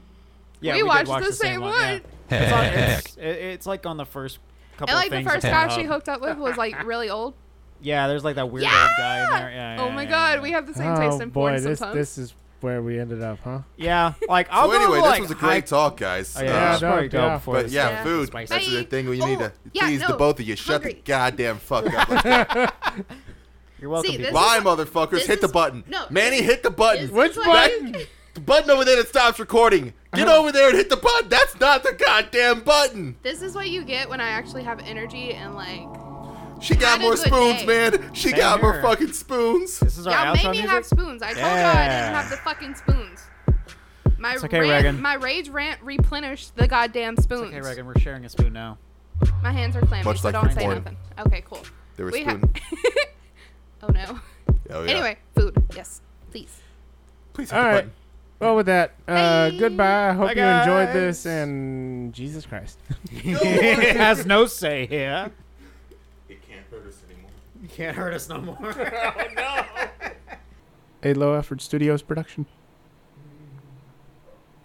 [SPEAKER 7] Yeah,
[SPEAKER 4] We
[SPEAKER 7] did
[SPEAKER 4] watched
[SPEAKER 7] watch
[SPEAKER 4] the same
[SPEAKER 7] yeah.
[SPEAKER 4] one.
[SPEAKER 7] It's, on,
[SPEAKER 6] Heck.
[SPEAKER 7] it's, it- it's like on the first couple.
[SPEAKER 4] And like
[SPEAKER 7] of
[SPEAKER 4] the
[SPEAKER 7] things
[SPEAKER 4] first
[SPEAKER 7] at
[SPEAKER 4] guy
[SPEAKER 7] the
[SPEAKER 4] she
[SPEAKER 7] hub.
[SPEAKER 4] hooked up with was like really old.
[SPEAKER 7] Yeah, there's like that weird
[SPEAKER 4] Yeah!
[SPEAKER 7] old guy in there. Yeah,
[SPEAKER 4] oh
[SPEAKER 7] yeah,
[SPEAKER 4] my
[SPEAKER 7] yeah,
[SPEAKER 4] god,
[SPEAKER 7] yeah.
[SPEAKER 4] we have
[SPEAKER 7] <laughs>
[SPEAKER 4] the <laughs> same
[SPEAKER 5] oh
[SPEAKER 4] taste in
[SPEAKER 5] boy,
[SPEAKER 4] porn
[SPEAKER 5] this
[SPEAKER 4] sometimes.
[SPEAKER 5] this is where we ended up, huh?
[SPEAKER 7] Yeah, like I'll
[SPEAKER 2] so
[SPEAKER 7] go
[SPEAKER 2] anyway,
[SPEAKER 7] to,
[SPEAKER 2] this
[SPEAKER 7] like,
[SPEAKER 2] was a great talk, guys.
[SPEAKER 7] high-
[SPEAKER 2] Uh,
[SPEAKER 7] Oh, yeah,
[SPEAKER 5] Yeah,
[SPEAKER 7] I'll probably
[SPEAKER 5] no,
[SPEAKER 7] go
[SPEAKER 5] yeah.
[SPEAKER 7] before
[SPEAKER 2] but
[SPEAKER 7] this.
[SPEAKER 2] yeah,
[SPEAKER 4] Yeah.
[SPEAKER 2] food.
[SPEAKER 7] Spicy.
[SPEAKER 2] That's
[SPEAKER 4] Bye.
[SPEAKER 2] the thing when you
[SPEAKER 4] Oh,
[SPEAKER 2] need to
[SPEAKER 4] yeah,
[SPEAKER 2] please the
[SPEAKER 4] no,
[SPEAKER 2] both of you. Shut the
[SPEAKER 4] hungry.
[SPEAKER 2] goddamn
[SPEAKER 4] <laughs>
[SPEAKER 2] fuck up. Let's go.
[SPEAKER 7] You're welcome.
[SPEAKER 4] See,
[SPEAKER 7] people.
[SPEAKER 4] this
[SPEAKER 2] Bye,
[SPEAKER 4] is-
[SPEAKER 2] motherfuckers.
[SPEAKER 4] this
[SPEAKER 2] Hit the
[SPEAKER 4] is-
[SPEAKER 2] button.
[SPEAKER 4] no,
[SPEAKER 2] Manny,
[SPEAKER 4] this-
[SPEAKER 2] hit the button.
[SPEAKER 4] this-
[SPEAKER 5] Which
[SPEAKER 4] It's like-
[SPEAKER 5] button?
[SPEAKER 2] The button over there that stops recording. Get over there and hit the button. That's not the goddamn button.
[SPEAKER 4] This is what you get when I actually have energy and like
[SPEAKER 2] She got
[SPEAKER 4] Had a
[SPEAKER 2] more
[SPEAKER 4] good
[SPEAKER 2] spoons,
[SPEAKER 4] day.
[SPEAKER 2] man. She
[SPEAKER 7] Same
[SPEAKER 2] got more
[SPEAKER 7] here.
[SPEAKER 2] fucking spoons.
[SPEAKER 7] This is our outro
[SPEAKER 4] y'all made me
[SPEAKER 7] music.
[SPEAKER 4] have spoons. I told y'all I didn't have the fucking spoons. My
[SPEAKER 7] okay,
[SPEAKER 4] rant,
[SPEAKER 7] Reagan.
[SPEAKER 4] my rage rant replenished the goddamn spoons.
[SPEAKER 7] Okay, Reagan, we're sharing a spoon now. <laughs>
[SPEAKER 4] My hands are clammy,
[SPEAKER 2] Much
[SPEAKER 4] so
[SPEAKER 2] like
[SPEAKER 4] don't
[SPEAKER 2] my
[SPEAKER 4] say
[SPEAKER 2] porn.
[SPEAKER 4] nothing. Okay, cool.
[SPEAKER 2] There was
[SPEAKER 4] We
[SPEAKER 2] spoon.
[SPEAKER 4] have. <laughs> oh no.
[SPEAKER 2] oh, yeah.
[SPEAKER 4] Anyway, food. Yes, please.
[SPEAKER 2] please hit
[SPEAKER 5] All
[SPEAKER 2] the
[SPEAKER 5] right.
[SPEAKER 2] button.
[SPEAKER 5] Well, with that, uh,
[SPEAKER 4] Bye.
[SPEAKER 5] goodbye. I hope
[SPEAKER 7] Bye,
[SPEAKER 5] you enjoyed
[SPEAKER 7] guys.
[SPEAKER 5] this, and Jesus Christ. <laughs>
[SPEAKER 7] it has no say here.
[SPEAKER 2] It can't hurt us anymore.
[SPEAKER 7] You can't hurt us no more.
[SPEAKER 5] A low effort studios production.